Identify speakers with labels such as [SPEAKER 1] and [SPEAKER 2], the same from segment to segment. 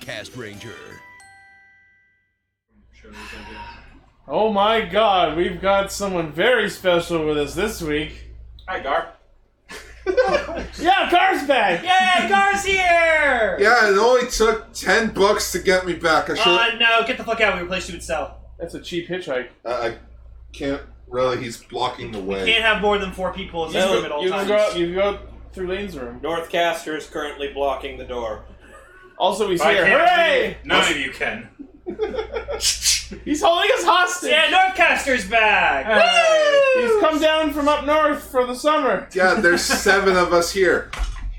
[SPEAKER 1] Cast Ranger.
[SPEAKER 2] Oh my god, we've got someone very special with us this week.
[SPEAKER 3] Hi, Gar.
[SPEAKER 2] Yeah, Car's back!
[SPEAKER 4] Yay, Gar's here!
[SPEAKER 5] Yeah, it only took ten bucks to get me back. I should.
[SPEAKER 4] Uh, no, get the fuck out. We replaced you with Sal.
[SPEAKER 2] That's a cheap hitchhike.
[SPEAKER 5] I, I can't really. He's blocking the way.
[SPEAKER 4] Can't have more than four people in this
[SPEAKER 3] No,
[SPEAKER 4] room at all
[SPEAKER 2] You can
[SPEAKER 4] times.
[SPEAKER 2] go, you can go through Lane's room.
[SPEAKER 3] Northcaster is currently blocking the door.
[SPEAKER 2] Also, he's
[SPEAKER 6] I
[SPEAKER 2] here.
[SPEAKER 6] can't
[SPEAKER 2] Hooray!
[SPEAKER 6] None of you can.
[SPEAKER 2] He's holding us hostage!
[SPEAKER 4] Yeah, Northcaster's back!
[SPEAKER 2] He's come down from up north for the summer.
[SPEAKER 5] Yeah, there's seven of us here.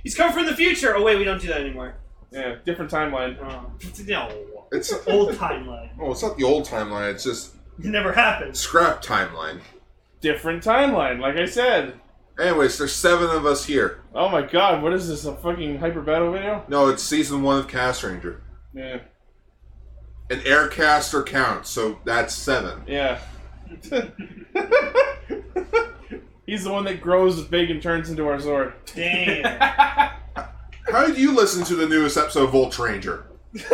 [SPEAKER 4] He's come from the future. Oh wait, we don't do that anymore.
[SPEAKER 2] Yeah, different timeline.
[SPEAKER 4] Oh, no,
[SPEAKER 5] It's oh,
[SPEAKER 4] old timeline.
[SPEAKER 5] it's not the old timeline. It's just
[SPEAKER 4] It never happens.
[SPEAKER 5] scrap timeline.
[SPEAKER 2] Different timeline, like I said.
[SPEAKER 5] Anyways, there's seven of us here.
[SPEAKER 2] Oh my god, what is this? A fucking hyper battle video?
[SPEAKER 5] No, it's season one of Cast Ranger.
[SPEAKER 2] Yeah.
[SPEAKER 5] An aircaster counts, so that's seven.
[SPEAKER 2] Yeah. He's the one that grows big and turns into our sword.
[SPEAKER 4] Damn.
[SPEAKER 5] How did you listen to the newest episode of Volt Ranger?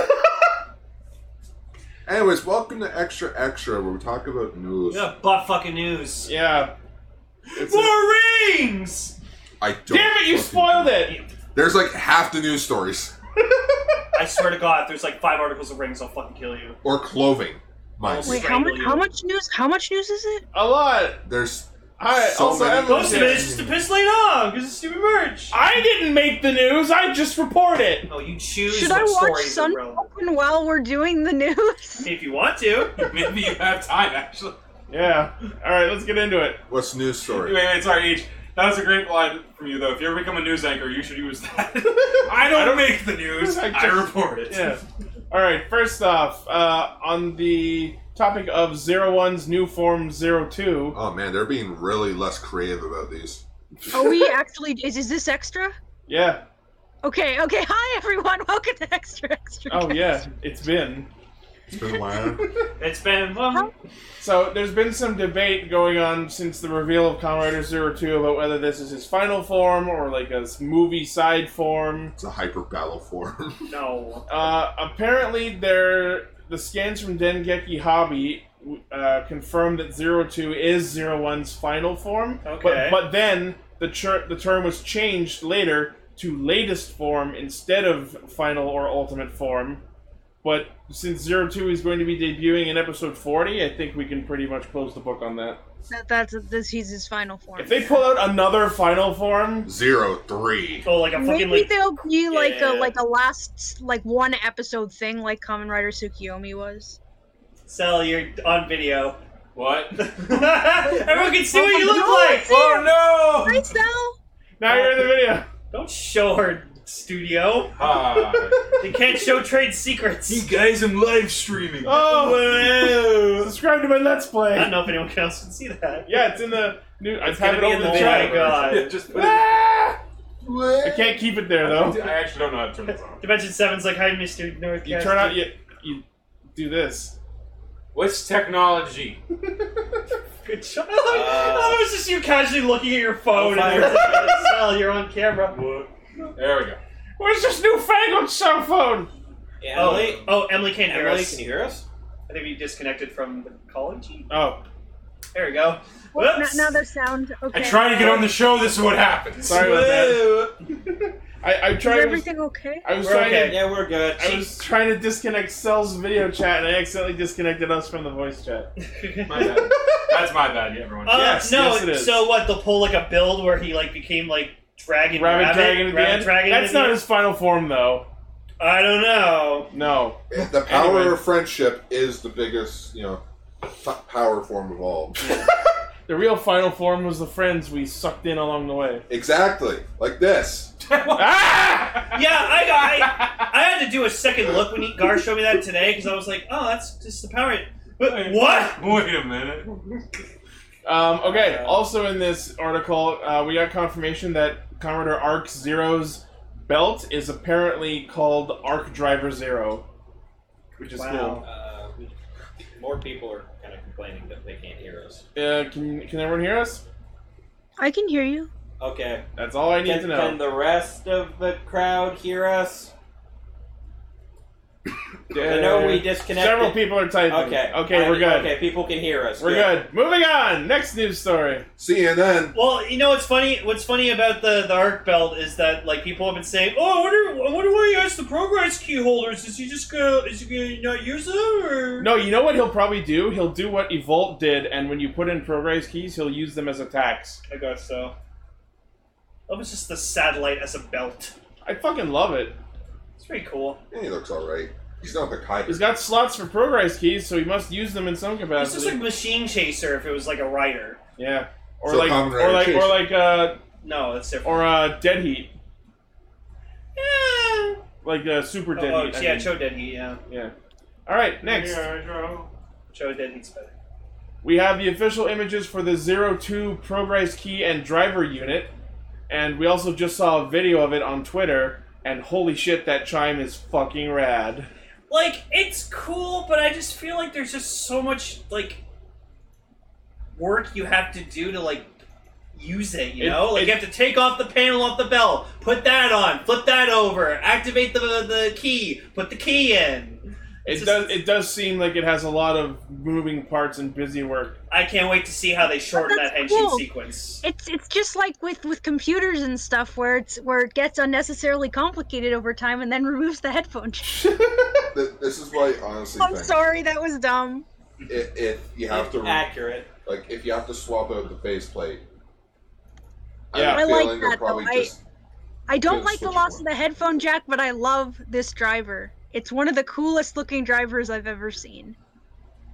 [SPEAKER 5] Anyways, welcome to Extra Extra, where we talk about news.
[SPEAKER 4] yeah, butt fucking news.
[SPEAKER 2] Yeah. It's a-
[SPEAKER 4] More rings!
[SPEAKER 5] I don't.
[SPEAKER 2] Damn it, you
[SPEAKER 5] fucking-
[SPEAKER 2] spoiled it!
[SPEAKER 5] There's like half the news stories.
[SPEAKER 4] I swear to God, if there's like five articles of rings, I'll fucking kill you.
[SPEAKER 5] Or clothing. Mine.
[SPEAKER 4] Wait,
[SPEAKER 7] Wait,
[SPEAKER 4] how
[SPEAKER 7] how
[SPEAKER 4] mu-
[SPEAKER 7] much?
[SPEAKER 4] how
[SPEAKER 7] How much news? How much news is it?
[SPEAKER 2] A lot.
[SPEAKER 5] There's.
[SPEAKER 2] I
[SPEAKER 5] So
[SPEAKER 2] also
[SPEAKER 5] many-
[SPEAKER 2] Emily's
[SPEAKER 4] Most of
[SPEAKER 2] here.
[SPEAKER 4] it is just to piss Lane off, because it's stupid merch.
[SPEAKER 2] I didn't make the news. I just report it.
[SPEAKER 4] Oh, you choose
[SPEAKER 7] Should
[SPEAKER 4] what
[SPEAKER 7] I watch
[SPEAKER 4] stories
[SPEAKER 7] Sun
[SPEAKER 4] are relevant.
[SPEAKER 7] Open while we're doing the news?
[SPEAKER 4] If you want to.
[SPEAKER 6] Maybe you have time, actually.
[SPEAKER 2] Yeah. All right, let's get into it.
[SPEAKER 5] What's news
[SPEAKER 6] Wait,
[SPEAKER 5] story?
[SPEAKER 6] wait, sorry, H. That was a great line from you, though. If you ever become a news anchor, you should use that. I don't, make the news.
[SPEAKER 2] I
[SPEAKER 6] I,
[SPEAKER 2] just-
[SPEAKER 6] report it.
[SPEAKER 2] Yeah. All right. First off, uh, on the topic of Zero One's new form Zero Two.
[SPEAKER 5] Oh man, they're being really less creative about these.
[SPEAKER 7] Are we actually? Is, is this extra?
[SPEAKER 2] Yeah.
[SPEAKER 7] Okay, okay. Hi everyone. Welcome to Extra Extra.
[SPEAKER 2] Oh yeah. It's been.
[SPEAKER 5] It's been a while.
[SPEAKER 4] It's been well,
[SPEAKER 2] So there's been some debate going on since the reveal of Kamen Rider Zero Two about whether this is his final form or like a s- movie side form.
[SPEAKER 5] it's a hyper battle form.
[SPEAKER 4] no.
[SPEAKER 2] Uh, apparently, there the scans from Dengeki Hobby uh, confirm that Zero Two is Zero One's final form.
[SPEAKER 4] Okay.
[SPEAKER 2] But, but then the ter- the term was changed later to latest form instead of final or ultimate form. But since Zero Two is going to be debuting in episode forty, I think we can pretty much close the book on that.
[SPEAKER 7] That, that's this. He's his final form.
[SPEAKER 2] If they pull out another final form,
[SPEAKER 5] Zero three.
[SPEAKER 4] Oh, like a fucking
[SPEAKER 7] Maybe
[SPEAKER 4] like
[SPEAKER 7] they'll be like
[SPEAKER 4] Yeah.
[SPEAKER 7] a like a last like one episode thing, like Kamen Rider Tsukiyomi was.
[SPEAKER 4] Sal, you're on video.
[SPEAKER 6] What?
[SPEAKER 4] Everyone can see what you look
[SPEAKER 7] No,
[SPEAKER 4] like.
[SPEAKER 7] it's him.
[SPEAKER 6] Oh no!
[SPEAKER 7] Hi Sal.
[SPEAKER 2] now you're in the video.
[SPEAKER 4] Don't show her studio.
[SPEAKER 6] Hi.
[SPEAKER 4] They can't show trade secrets.
[SPEAKER 6] you guys, I'm live streaming.
[SPEAKER 2] Oh, subscribe to my Let's
[SPEAKER 4] I
[SPEAKER 2] Play.
[SPEAKER 4] don't know if anyone else can see that.
[SPEAKER 2] Yeah, it's in the new. I have
[SPEAKER 6] gonna
[SPEAKER 2] it
[SPEAKER 6] be
[SPEAKER 2] over
[SPEAKER 6] in
[SPEAKER 2] the
[SPEAKER 6] the
[SPEAKER 2] chat.
[SPEAKER 6] video. Yeah,
[SPEAKER 4] Oh, God.
[SPEAKER 6] just put it-
[SPEAKER 2] Ah! I can't keep it there though.
[SPEAKER 6] I actually don't know how to turn this on.
[SPEAKER 4] Dimension Seven's like, hi, Mr. North.
[SPEAKER 2] You turn out you you do this.
[SPEAKER 6] What's technology?
[SPEAKER 4] Good shot. that was just you casually looking at your phone.
[SPEAKER 6] I'll
[SPEAKER 4] and
[SPEAKER 6] fire.
[SPEAKER 4] everyone's like, Sal, you're on camera.
[SPEAKER 6] What? There we go.
[SPEAKER 2] Where's this newfangled cell phone?
[SPEAKER 4] Oh, oh, Emily can't hear
[SPEAKER 3] Emily,
[SPEAKER 4] us.
[SPEAKER 3] can you hear us?
[SPEAKER 4] I think we disconnected from the college.
[SPEAKER 2] Oh,
[SPEAKER 4] There we go.
[SPEAKER 7] Well,
[SPEAKER 4] Whoops.
[SPEAKER 7] n- another sound. Okay.
[SPEAKER 6] I try to get on the show. This is what happens.
[SPEAKER 2] sorry about that. I I
[SPEAKER 7] Is
[SPEAKER 2] tried.
[SPEAKER 7] everything okay?
[SPEAKER 2] I was
[SPEAKER 4] We're
[SPEAKER 2] trying.
[SPEAKER 4] okay.
[SPEAKER 3] Yeah, we're good.
[SPEAKER 2] To, I was trying to disconnect Cell's video chat, and I accidentally disconnected us from the voice chat.
[SPEAKER 6] My bad. That's my bad, yeah, everyone.
[SPEAKER 4] Uh,
[SPEAKER 2] Yes,
[SPEAKER 4] no.
[SPEAKER 2] yes, it is.
[SPEAKER 4] So what? They'll pull like a build where he like became like dragon,
[SPEAKER 2] Rabbit,
[SPEAKER 4] rabbit
[SPEAKER 2] Dragon at the
[SPEAKER 4] rabbit
[SPEAKER 2] end.
[SPEAKER 4] dragon.
[SPEAKER 2] That's
[SPEAKER 4] at the
[SPEAKER 2] not
[SPEAKER 4] end?
[SPEAKER 2] his final form, though.
[SPEAKER 4] I don't know.
[SPEAKER 2] No.
[SPEAKER 5] The power
[SPEAKER 2] Anyway.
[SPEAKER 5] of friendship is the biggest, you know, p- power form of all.
[SPEAKER 2] The real final form was the friends we sucked in along the way.
[SPEAKER 5] exactly. Like this.
[SPEAKER 2] ah!
[SPEAKER 4] Yeah, I, I I had to do a second look when he, Gar showed me that today because I was like, oh, that's just the power. But what?
[SPEAKER 6] Wait a minute.
[SPEAKER 2] Um, okay.
[SPEAKER 4] Uh,
[SPEAKER 2] also in this article, uh, we got confirmation that Commodore Arc Zero's belt is apparently called Arc Driver Zero, which is
[SPEAKER 4] Wow.
[SPEAKER 3] Uh, we- more people are kind of complaining that they can't hear us.
[SPEAKER 2] cool. Uh, can can everyone hear us?
[SPEAKER 7] I can hear you.
[SPEAKER 3] Okay.
[SPEAKER 2] That's all I need
[SPEAKER 3] Can,
[SPEAKER 2] to
[SPEAKER 3] can
[SPEAKER 2] know.
[SPEAKER 3] the rest of the crowd hear us? I know we disconnected.
[SPEAKER 2] Uh, Several people are typing.
[SPEAKER 3] Okay.
[SPEAKER 2] Okay,
[SPEAKER 3] I-
[SPEAKER 2] we're good.
[SPEAKER 3] Okay, people can hear us.
[SPEAKER 2] We're good. Moving on. Next news story.
[SPEAKER 5] CNN.
[SPEAKER 4] Well, you know what's funny? What's funny about the the arc belt is that like people have been saying, "Oh, I wonder, I wonder why he has the progress key holders. Is he just gonna, is he gonna not use them?" Or
[SPEAKER 2] No, you know what he'll probably do? He'll do what Evolt did, and when you put in progress keys, he'll use them as attacks.
[SPEAKER 4] I guess so. That was just the satellite as a belt.
[SPEAKER 2] I fucking love it.
[SPEAKER 4] It's pretty cool.
[SPEAKER 5] Yeah, he looks alright. He's not the Kaiser.
[SPEAKER 2] He's got slots for progress keys, so he must use them in some
[SPEAKER 4] It's
[SPEAKER 2] capacity.
[SPEAKER 4] just like machine chaser if it was like a rider.
[SPEAKER 2] yeah, or
[SPEAKER 5] So
[SPEAKER 2] like,
[SPEAKER 5] Kamen
[SPEAKER 2] or
[SPEAKER 5] Rider
[SPEAKER 2] like,
[SPEAKER 5] Chase.
[SPEAKER 2] or like, uh,
[SPEAKER 4] No, that's different.
[SPEAKER 2] or uh, Dead Heat,
[SPEAKER 4] yeah.
[SPEAKER 2] like uh, Super
[SPEAKER 4] Oh,
[SPEAKER 2] Dead
[SPEAKER 4] oh,
[SPEAKER 2] Heat. I
[SPEAKER 4] yeah,
[SPEAKER 2] mean.
[SPEAKER 4] Cho Dead Heat. Yeah,
[SPEAKER 2] yeah. All right, next
[SPEAKER 4] Cho Dead Heat's better.
[SPEAKER 2] we have the official images for the Zero Two Progress Key and Driver Unit, and we also just saw a video of it on Twitter. And holy shit, that chime is fucking rad.
[SPEAKER 4] like it's cool but i just feel like there's just so much like work you have to do to like use it you
[SPEAKER 2] It-
[SPEAKER 4] know like
[SPEAKER 2] it-
[SPEAKER 4] you have to take off the panel off the bell put that on flip that over activate the the key put the key in
[SPEAKER 2] It
[SPEAKER 4] It's just-
[SPEAKER 2] does. It does seem like it has a lot of moving parts and busy work.
[SPEAKER 4] i can't wait to see how they shorten
[SPEAKER 7] That's
[SPEAKER 4] that henshin
[SPEAKER 7] cool.
[SPEAKER 4] sequence
[SPEAKER 7] It's it's just like with with computers and stuff where it's where it gets unnecessarily complicated over time and then removes the headphone. jack.
[SPEAKER 5] Th- This is why, honestly,
[SPEAKER 7] I'm
[SPEAKER 5] think,
[SPEAKER 7] sorry, that was dumb.
[SPEAKER 5] if, if you have to,
[SPEAKER 3] Accurate.
[SPEAKER 5] like, if you have to swap out the faceplate,
[SPEAKER 2] Yeah.
[SPEAKER 5] I
[SPEAKER 7] I
[SPEAKER 5] have a
[SPEAKER 7] like
[SPEAKER 5] feeling they'll
[SPEAKER 7] that, though.
[SPEAKER 5] probably
[SPEAKER 7] I-
[SPEAKER 5] just
[SPEAKER 7] I don't
[SPEAKER 5] Good
[SPEAKER 7] like the
[SPEAKER 5] switch
[SPEAKER 7] loss
[SPEAKER 5] one.
[SPEAKER 7] of the headphone jack, but I love this driver. It's one of the coolest looking drivers I've ever seen.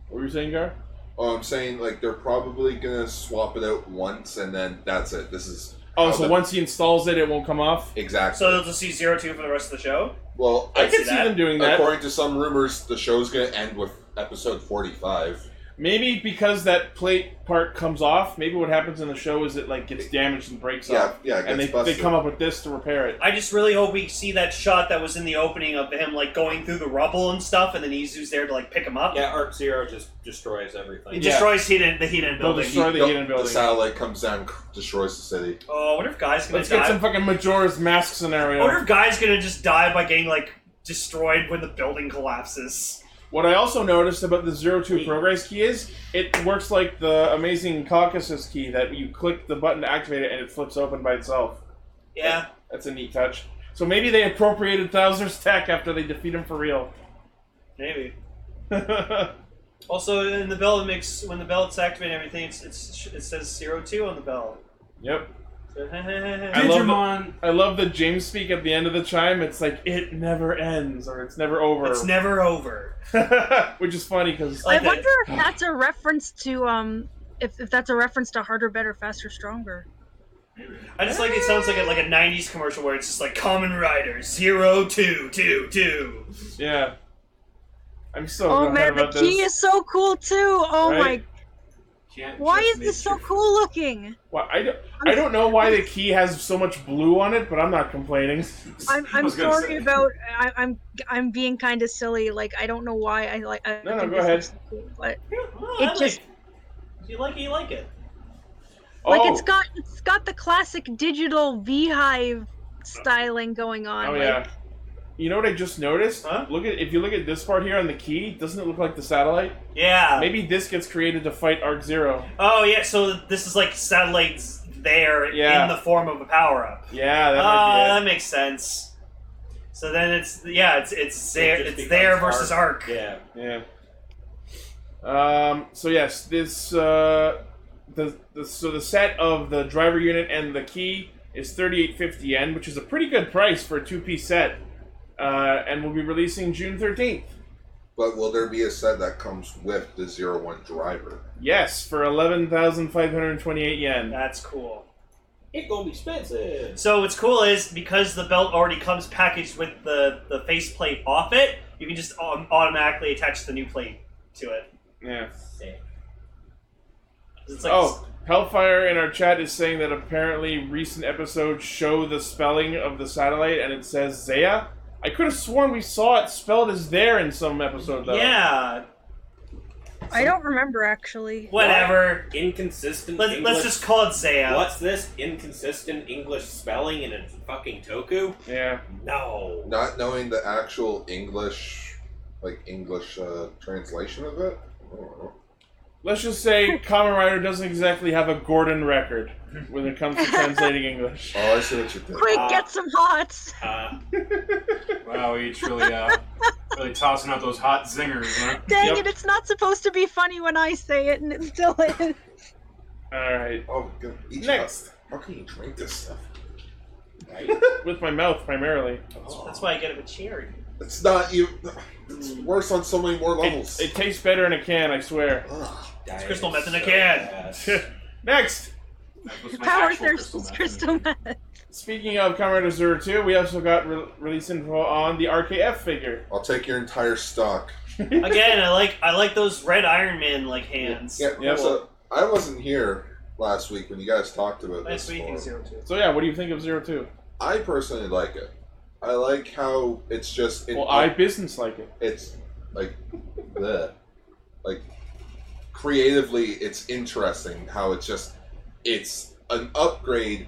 [SPEAKER 2] What were you saying, Gar?
[SPEAKER 5] Oh, I'm saying like they're probably gonna swap it out once, and then that's it. This is
[SPEAKER 2] Oh,
[SPEAKER 5] how
[SPEAKER 2] so
[SPEAKER 5] the-
[SPEAKER 2] once he installs it, it won't come off.
[SPEAKER 5] exactly.
[SPEAKER 4] so they'll just see zero two for the rest of the show
[SPEAKER 5] well,
[SPEAKER 2] I
[SPEAKER 4] I
[SPEAKER 5] ac-
[SPEAKER 4] see
[SPEAKER 2] can see
[SPEAKER 4] that.
[SPEAKER 2] them doing that.
[SPEAKER 5] according to some rumors, the show's gonna end with episode 45.
[SPEAKER 2] Maybe because that plate part comes off. Maybe what happens in the show is it like gets damaged and breaks
[SPEAKER 5] Yeah,
[SPEAKER 2] off,
[SPEAKER 5] yeah, it gets
[SPEAKER 2] and they, they
[SPEAKER 5] busted.
[SPEAKER 2] come up with this to repair it.
[SPEAKER 4] i just really hope we see that shot that was in the opening of him like going through the rubble and stuff and then izu's there to like pick him up
[SPEAKER 3] Yeah, Arc Zero just destroys everything.
[SPEAKER 4] He
[SPEAKER 2] Yeah.
[SPEAKER 4] destroys heat in, the heat in
[SPEAKER 2] They'll
[SPEAKER 4] building.
[SPEAKER 2] destroy the
[SPEAKER 5] Yup,
[SPEAKER 2] unit building.
[SPEAKER 5] The satellite comes down, cr- destroys the city.
[SPEAKER 4] Oh, I wonder if Guy's gonna
[SPEAKER 2] Let's
[SPEAKER 4] die.
[SPEAKER 2] get some fucking Majora's Mask
[SPEAKER 4] I wonder
[SPEAKER 2] scenario.
[SPEAKER 4] if Guy's gonna just die by getting like destroyed when the building collapses.
[SPEAKER 2] What I also noticed about the Zero Two
[SPEAKER 3] Wait.
[SPEAKER 2] Progress Key is it works like the Amazing Caucasus Key that you click the button to activate it and it flips open by itself.
[SPEAKER 4] Yeah.
[SPEAKER 2] That's a neat touch. So maybe they appropriated Bowser's tech after they defeat him for real.
[SPEAKER 4] Maybe.
[SPEAKER 2] yeah,
[SPEAKER 4] Also, in the bell, it makes when the bell it's activating everything, it's, it's it says zero two on the bell.
[SPEAKER 2] Yep. I love
[SPEAKER 6] Digimon.
[SPEAKER 2] I love the James speak at the end of the chime. It's like it never ends or it's never over,
[SPEAKER 4] it's never over.
[SPEAKER 2] which is funny because
[SPEAKER 4] Like
[SPEAKER 7] I
[SPEAKER 4] that.
[SPEAKER 7] wonder if that's a reference to um if, if that's a reference to harder, better, faster, stronger.
[SPEAKER 4] I just like it sounds like a, like a '90s commercial where it's just like Common Rider zero two two two.
[SPEAKER 2] yeah, I'm so
[SPEAKER 7] Oh
[SPEAKER 2] glad
[SPEAKER 7] man, the
[SPEAKER 2] about
[SPEAKER 7] key
[SPEAKER 2] this.
[SPEAKER 7] is so cool too. Oh
[SPEAKER 2] Right?
[SPEAKER 6] Can't
[SPEAKER 7] my, why
[SPEAKER 6] just
[SPEAKER 7] is this so
[SPEAKER 6] make your-
[SPEAKER 7] cool looking?
[SPEAKER 2] Why- I don't, I don't know why the key has so much blue on it, but I'm not complaining.
[SPEAKER 7] I'm,
[SPEAKER 6] I
[SPEAKER 7] I'm
[SPEAKER 6] was gonna
[SPEAKER 7] sorry
[SPEAKER 6] say.
[SPEAKER 7] about I, I'm I'm being kind of silly. Like I don't know why I like. I
[SPEAKER 2] No, no,
[SPEAKER 7] think
[SPEAKER 2] go
[SPEAKER 7] this
[SPEAKER 2] ahead.
[SPEAKER 7] is cool, But
[SPEAKER 4] Yeah, well,
[SPEAKER 7] It
[SPEAKER 4] I like
[SPEAKER 7] just-
[SPEAKER 4] If you like it, you like it.
[SPEAKER 7] like
[SPEAKER 2] oh,
[SPEAKER 7] it's got it's got the classic digital beehive styling going on.
[SPEAKER 2] oh
[SPEAKER 7] like,
[SPEAKER 2] yeah. You know what I just noticed?
[SPEAKER 4] Huh?
[SPEAKER 2] Look at if you look at this part here on the key, doesn't it look like the satellite?
[SPEAKER 4] Yeah.
[SPEAKER 2] Maybe this gets created to fight Arc Zero.
[SPEAKER 4] Oh yeah, so this is like satellites there
[SPEAKER 2] Yeah.
[SPEAKER 4] in the form of a power up.
[SPEAKER 2] Yeah, that
[SPEAKER 4] Ah,
[SPEAKER 2] might
[SPEAKER 4] that makes sense. So then it's yeah, it's it's
[SPEAKER 3] It
[SPEAKER 4] there,
[SPEAKER 3] just
[SPEAKER 4] it's
[SPEAKER 3] becomes
[SPEAKER 4] there versus arc.
[SPEAKER 3] Yeah.
[SPEAKER 2] be it. Yeah. Um. So yes, this uh, the, the so the set of the driver unit and the key is thirty eight fifty yen, which is a pretty good price for a two piece set, uh, and will be releasing June thirteenth.
[SPEAKER 5] But will there be a set that comes with the zero one driver?
[SPEAKER 2] Yes, for eleven thousand five hundred twenty eight yen.
[SPEAKER 4] That's cool.
[SPEAKER 3] It gonna be expensive.
[SPEAKER 4] So what's cool is because the belt already comes packaged with the the faceplate off it, you can just um, automatically attach the new plate to it.
[SPEAKER 2] Yeah.
[SPEAKER 3] Sick.
[SPEAKER 4] It's like
[SPEAKER 2] oh, Hellfire in our chat is saying that apparently recent episodes show the spelling of the satellite, and it says Zaya. I could have sworn we saw it spelled as there in some episode though.
[SPEAKER 4] yeah,
[SPEAKER 7] I don't remember actually.
[SPEAKER 4] whatever.
[SPEAKER 3] Inconsistent
[SPEAKER 4] Let's,
[SPEAKER 3] English.
[SPEAKER 4] let's just call it Zaya.
[SPEAKER 3] What's this inconsistent English spelling in a fucking toku?
[SPEAKER 2] Yeah.
[SPEAKER 3] No.
[SPEAKER 5] Not knowing the actual English like English uh, translation of it. I don't know.
[SPEAKER 2] Let's just say Kamen Rider doesn't exactly have a Gordon record when it comes to translating English.
[SPEAKER 5] Oh, I see what you did.
[SPEAKER 7] Quick,
[SPEAKER 6] Ah.
[SPEAKER 7] get some hots.
[SPEAKER 3] Uh,
[SPEAKER 6] Wow, each really, uh, really tossing out those hot zingers, huh?
[SPEAKER 7] Dang
[SPEAKER 2] Yep.
[SPEAKER 7] it, it's not supposed to be funny when I say it, and it still is.
[SPEAKER 2] All right,
[SPEAKER 5] Oh, good. Each
[SPEAKER 2] Next.
[SPEAKER 5] How can you drink this stuff?
[SPEAKER 2] with my mouth primarily.
[SPEAKER 5] Oh,
[SPEAKER 4] That's why I get it with cherry.
[SPEAKER 5] it's not even. It's worse on so many more levels.
[SPEAKER 2] Mm. It, it tastes better in a can, I swear.
[SPEAKER 5] Ugh.
[SPEAKER 3] it's
[SPEAKER 4] crystal meth in a can.
[SPEAKER 2] Next,
[SPEAKER 6] That was my
[SPEAKER 7] Power
[SPEAKER 6] actual
[SPEAKER 7] thirsts
[SPEAKER 6] meth.
[SPEAKER 7] crystal meth.
[SPEAKER 2] speaking of Kamen Rider Zero Two, we also got re- release info on the RKF figure.
[SPEAKER 5] I'll take your entire stock.
[SPEAKER 4] Again, I like I like those red Iron Man like hands.
[SPEAKER 5] Yeah,
[SPEAKER 2] Yeah.
[SPEAKER 5] so I wasn't here last week when you guys talked about
[SPEAKER 4] Nice
[SPEAKER 5] this.
[SPEAKER 4] sweet
[SPEAKER 5] form.
[SPEAKER 4] thing zero two.
[SPEAKER 2] So yeah, what do you think of Zero Two?
[SPEAKER 5] I personally like it. I like how it's just. It,
[SPEAKER 2] Well, I business like it.
[SPEAKER 5] It's like the like creatively, it's interesting how it's just it's an upgrade,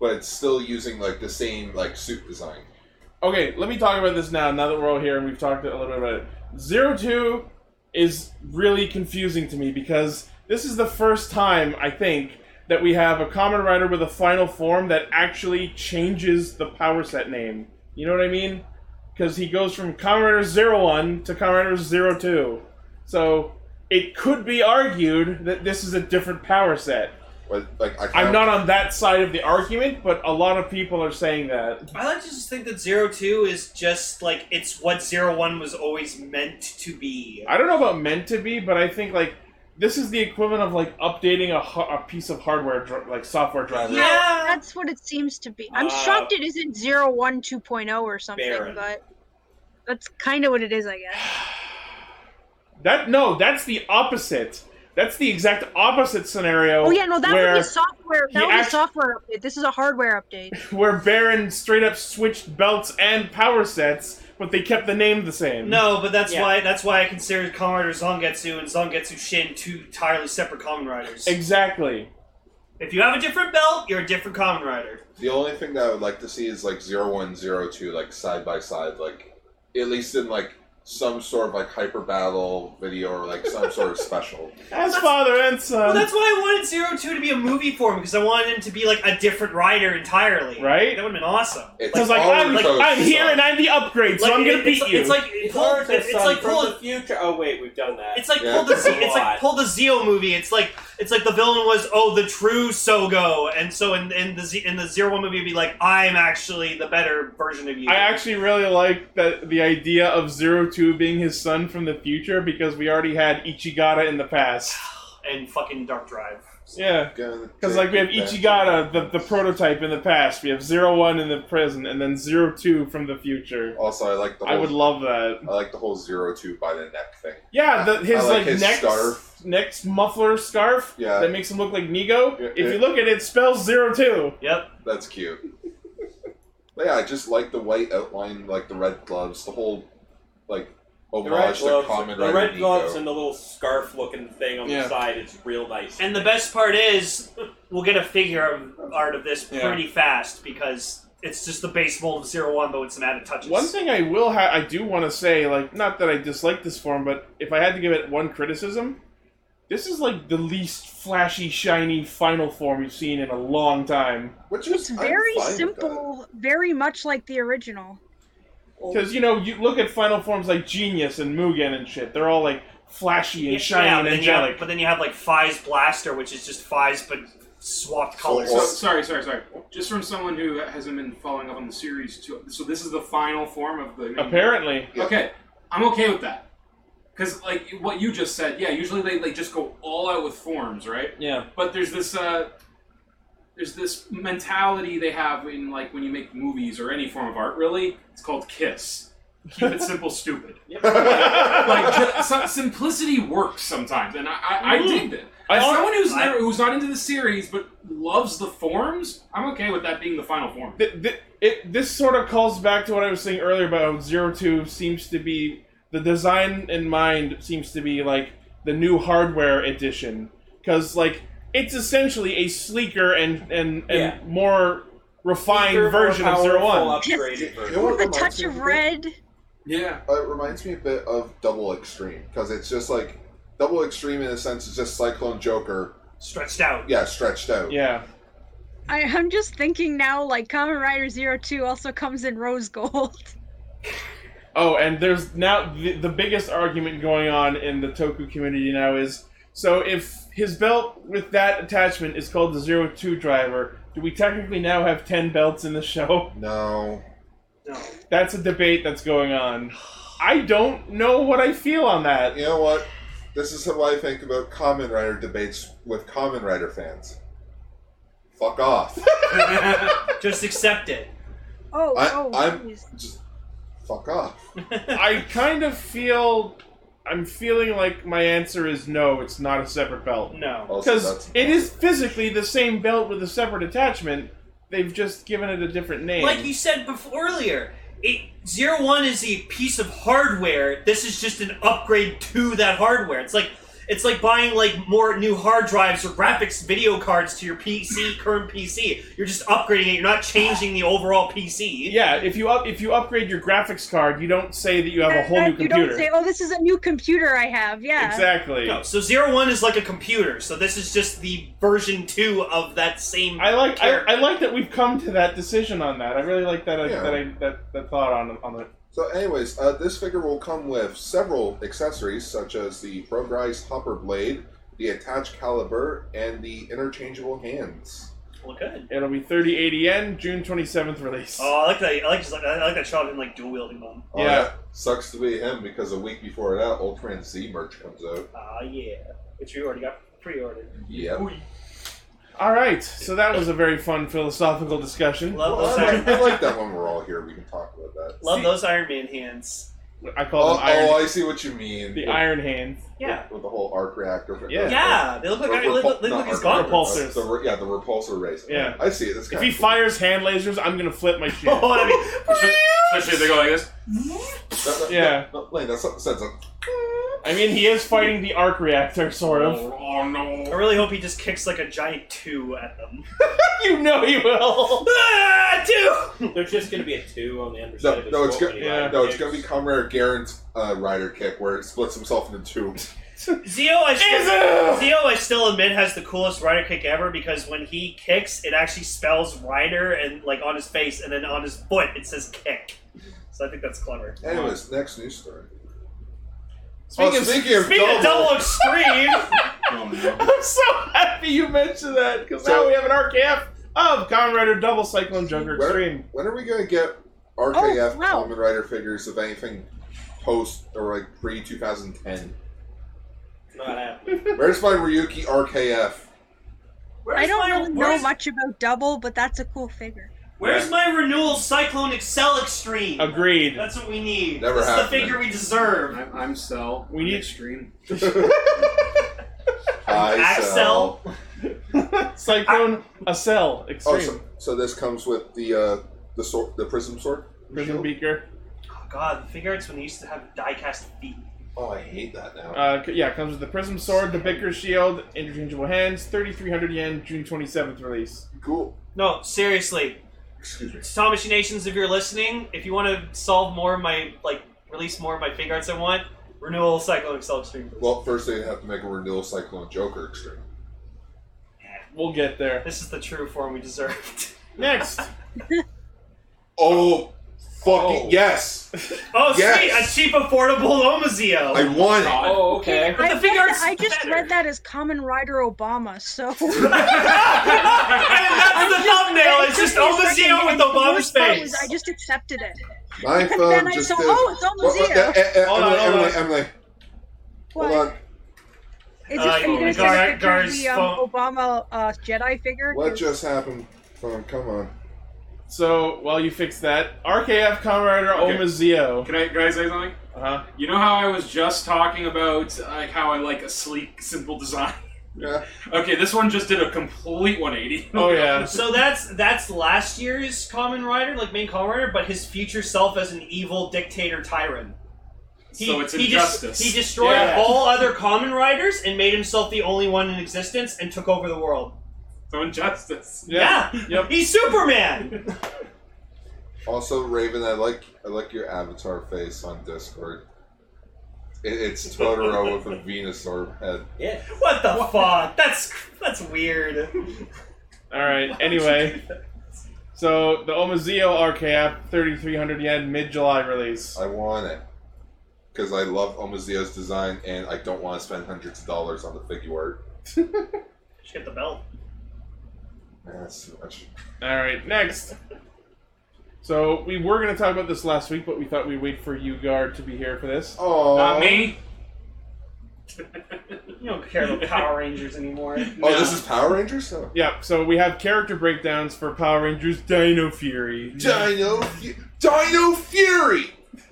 [SPEAKER 5] but it's still using like the same like suit design.
[SPEAKER 2] Okay, let me talk about this now. Now that we're all here and we've talked a little bit about it, Zero Two is really confusing to me because this is the first time I think that we have a common rider with a final form that actually changes the power set name. You know what I mean? Because he goes from Kamen Rider Zero One to Kamen Rider Zero Two, so it could be argued that this is a different power set.
[SPEAKER 5] But like I
[SPEAKER 2] I'm
[SPEAKER 5] kinda-
[SPEAKER 2] not on that side of the argument, but a lot of people are saying that.
[SPEAKER 4] I like to just think that zero two is just like it's what zero one was always meant to be.
[SPEAKER 2] I don't know about meant to be, but I think like this is the equivalent of like updating a, ha- a piece of hardware dr- like software driver.
[SPEAKER 7] Yeah.
[SPEAKER 4] Yeah.
[SPEAKER 7] That's what it seems to be. I'm
[SPEAKER 3] Uh,
[SPEAKER 7] shocked it isn't 01 2.0 or something,
[SPEAKER 3] Baron.
[SPEAKER 7] but that's kind of what it is, I guess.
[SPEAKER 2] That no, that's the opposite. That's the exact opposite scenario.
[SPEAKER 7] Oh yeah, no, that would
[SPEAKER 2] where
[SPEAKER 7] be software.
[SPEAKER 2] he
[SPEAKER 7] That would be
[SPEAKER 2] act-
[SPEAKER 7] software update. This is a hardware update.
[SPEAKER 2] where Baron straight up switched belts and power sets, but they kept the name the same.
[SPEAKER 4] No, but that's
[SPEAKER 3] Yeah.
[SPEAKER 4] why that's why I consider Kamen Rider Zangetsu and Zangetsu Shin two entirely separate Kamen Riders.
[SPEAKER 2] exactly.
[SPEAKER 4] If you have a different belt, you're a different Kamen Rider.
[SPEAKER 5] The only thing that I would like to see is like zero one zero two like side by side, like at least in like some sort of like hyper battle video or like some sort of special.
[SPEAKER 2] As father and son,
[SPEAKER 4] Well, that's why I wanted Zero Two to be a movie for him because I wanted him to be like a different rider entirely.
[SPEAKER 2] Right?
[SPEAKER 4] That would have been awesome.
[SPEAKER 5] It's
[SPEAKER 2] because like,
[SPEAKER 5] all
[SPEAKER 2] I'm,
[SPEAKER 5] like-
[SPEAKER 2] I'm here
[SPEAKER 5] so-
[SPEAKER 2] and I'm the upgrade, so I'm gonna
[SPEAKER 4] it-
[SPEAKER 2] beat
[SPEAKER 4] it's,
[SPEAKER 2] you.
[SPEAKER 4] It's like
[SPEAKER 3] It's,
[SPEAKER 4] pull,
[SPEAKER 3] hard to
[SPEAKER 4] it's, it's
[SPEAKER 3] decide
[SPEAKER 4] like
[SPEAKER 3] from
[SPEAKER 4] pull,
[SPEAKER 3] the future. Oh wait, we've done that.
[SPEAKER 4] it's like
[SPEAKER 5] Yeah.
[SPEAKER 4] pull the
[SPEAKER 5] That's
[SPEAKER 4] Z-
[SPEAKER 3] a
[SPEAKER 4] it's like
[SPEAKER 3] lot.
[SPEAKER 4] pull the Zeo movie. It's like it's like the villain was oh the true Sogo, and so in, in the Z, in the Zero One movie, it'd be like I'm actually the better version of you.
[SPEAKER 2] I actually really like that the idea of Zero Two being his son from the future because we already had Ichigata in the past.
[SPEAKER 4] and fucking Dark Drive.
[SPEAKER 2] Yeah,
[SPEAKER 5] Gonna
[SPEAKER 2] because like we have
[SPEAKER 5] take it back.
[SPEAKER 2] Ichigata, the, the prototype in the past. We have Zero One in the present, and then Zero Two from the future.
[SPEAKER 5] Also, I like the whole,
[SPEAKER 2] I would love that.
[SPEAKER 5] I like the whole zero two by the neck thing.
[SPEAKER 2] Yeah, the, his
[SPEAKER 5] I like
[SPEAKER 2] like,
[SPEAKER 5] his
[SPEAKER 2] next
[SPEAKER 5] scarf.
[SPEAKER 2] next muffler scarf
[SPEAKER 5] Yeah.
[SPEAKER 2] that makes him look like Nigo.
[SPEAKER 5] Yeah,
[SPEAKER 2] if
[SPEAKER 5] yeah.
[SPEAKER 2] you look at it, it spells Zero Two.
[SPEAKER 4] Yep.
[SPEAKER 5] That's cute. but yeah, I just like the white outline, like the red gloves, the whole like
[SPEAKER 3] the red
[SPEAKER 5] homage to
[SPEAKER 3] gloves,
[SPEAKER 5] common
[SPEAKER 3] the
[SPEAKER 5] Rider
[SPEAKER 3] red gloves
[SPEAKER 5] Nico.
[SPEAKER 3] and the little scarf-looking thing on
[SPEAKER 2] Yeah.
[SPEAKER 3] the side is real nice.
[SPEAKER 4] And the best part is, we'll get a figure of art of this
[SPEAKER 2] Yeah.
[SPEAKER 4] pretty fast because it's just the base mold of Zero One, but with some added touches.
[SPEAKER 2] One thing I will ha- I do want to say, like, not that I dislike this form, but if I had to give it one criticism, this is like the least flashy, shiny final form we've seen in a long time.
[SPEAKER 5] which is
[SPEAKER 7] It's
[SPEAKER 5] I'm
[SPEAKER 7] very
[SPEAKER 5] fine with
[SPEAKER 7] simple, very much like the original.
[SPEAKER 4] Oh.
[SPEAKER 2] Because you know, you look at final forms like Genius and Mugen and shit; they're all like flashy and shiny
[SPEAKER 4] yeah,
[SPEAKER 2] and
[SPEAKER 4] but then you have-
[SPEAKER 2] angelic.
[SPEAKER 4] but then you have like Fi's Blaster, which is just Fi's but swapped colors.
[SPEAKER 6] So, sorry, sorry, sorry. Just from someone who hasn't been following up on the series, too. So this is the final form of the.
[SPEAKER 2] Apparently,
[SPEAKER 5] Yeah.
[SPEAKER 6] Okay, I'm okay with that. Because, like, what you just said, yeah, usually they, they just go all out with forms, right?
[SPEAKER 2] yeah,
[SPEAKER 6] But there's this, uh, there's this mentality they have in, like, when you make movies or any form of art, really. It's called KISS. Keep it simple, stupid.
[SPEAKER 5] that.
[SPEAKER 6] Like, ju- si- simplicity works sometimes, and I, I, I dig it.
[SPEAKER 2] Mm. I
[SPEAKER 6] As
[SPEAKER 2] al-
[SPEAKER 6] someone who's,
[SPEAKER 4] I-
[SPEAKER 6] never, who's not into the series but loves the forms, I'm okay with that being the final form.
[SPEAKER 2] th- th- it this sort of calls back to what I was saying earlier about how Zero Two seems to be the design in mind seems to be like the new hardware edition because like it's essentially a sleeker and and and
[SPEAKER 3] Yeah.
[SPEAKER 2] more refined
[SPEAKER 3] Bigger, more
[SPEAKER 2] version of Zero
[SPEAKER 3] powerful,
[SPEAKER 2] One.
[SPEAKER 3] upgraded
[SPEAKER 5] You
[SPEAKER 3] version.
[SPEAKER 5] know what
[SPEAKER 7] The
[SPEAKER 5] reminds
[SPEAKER 7] touch
[SPEAKER 5] me
[SPEAKER 7] of red.
[SPEAKER 6] Yeah.
[SPEAKER 5] Uh, it reminds me a bit of Double Extreme because it's just like Double Extreme in a sense is just Cyclone Joker,
[SPEAKER 4] Stretched out.
[SPEAKER 5] yeah, stretched out.
[SPEAKER 2] Yeah.
[SPEAKER 7] I, I'm just thinking now, like Kamen Rider Zero Two also comes in rose gold.
[SPEAKER 2] Oh, and there's now the, the biggest argument going on in the Toku community now is so if his belt with that attachment is called the Zero Two Driver, do we technically now have ten belts in the show?
[SPEAKER 5] No,
[SPEAKER 4] No.
[SPEAKER 2] That's a debate that's going on. I don't know what I feel on that.
[SPEAKER 5] you know what? This is what I think about Common Rider debates with Common Rider fans. Fuck off.
[SPEAKER 4] Just accept it.
[SPEAKER 7] Oh,
[SPEAKER 5] I-
[SPEAKER 7] oh,
[SPEAKER 5] I'm-
[SPEAKER 7] jeez.
[SPEAKER 5] just fuck off.
[SPEAKER 2] I kind of feel I'm feeling like my answer is no, it's not a separate belt.
[SPEAKER 4] No.
[SPEAKER 5] Also,
[SPEAKER 2] Because it is physically the same belt with a separate attachment. They've just given it a different name.
[SPEAKER 4] Like you said before earlier, it, Zero One is a piece of hardware. This is just an upgrade to that hardware. It's like it's like buying like more new hard drives or graphics video cards to your PC, current PC. You're just upgrading it. You're not changing the overall PC.
[SPEAKER 2] yeah, if you up, if you upgrade your graphics card, you don't say that you have a whole new
[SPEAKER 7] you don't
[SPEAKER 2] computer.
[SPEAKER 7] say, "Oh, this is a new computer I have." Yeah.
[SPEAKER 2] Exactly.
[SPEAKER 4] No, so Zero One is like a computer. So this is just the version two of that same.
[SPEAKER 2] I like I,
[SPEAKER 4] character.
[SPEAKER 2] I like that we've come to that decision on that. I really like that uh,
[SPEAKER 5] Yeah.
[SPEAKER 2] that, I, that that thought on on it.
[SPEAKER 5] So, anyways, uh, this figure will come with several accessories, such as the Progrise Hopper Blade, the attached caliber, and the interchangeable hands.
[SPEAKER 4] Well, good.
[SPEAKER 2] It'll be 3080 yen, June 27th release.
[SPEAKER 4] Oh, I like that. I like just like I like that shot of him like dual wielding them.
[SPEAKER 5] Oh,
[SPEAKER 2] Yeah.
[SPEAKER 5] that sucks to be him because a week before that, Ultraman Z merch comes out.
[SPEAKER 4] Ah, yeah. Which you already got pre-ordered.
[SPEAKER 5] Yep.
[SPEAKER 2] All right. So that was a very fun philosophical discussion.
[SPEAKER 4] Love
[SPEAKER 5] Well,
[SPEAKER 4] those.
[SPEAKER 5] I,
[SPEAKER 4] Iron,
[SPEAKER 5] like, I like that when we're all here. We can talk about that.
[SPEAKER 4] love those Iron Man hands.
[SPEAKER 2] I call
[SPEAKER 5] Oh,
[SPEAKER 2] them iron,
[SPEAKER 5] oh, I see what you mean.
[SPEAKER 2] the
[SPEAKER 5] with,
[SPEAKER 2] Iron Hands.
[SPEAKER 4] Yeah.
[SPEAKER 5] with the whole arc reactor.
[SPEAKER 2] Yeah.
[SPEAKER 4] Yeah, they look like
[SPEAKER 5] Or
[SPEAKER 4] they look,
[SPEAKER 5] repul-
[SPEAKER 4] they look
[SPEAKER 5] not
[SPEAKER 4] like he's
[SPEAKER 5] arc
[SPEAKER 4] gone.
[SPEAKER 5] reactor,
[SPEAKER 2] Repulsors.
[SPEAKER 5] but The, re- yeah, the repulsor race.
[SPEAKER 2] Yeah.
[SPEAKER 5] I see it. It's
[SPEAKER 2] If
[SPEAKER 5] kind
[SPEAKER 2] he
[SPEAKER 5] of cool.
[SPEAKER 2] fires hand lasers, I'm gonna flip my shit.
[SPEAKER 4] Oh, I mean,
[SPEAKER 6] Especially, especially if they go like this.
[SPEAKER 5] No, no, no,
[SPEAKER 2] Yeah.
[SPEAKER 5] no, Lane, that's not, that's not,
[SPEAKER 2] I mean, he is fighting the arc reactor, sort of.
[SPEAKER 6] Oh, oh,
[SPEAKER 4] I
[SPEAKER 6] no.
[SPEAKER 4] really hope he just kicks like a giant two at them.
[SPEAKER 2] you know he will.
[SPEAKER 4] ah, two.
[SPEAKER 3] There's just going to be a two on the underside
[SPEAKER 5] no,
[SPEAKER 3] of his
[SPEAKER 5] no, it's
[SPEAKER 3] throat
[SPEAKER 5] good.
[SPEAKER 3] when he
[SPEAKER 2] Yeah.
[SPEAKER 5] No, it's gonna be Comrade Garen's uh, rider kick where it splits himself into two.
[SPEAKER 4] Zio, I still,
[SPEAKER 2] Izu!
[SPEAKER 4] Zio, I still admit has the coolest rider kick ever because when he kicks, it actually spells rider and like on his face, and then on his foot it says kick. So I think that's clever.
[SPEAKER 5] Anyways, next news story.
[SPEAKER 2] Speaking
[SPEAKER 5] oh,
[SPEAKER 2] of-
[SPEAKER 5] speaking of
[SPEAKER 4] Speaking of double extreme,
[SPEAKER 6] Oh, no.
[SPEAKER 2] I'm so happy you mentioned that because
[SPEAKER 5] So-
[SPEAKER 2] now we have an RKF of Kamen Rider Double Cyclone Joker
[SPEAKER 5] Where-
[SPEAKER 2] Extreme.
[SPEAKER 5] when are we gonna get RKF
[SPEAKER 7] Oh, wow.
[SPEAKER 5] Common Rider figures of anything post or like pre 2010?
[SPEAKER 3] Not happening.
[SPEAKER 5] Where's my Ryuki RKF?
[SPEAKER 4] Where's
[SPEAKER 7] I don't
[SPEAKER 4] my-
[SPEAKER 7] really know
[SPEAKER 4] where's-
[SPEAKER 7] much about double, but that's a cool figure.
[SPEAKER 4] Where's my renewal Cyclone Excel Extreme?
[SPEAKER 2] Agreed.
[SPEAKER 4] That's what we need.
[SPEAKER 5] Never
[SPEAKER 4] That's the
[SPEAKER 5] happened.
[SPEAKER 4] figure we deserve.
[SPEAKER 6] I'm, I'm Cell.
[SPEAKER 2] We
[SPEAKER 6] I'm
[SPEAKER 2] need-
[SPEAKER 6] extreme.
[SPEAKER 5] Hi, Cell.
[SPEAKER 4] Axel.
[SPEAKER 2] Cyclone Acel
[SPEAKER 5] Oh,
[SPEAKER 2] Extreme.
[SPEAKER 5] so, so this comes with the uh, the sword, the prism sword.
[SPEAKER 2] Prison Beaker.
[SPEAKER 4] Oh god, the figure arts when they used to have die-cast feet.
[SPEAKER 5] Oh, I hate that now.
[SPEAKER 2] Uh, c- yeah, comes with the Prism Sword, the Bicker Shield, interchangeable hands, 3,300 yen, June 27th release.
[SPEAKER 5] cool.
[SPEAKER 4] No, seriously,
[SPEAKER 5] Excuse me.
[SPEAKER 4] Tomishi Nations, if you're listening, if you want to solve more of my like release more of my figure arts I want, renewal Cyclone Excel Extreme. please.
[SPEAKER 5] Well, first they have to make a renewal Cyclone Joker extreme.
[SPEAKER 2] We'll get there.
[SPEAKER 4] this is the true form we deserved.
[SPEAKER 2] Next.
[SPEAKER 5] Oh, fucking
[SPEAKER 2] Oh.
[SPEAKER 5] yes!
[SPEAKER 4] Oh,
[SPEAKER 5] Yes.
[SPEAKER 4] sweet, a cheap, affordable Omazeo.
[SPEAKER 5] I won it.
[SPEAKER 6] Oh, okay.
[SPEAKER 4] But
[SPEAKER 7] I,
[SPEAKER 4] the figure
[SPEAKER 7] read-
[SPEAKER 4] art's
[SPEAKER 7] I just
[SPEAKER 4] better.
[SPEAKER 7] read that as Common Rider Obama, so
[SPEAKER 4] and that's the thumbnail. It's just "Oh, Omazeo E with
[SPEAKER 7] And the
[SPEAKER 4] Obama's
[SPEAKER 7] worst part
[SPEAKER 4] face.
[SPEAKER 7] was I just accepted it,
[SPEAKER 5] My
[SPEAKER 7] and
[SPEAKER 5] phone
[SPEAKER 7] then I
[SPEAKER 5] just
[SPEAKER 7] saw,
[SPEAKER 5] did.
[SPEAKER 7] "Oh, it's almost
[SPEAKER 5] Well,
[SPEAKER 7] here."
[SPEAKER 5] uh, uh, uh,
[SPEAKER 2] Hold on,
[SPEAKER 5] Emily,
[SPEAKER 2] hold on.
[SPEAKER 5] Emily, Emily,
[SPEAKER 7] What?
[SPEAKER 5] hold on.
[SPEAKER 7] Is
[SPEAKER 4] Uh,
[SPEAKER 7] it, are you
[SPEAKER 6] Gar-
[SPEAKER 7] gonna send a picture of
[SPEAKER 4] Gar's
[SPEAKER 7] the um, Obama uh, Jedi figure?
[SPEAKER 5] What just happened? Phone, come on.
[SPEAKER 2] So, while you fix that, RKF Kamen Rider
[SPEAKER 6] Okay.
[SPEAKER 2] Omazeo.
[SPEAKER 6] Can I, can I say something?
[SPEAKER 2] Uh-huh.
[SPEAKER 6] You know how I was just talking about uh, how I like a sleek, simple design?
[SPEAKER 5] Yeah.
[SPEAKER 6] Okay, this one just did a complete 180.
[SPEAKER 2] Oh, yeah.
[SPEAKER 4] So that's that's last year's Common Rider, like main Common Rider, but his future self as an evil dictator tyrant. He,
[SPEAKER 6] so it's
[SPEAKER 4] he des-
[SPEAKER 6] injustice.
[SPEAKER 4] he destroyed
[SPEAKER 2] Yeah.
[SPEAKER 4] all other Common Riders and made himself the only one in existence and took over the world.
[SPEAKER 6] so injustice.
[SPEAKER 2] Yeah.
[SPEAKER 4] Yeah,
[SPEAKER 2] Yep.
[SPEAKER 4] he's Superman.
[SPEAKER 5] Also, Raven, I like I like your avatar face on Discord. It, it's Totoro with a Venusaur head.
[SPEAKER 3] Yeah.
[SPEAKER 4] What the fuck? That's that's weird.
[SPEAKER 2] All right. Anyway, so the Omazeo arcade app, 3,300 yen, mid-July release.
[SPEAKER 5] I want it because I love Omazeo's design, and I don't want to spend hundreds of dollars on the figure art.
[SPEAKER 4] Just get the belt.
[SPEAKER 5] Man, That's too much.
[SPEAKER 2] All right. Next. So we were going to talk about this last week, but we thought we'd wait for Ugar to be here for this.
[SPEAKER 5] Oh,
[SPEAKER 6] Not Uh, me.
[SPEAKER 4] You don't care about Power Rangers anymore.
[SPEAKER 5] Oh, this is Power Rangers. Oh.
[SPEAKER 2] Yeah, so we have character breakdowns for Power Rangers Dino Fury.
[SPEAKER 5] Dino, Fu- Dino Fury.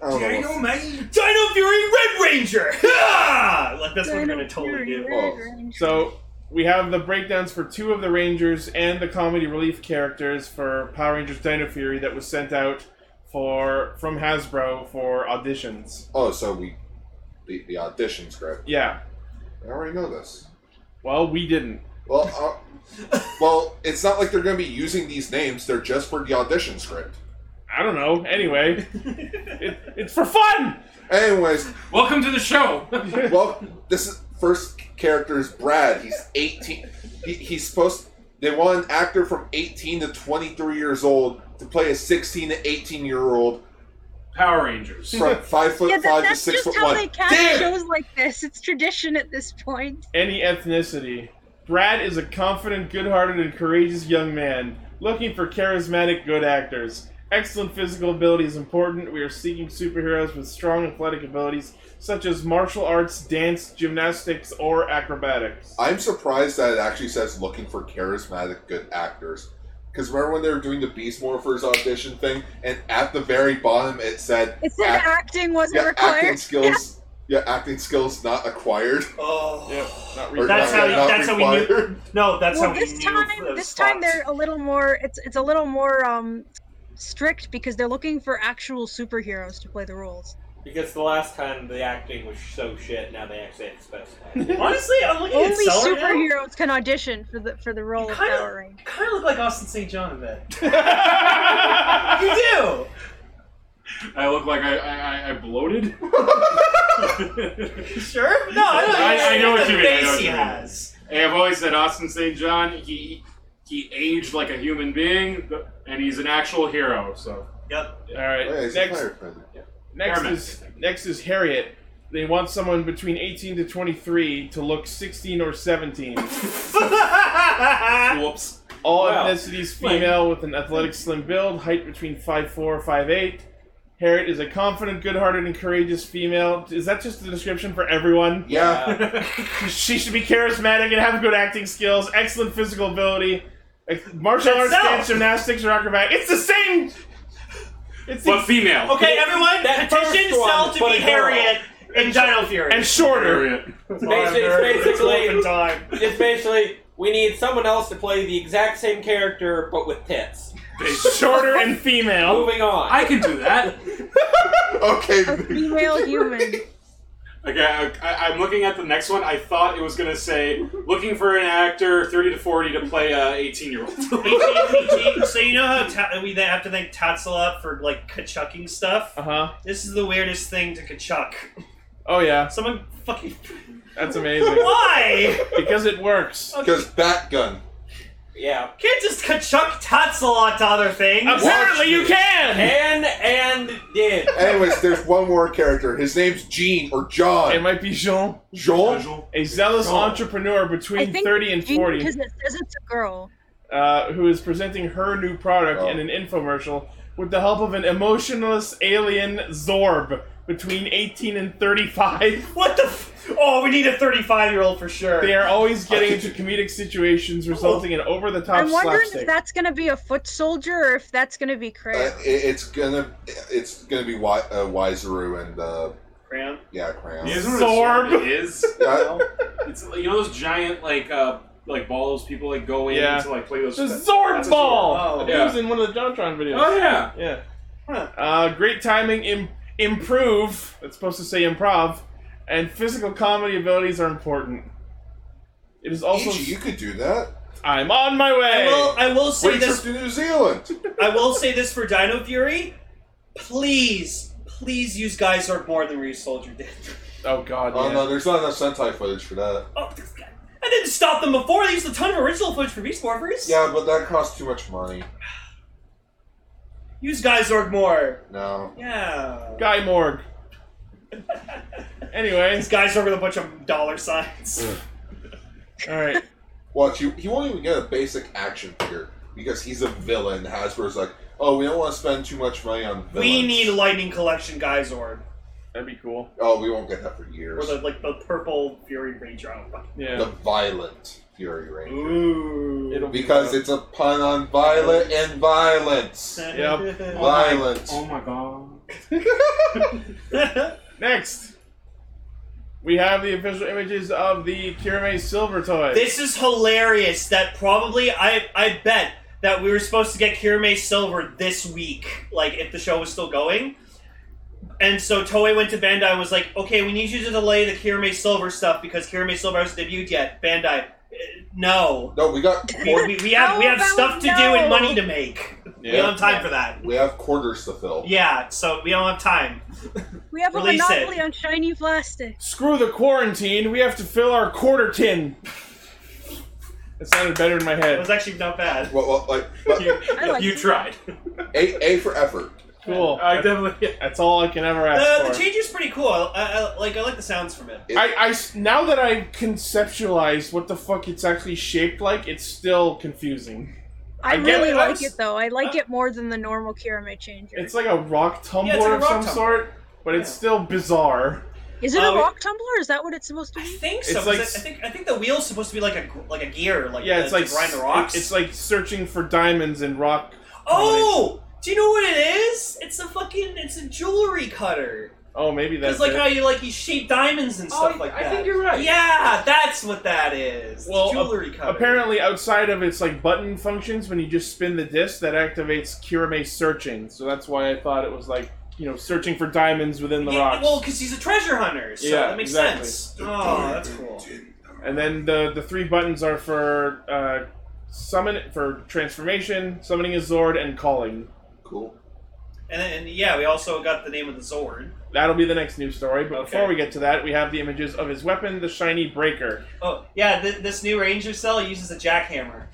[SPEAKER 5] I don't know what-
[SPEAKER 6] man.
[SPEAKER 4] Dino Fury Red Ranger! Ha! like that's what we're gonna totally do.
[SPEAKER 5] do.
[SPEAKER 2] So we have the breakdowns for two of the Rangers and the comedy relief characters for Power Rangers Dino Fury that was sent out for from Hasbro for auditions.
[SPEAKER 5] Oh, so we the the audition script.
[SPEAKER 2] Yeah.
[SPEAKER 5] I already know this.
[SPEAKER 2] Well, we didn't.
[SPEAKER 5] Well, uh, well, it's not like they're going to be using these names. They're just for the audition script.
[SPEAKER 2] I don't know. Anyway, it, it's for fun.
[SPEAKER 5] Anyways,
[SPEAKER 6] Welcome to the show.
[SPEAKER 5] well, this is first character is Brad. He's eighteen. He, he's supposed. They want an actor from eighteen to twenty-three years old to play a sixteen to eighteen-year-old
[SPEAKER 6] Power Rangers.
[SPEAKER 5] from five foot
[SPEAKER 7] Yeah, that,
[SPEAKER 5] five to
[SPEAKER 7] that's
[SPEAKER 5] six
[SPEAKER 7] just
[SPEAKER 5] foot
[SPEAKER 7] how
[SPEAKER 5] one.
[SPEAKER 7] they cast
[SPEAKER 5] Damn! it!
[SPEAKER 7] shows like this. It's tradition at this point.
[SPEAKER 2] Any ethnicity. Brad is a confident, good-hearted, and courageous young man looking for charismatic, good actors. Excellent physical ability is important. We are seeking superheroes with strong athletic abilities such as martial arts, dance, gymnastics, or acrobatics.
[SPEAKER 5] I'm surprised that it actually says looking for charismatic, good actors. Because remember when they were doing the Beast Morphers audition thing, and at the very bottom it said
[SPEAKER 7] It said
[SPEAKER 5] Act-
[SPEAKER 7] acting wasn't
[SPEAKER 5] yeah, acting
[SPEAKER 7] required.
[SPEAKER 5] skills. Yeah. acting skills not acquired.
[SPEAKER 4] Oh.
[SPEAKER 2] Yep, not
[SPEAKER 5] Or
[SPEAKER 2] really.
[SPEAKER 4] That's
[SPEAKER 5] not,
[SPEAKER 4] how-
[SPEAKER 5] yeah, not
[SPEAKER 4] that's how we
[SPEAKER 5] required.
[SPEAKER 4] knew- No, that's
[SPEAKER 7] well,
[SPEAKER 4] how
[SPEAKER 7] this
[SPEAKER 4] we knew
[SPEAKER 7] time,
[SPEAKER 4] those
[SPEAKER 7] this time
[SPEAKER 4] spots.
[SPEAKER 7] they're a little more. It's it's a little more um strict because they're looking for actual superheroes to play the roles.
[SPEAKER 3] Because the last time the acting was so shit, now they actually have to specify.
[SPEAKER 4] Honestly, I'm looking
[SPEAKER 7] Only
[SPEAKER 4] at Cell right now.
[SPEAKER 7] superheroes can audition for the for the role
[SPEAKER 4] You
[SPEAKER 7] of
[SPEAKER 4] kinda-
[SPEAKER 7] Power Ranger.
[SPEAKER 4] Kind of look like Austin St. John in that.
[SPEAKER 2] I
[SPEAKER 4] You do.
[SPEAKER 6] I look like I I, I, I bloated.
[SPEAKER 4] You sure? No, I don't.
[SPEAKER 6] I-
[SPEAKER 4] it's-
[SPEAKER 6] I know
[SPEAKER 4] it's
[SPEAKER 6] what
[SPEAKER 4] the
[SPEAKER 6] you mean, I know
[SPEAKER 4] Face
[SPEAKER 6] what
[SPEAKER 4] he
[SPEAKER 6] you mean.
[SPEAKER 4] has.
[SPEAKER 6] Hey, I've always said Austin St. John. He he aged like a human being, but- and he's an actual hero. So
[SPEAKER 4] Yep.
[SPEAKER 2] All right.
[SPEAKER 5] Oh, Yeah, he's a
[SPEAKER 2] next,
[SPEAKER 5] firefighter.
[SPEAKER 2] next
[SPEAKER 6] Paramedic,
[SPEAKER 2] is
[SPEAKER 6] I think.
[SPEAKER 2] next is Harriet. They want someone between 18 to 23 to look 16 or 17.
[SPEAKER 6] whoops.
[SPEAKER 2] All
[SPEAKER 3] Wow.
[SPEAKER 2] ethnicities female with an athletic slim build, height between 5'4 5'8. Harriet is a confident, good hearted, and courageous female. Is that just the description for everyone?
[SPEAKER 5] Yeah.
[SPEAKER 2] she should be charismatic and have good acting skills, excellent physical ability, ex- martial
[SPEAKER 4] That's
[SPEAKER 2] arts,
[SPEAKER 4] Sal.
[SPEAKER 2] dance, gymnastics, or acrobatics. It's the same! It's the
[SPEAKER 6] But female.
[SPEAKER 4] Okay, everyone,
[SPEAKER 3] That
[SPEAKER 4] petition
[SPEAKER 3] first one,
[SPEAKER 4] Cell to
[SPEAKER 3] but
[SPEAKER 4] be
[SPEAKER 3] a girl.
[SPEAKER 4] Harriet in Dino Fury.
[SPEAKER 2] and shorter.
[SPEAKER 4] it's
[SPEAKER 3] Basically- it's basically-
[SPEAKER 4] time.
[SPEAKER 3] it's basically we need someone else to play the exact same character but with tits.
[SPEAKER 2] Shorter and female.
[SPEAKER 3] Moving on.
[SPEAKER 6] I can do that.
[SPEAKER 5] Okay.
[SPEAKER 7] A female human.
[SPEAKER 6] Okay, I, I, I'm looking at the next one. I thought it was gonna say looking for an actor 30 to 40 to play a 18 year
[SPEAKER 2] Oh,
[SPEAKER 6] old.
[SPEAKER 4] so you know how ta- we have to thank Tatsala for like kachucking stuff.
[SPEAKER 2] Uh huh.
[SPEAKER 4] This is the weirdest thing to kachuck.
[SPEAKER 2] Oh, yeah.
[SPEAKER 4] Someone fucking
[SPEAKER 2] That's amazing.
[SPEAKER 4] why?
[SPEAKER 2] because it works.
[SPEAKER 5] Because Batgun.
[SPEAKER 3] yeah.
[SPEAKER 4] Can't just kachuck Tatsala to other things.
[SPEAKER 2] Apparently, you can!
[SPEAKER 3] And and did.
[SPEAKER 5] Anyways, there's one more character. His name's Gene or
[SPEAKER 2] It
[SPEAKER 5] John.
[SPEAKER 2] might be Jean.
[SPEAKER 5] Jean.
[SPEAKER 2] A zealous
[SPEAKER 5] Oh.
[SPEAKER 2] entrepreneur
[SPEAKER 7] I
[SPEAKER 2] between
[SPEAKER 7] think
[SPEAKER 2] 30 and 40
[SPEAKER 7] because it says it's a girl.
[SPEAKER 2] uh, who is presenting her new product
[SPEAKER 5] Oh.
[SPEAKER 2] in an infomercial with the help of an emotionless alien Zorb between 18 and 35.
[SPEAKER 4] What the? F- oh, we need a 35 year old for sure.
[SPEAKER 2] They are always getting into comedic situations resulting in over the top
[SPEAKER 7] I'm wondering
[SPEAKER 2] slapstick.
[SPEAKER 7] if that's gonna be a foot soldier or if that's gonna be
[SPEAKER 5] Uh,
[SPEAKER 7] Krail.
[SPEAKER 5] it, it's gonna it's gonna be wi- uh, Wiseru and uh,
[SPEAKER 4] Graham.
[SPEAKER 5] yeah, Crayon.
[SPEAKER 6] You guys know what a sword
[SPEAKER 2] Sorb.
[SPEAKER 6] is?
[SPEAKER 5] Yeah.
[SPEAKER 6] It's you know those giant like uh like balls people like go in
[SPEAKER 2] Yeah.
[SPEAKER 6] to like play those.
[SPEAKER 2] the
[SPEAKER 6] stuff.
[SPEAKER 2] Zorb
[SPEAKER 6] That's a Zorb.
[SPEAKER 2] ball!
[SPEAKER 4] Oh.
[SPEAKER 2] It was in one of the JonTron videos.
[SPEAKER 6] Oh yeah.
[SPEAKER 2] Yeah.
[SPEAKER 4] Huh.
[SPEAKER 2] Uh, great timing, Im- improve. That's supposed to say improv, and physical comedy abilities are important. It is also
[SPEAKER 5] Ichi, you could do that.
[SPEAKER 2] I'm on my way.
[SPEAKER 4] I will. I will say
[SPEAKER 5] We
[SPEAKER 4] this
[SPEAKER 5] trip to New Zealand.
[SPEAKER 4] I will say this for Dino Fury. Please, please use Geysorg more than Reeve Soldier did.
[SPEAKER 2] Oh god.
[SPEAKER 5] Oh
[SPEAKER 2] yeah.
[SPEAKER 5] no, there's not enough Sentai footage for that.
[SPEAKER 4] Oh, this guy. I didn't stop them before. They used a ton of original footage for Beast Morphers.
[SPEAKER 5] Yeah, but that costs too much money.
[SPEAKER 4] Use Geysorg more.
[SPEAKER 5] No.
[SPEAKER 4] Yeah.
[SPEAKER 2] Guy Morg. anyway,
[SPEAKER 4] It's Geysorg with a bunch of dollar signs.
[SPEAKER 2] all right.
[SPEAKER 5] Watch, you, he won't even get a basic action figure because he's a villain. Hasbro's like, oh, we don't want to spend too much money on villains.
[SPEAKER 4] we need Lightning Collection Geysorg.
[SPEAKER 2] That'd be cool.
[SPEAKER 5] Oh, we won't get that for
[SPEAKER 4] Or
[SPEAKER 5] years.
[SPEAKER 4] the, like, the purple Fury Ranger. I don't know.
[SPEAKER 5] The
[SPEAKER 2] Yeah.
[SPEAKER 5] violent Fury Ranger.
[SPEAKER 4] Ooh.
[SPEAKER 2] It'll be
[SPEAKER 5] Because
[SPEAKER 2] fun.
[SPEAKER 5] it's a pun on violent and violence.
[SPEAKER 2] Yep.
[SPEAKER 5] Violence.
[SPEAKER 6] Oh my god.
[SPEAKER 2] next. We have the official images of the Kirame Silver toy.
[SPEAKER 4] This is hilarious. That probably I I bet that we were supposed to get Kirame Silver this week, like if the show was still going. And so Toei went to Bandai and was like, "Okay, we need you to delay the Kirame Silver stuff because Kirame Silver hasn't debuted yet." Bandai, eh, no.
[SPEAKER 5] No, we got
[SPEAKER 4] We,
[SPEAKER 5] quar-
[SPEAKER 4] we, we have we have
[SPEAKER 7] How
[SPEAKER 4] stuff
[SPEAKER 7] about
[SPEAKER 4] to do and money
[SPEAKER 7] no?
[SPEAKER 4] to make. We
[SPEAKER 2] yeah.
[SPEAKER 4] don't have time for that.
[SPEAKER 5] we have quarters to fill.
[SPEAKER 4] Yeah, so we don't have time.
[SPEAKER 7] We have a
[SPEAKER 4] Release it.
[SPEAKER 7] monopoly on shiny plastic.
[SPEAKER 2] Screw the quarantine. We have to fill our quarter tin. It sounded better in my
[SPEAKER 4] It
[SPEAKER 2] head.
[SPEAKER 4] was actually not bad.
[SPEAKER 5] Well, well, like, but
[SPEAKER 6] You,
[SPEAKER 7] I like
[SPEAKER 6] you
[SPEAKER 7] it.
[SPEAKER 6] tried.
[SPEAKER 5] a, a for effort.
[SPEAKER 2] Cool.
[SPEAKER 6] I definitely.
[SPEAKER 2] That's all I can ever ask
[SPEAKER 4] Uh, The, the
[SPEAKER 2] for.
[SPEAKER 4] change is pretty cool. I, I, like I like the sounds from it.
[SPEAKER 2] I, I s- now that I conceptualize what the fuck it's actually shaped like, it's still confusing.
[SPEAKER 7] I,
[SPEAKER 2] I get
[SPEAKER 7] really
[SPEAKER 2] it.
[SPEAKER 7] like
[SPEAKER 2] I'm s-
[SPEAKER 7] it though. I like it more than the normal Kirame changer.
[SPEAKER 2] It's like a rock tumbler
[SPEAKER 4] like a
[SPEAKER 2] of
[SPEAKER 4] rock
[SPEAKER 2] some
[SPEAKER 4] tumbler.
[SPEAKER 2] sort, but it's
[SPEAKER 4] Yeah.
[SPEAKER 2] still bizarre.
[SPEAKER 7] Is it
[SPEAKER 4] Oh,
[SPEAKER 7] a
[SPEAKER 4] it-
[SPEAKER 7] rock tumbler? Is that what it's supposed to
[SPEAKER 4] I
[SPEAKER 7] be?
[SPEAKER 4] think
[SPEAKER 2] It's
[SPEAKER 4] so. 'cause
[SPEAKER 2] like-
[SPEAKER 4] I, I think I think the wheel's supposed to be like a gr- like a gear, like
[SPEAKER 2] Yeah,
[SPEAKER 4] to-
[SPEAKER 2] it's
[SPEAKER 4] to
[SPEAKER 2] like
[SPEAKER 4] grind the rocks.
[SPEAKER 2] It's like searching for diamonds in rock.
[SPEAKER 4] oh, do you know what it is? It's a fucking it's a jewelry cutter.
[SPEAKER 2] Oh, maybe that's
[SPEAKER 4] Because like
[SPEAKER 2] it.
[SPEAKER 4] how you like you shape diamonds and stuff
[SPEAKER 6] Oh,
[SPEAKER 4] like
[SPEAKER 6] I
[SPEAKER 4] that.
[SPEAKER 6] think you're right.
[SPEAKER 4] Yeah, that's what that is. It's a
[SPEAKER 2] Well,
[SPEAKER 4] jewelry cutter.
[SPEAKER 2] Apparently, outside of its like button functions, when you just spin the disc, that activates Kirame searching. So that's why I thought it was like you know searching for diamonds within the
[SPEAKER 4] Yeah,
[SPEAKER 2] rocks.
[SPEAKER 4] Well, because he's a treasure hunter, so
[SPEAKER 2] Yeah,
[SPEAKER 4] that makes
[SPEAKER 2] exactly.
[SPEAKER 4] sense. Oh, that's cool.
[SPEAKER 2] And then the the three buttons are for uh, summon for transformation, summoning a Zord, and calling.
[SPEAKER 5] Cool.
[SPEAKER 4] And, then- and yeah, we also got the name of the Zord.
[SPEAKER 2] That'll be the next news story. But before
[SPEAKER 4] Okay.
[SPEAKER 2] we get to that, we have the images of his weapon, the shiny breaker,
[SPEAKER 4] Oh yeah, th- this new Ranger cell uses a jackhammer.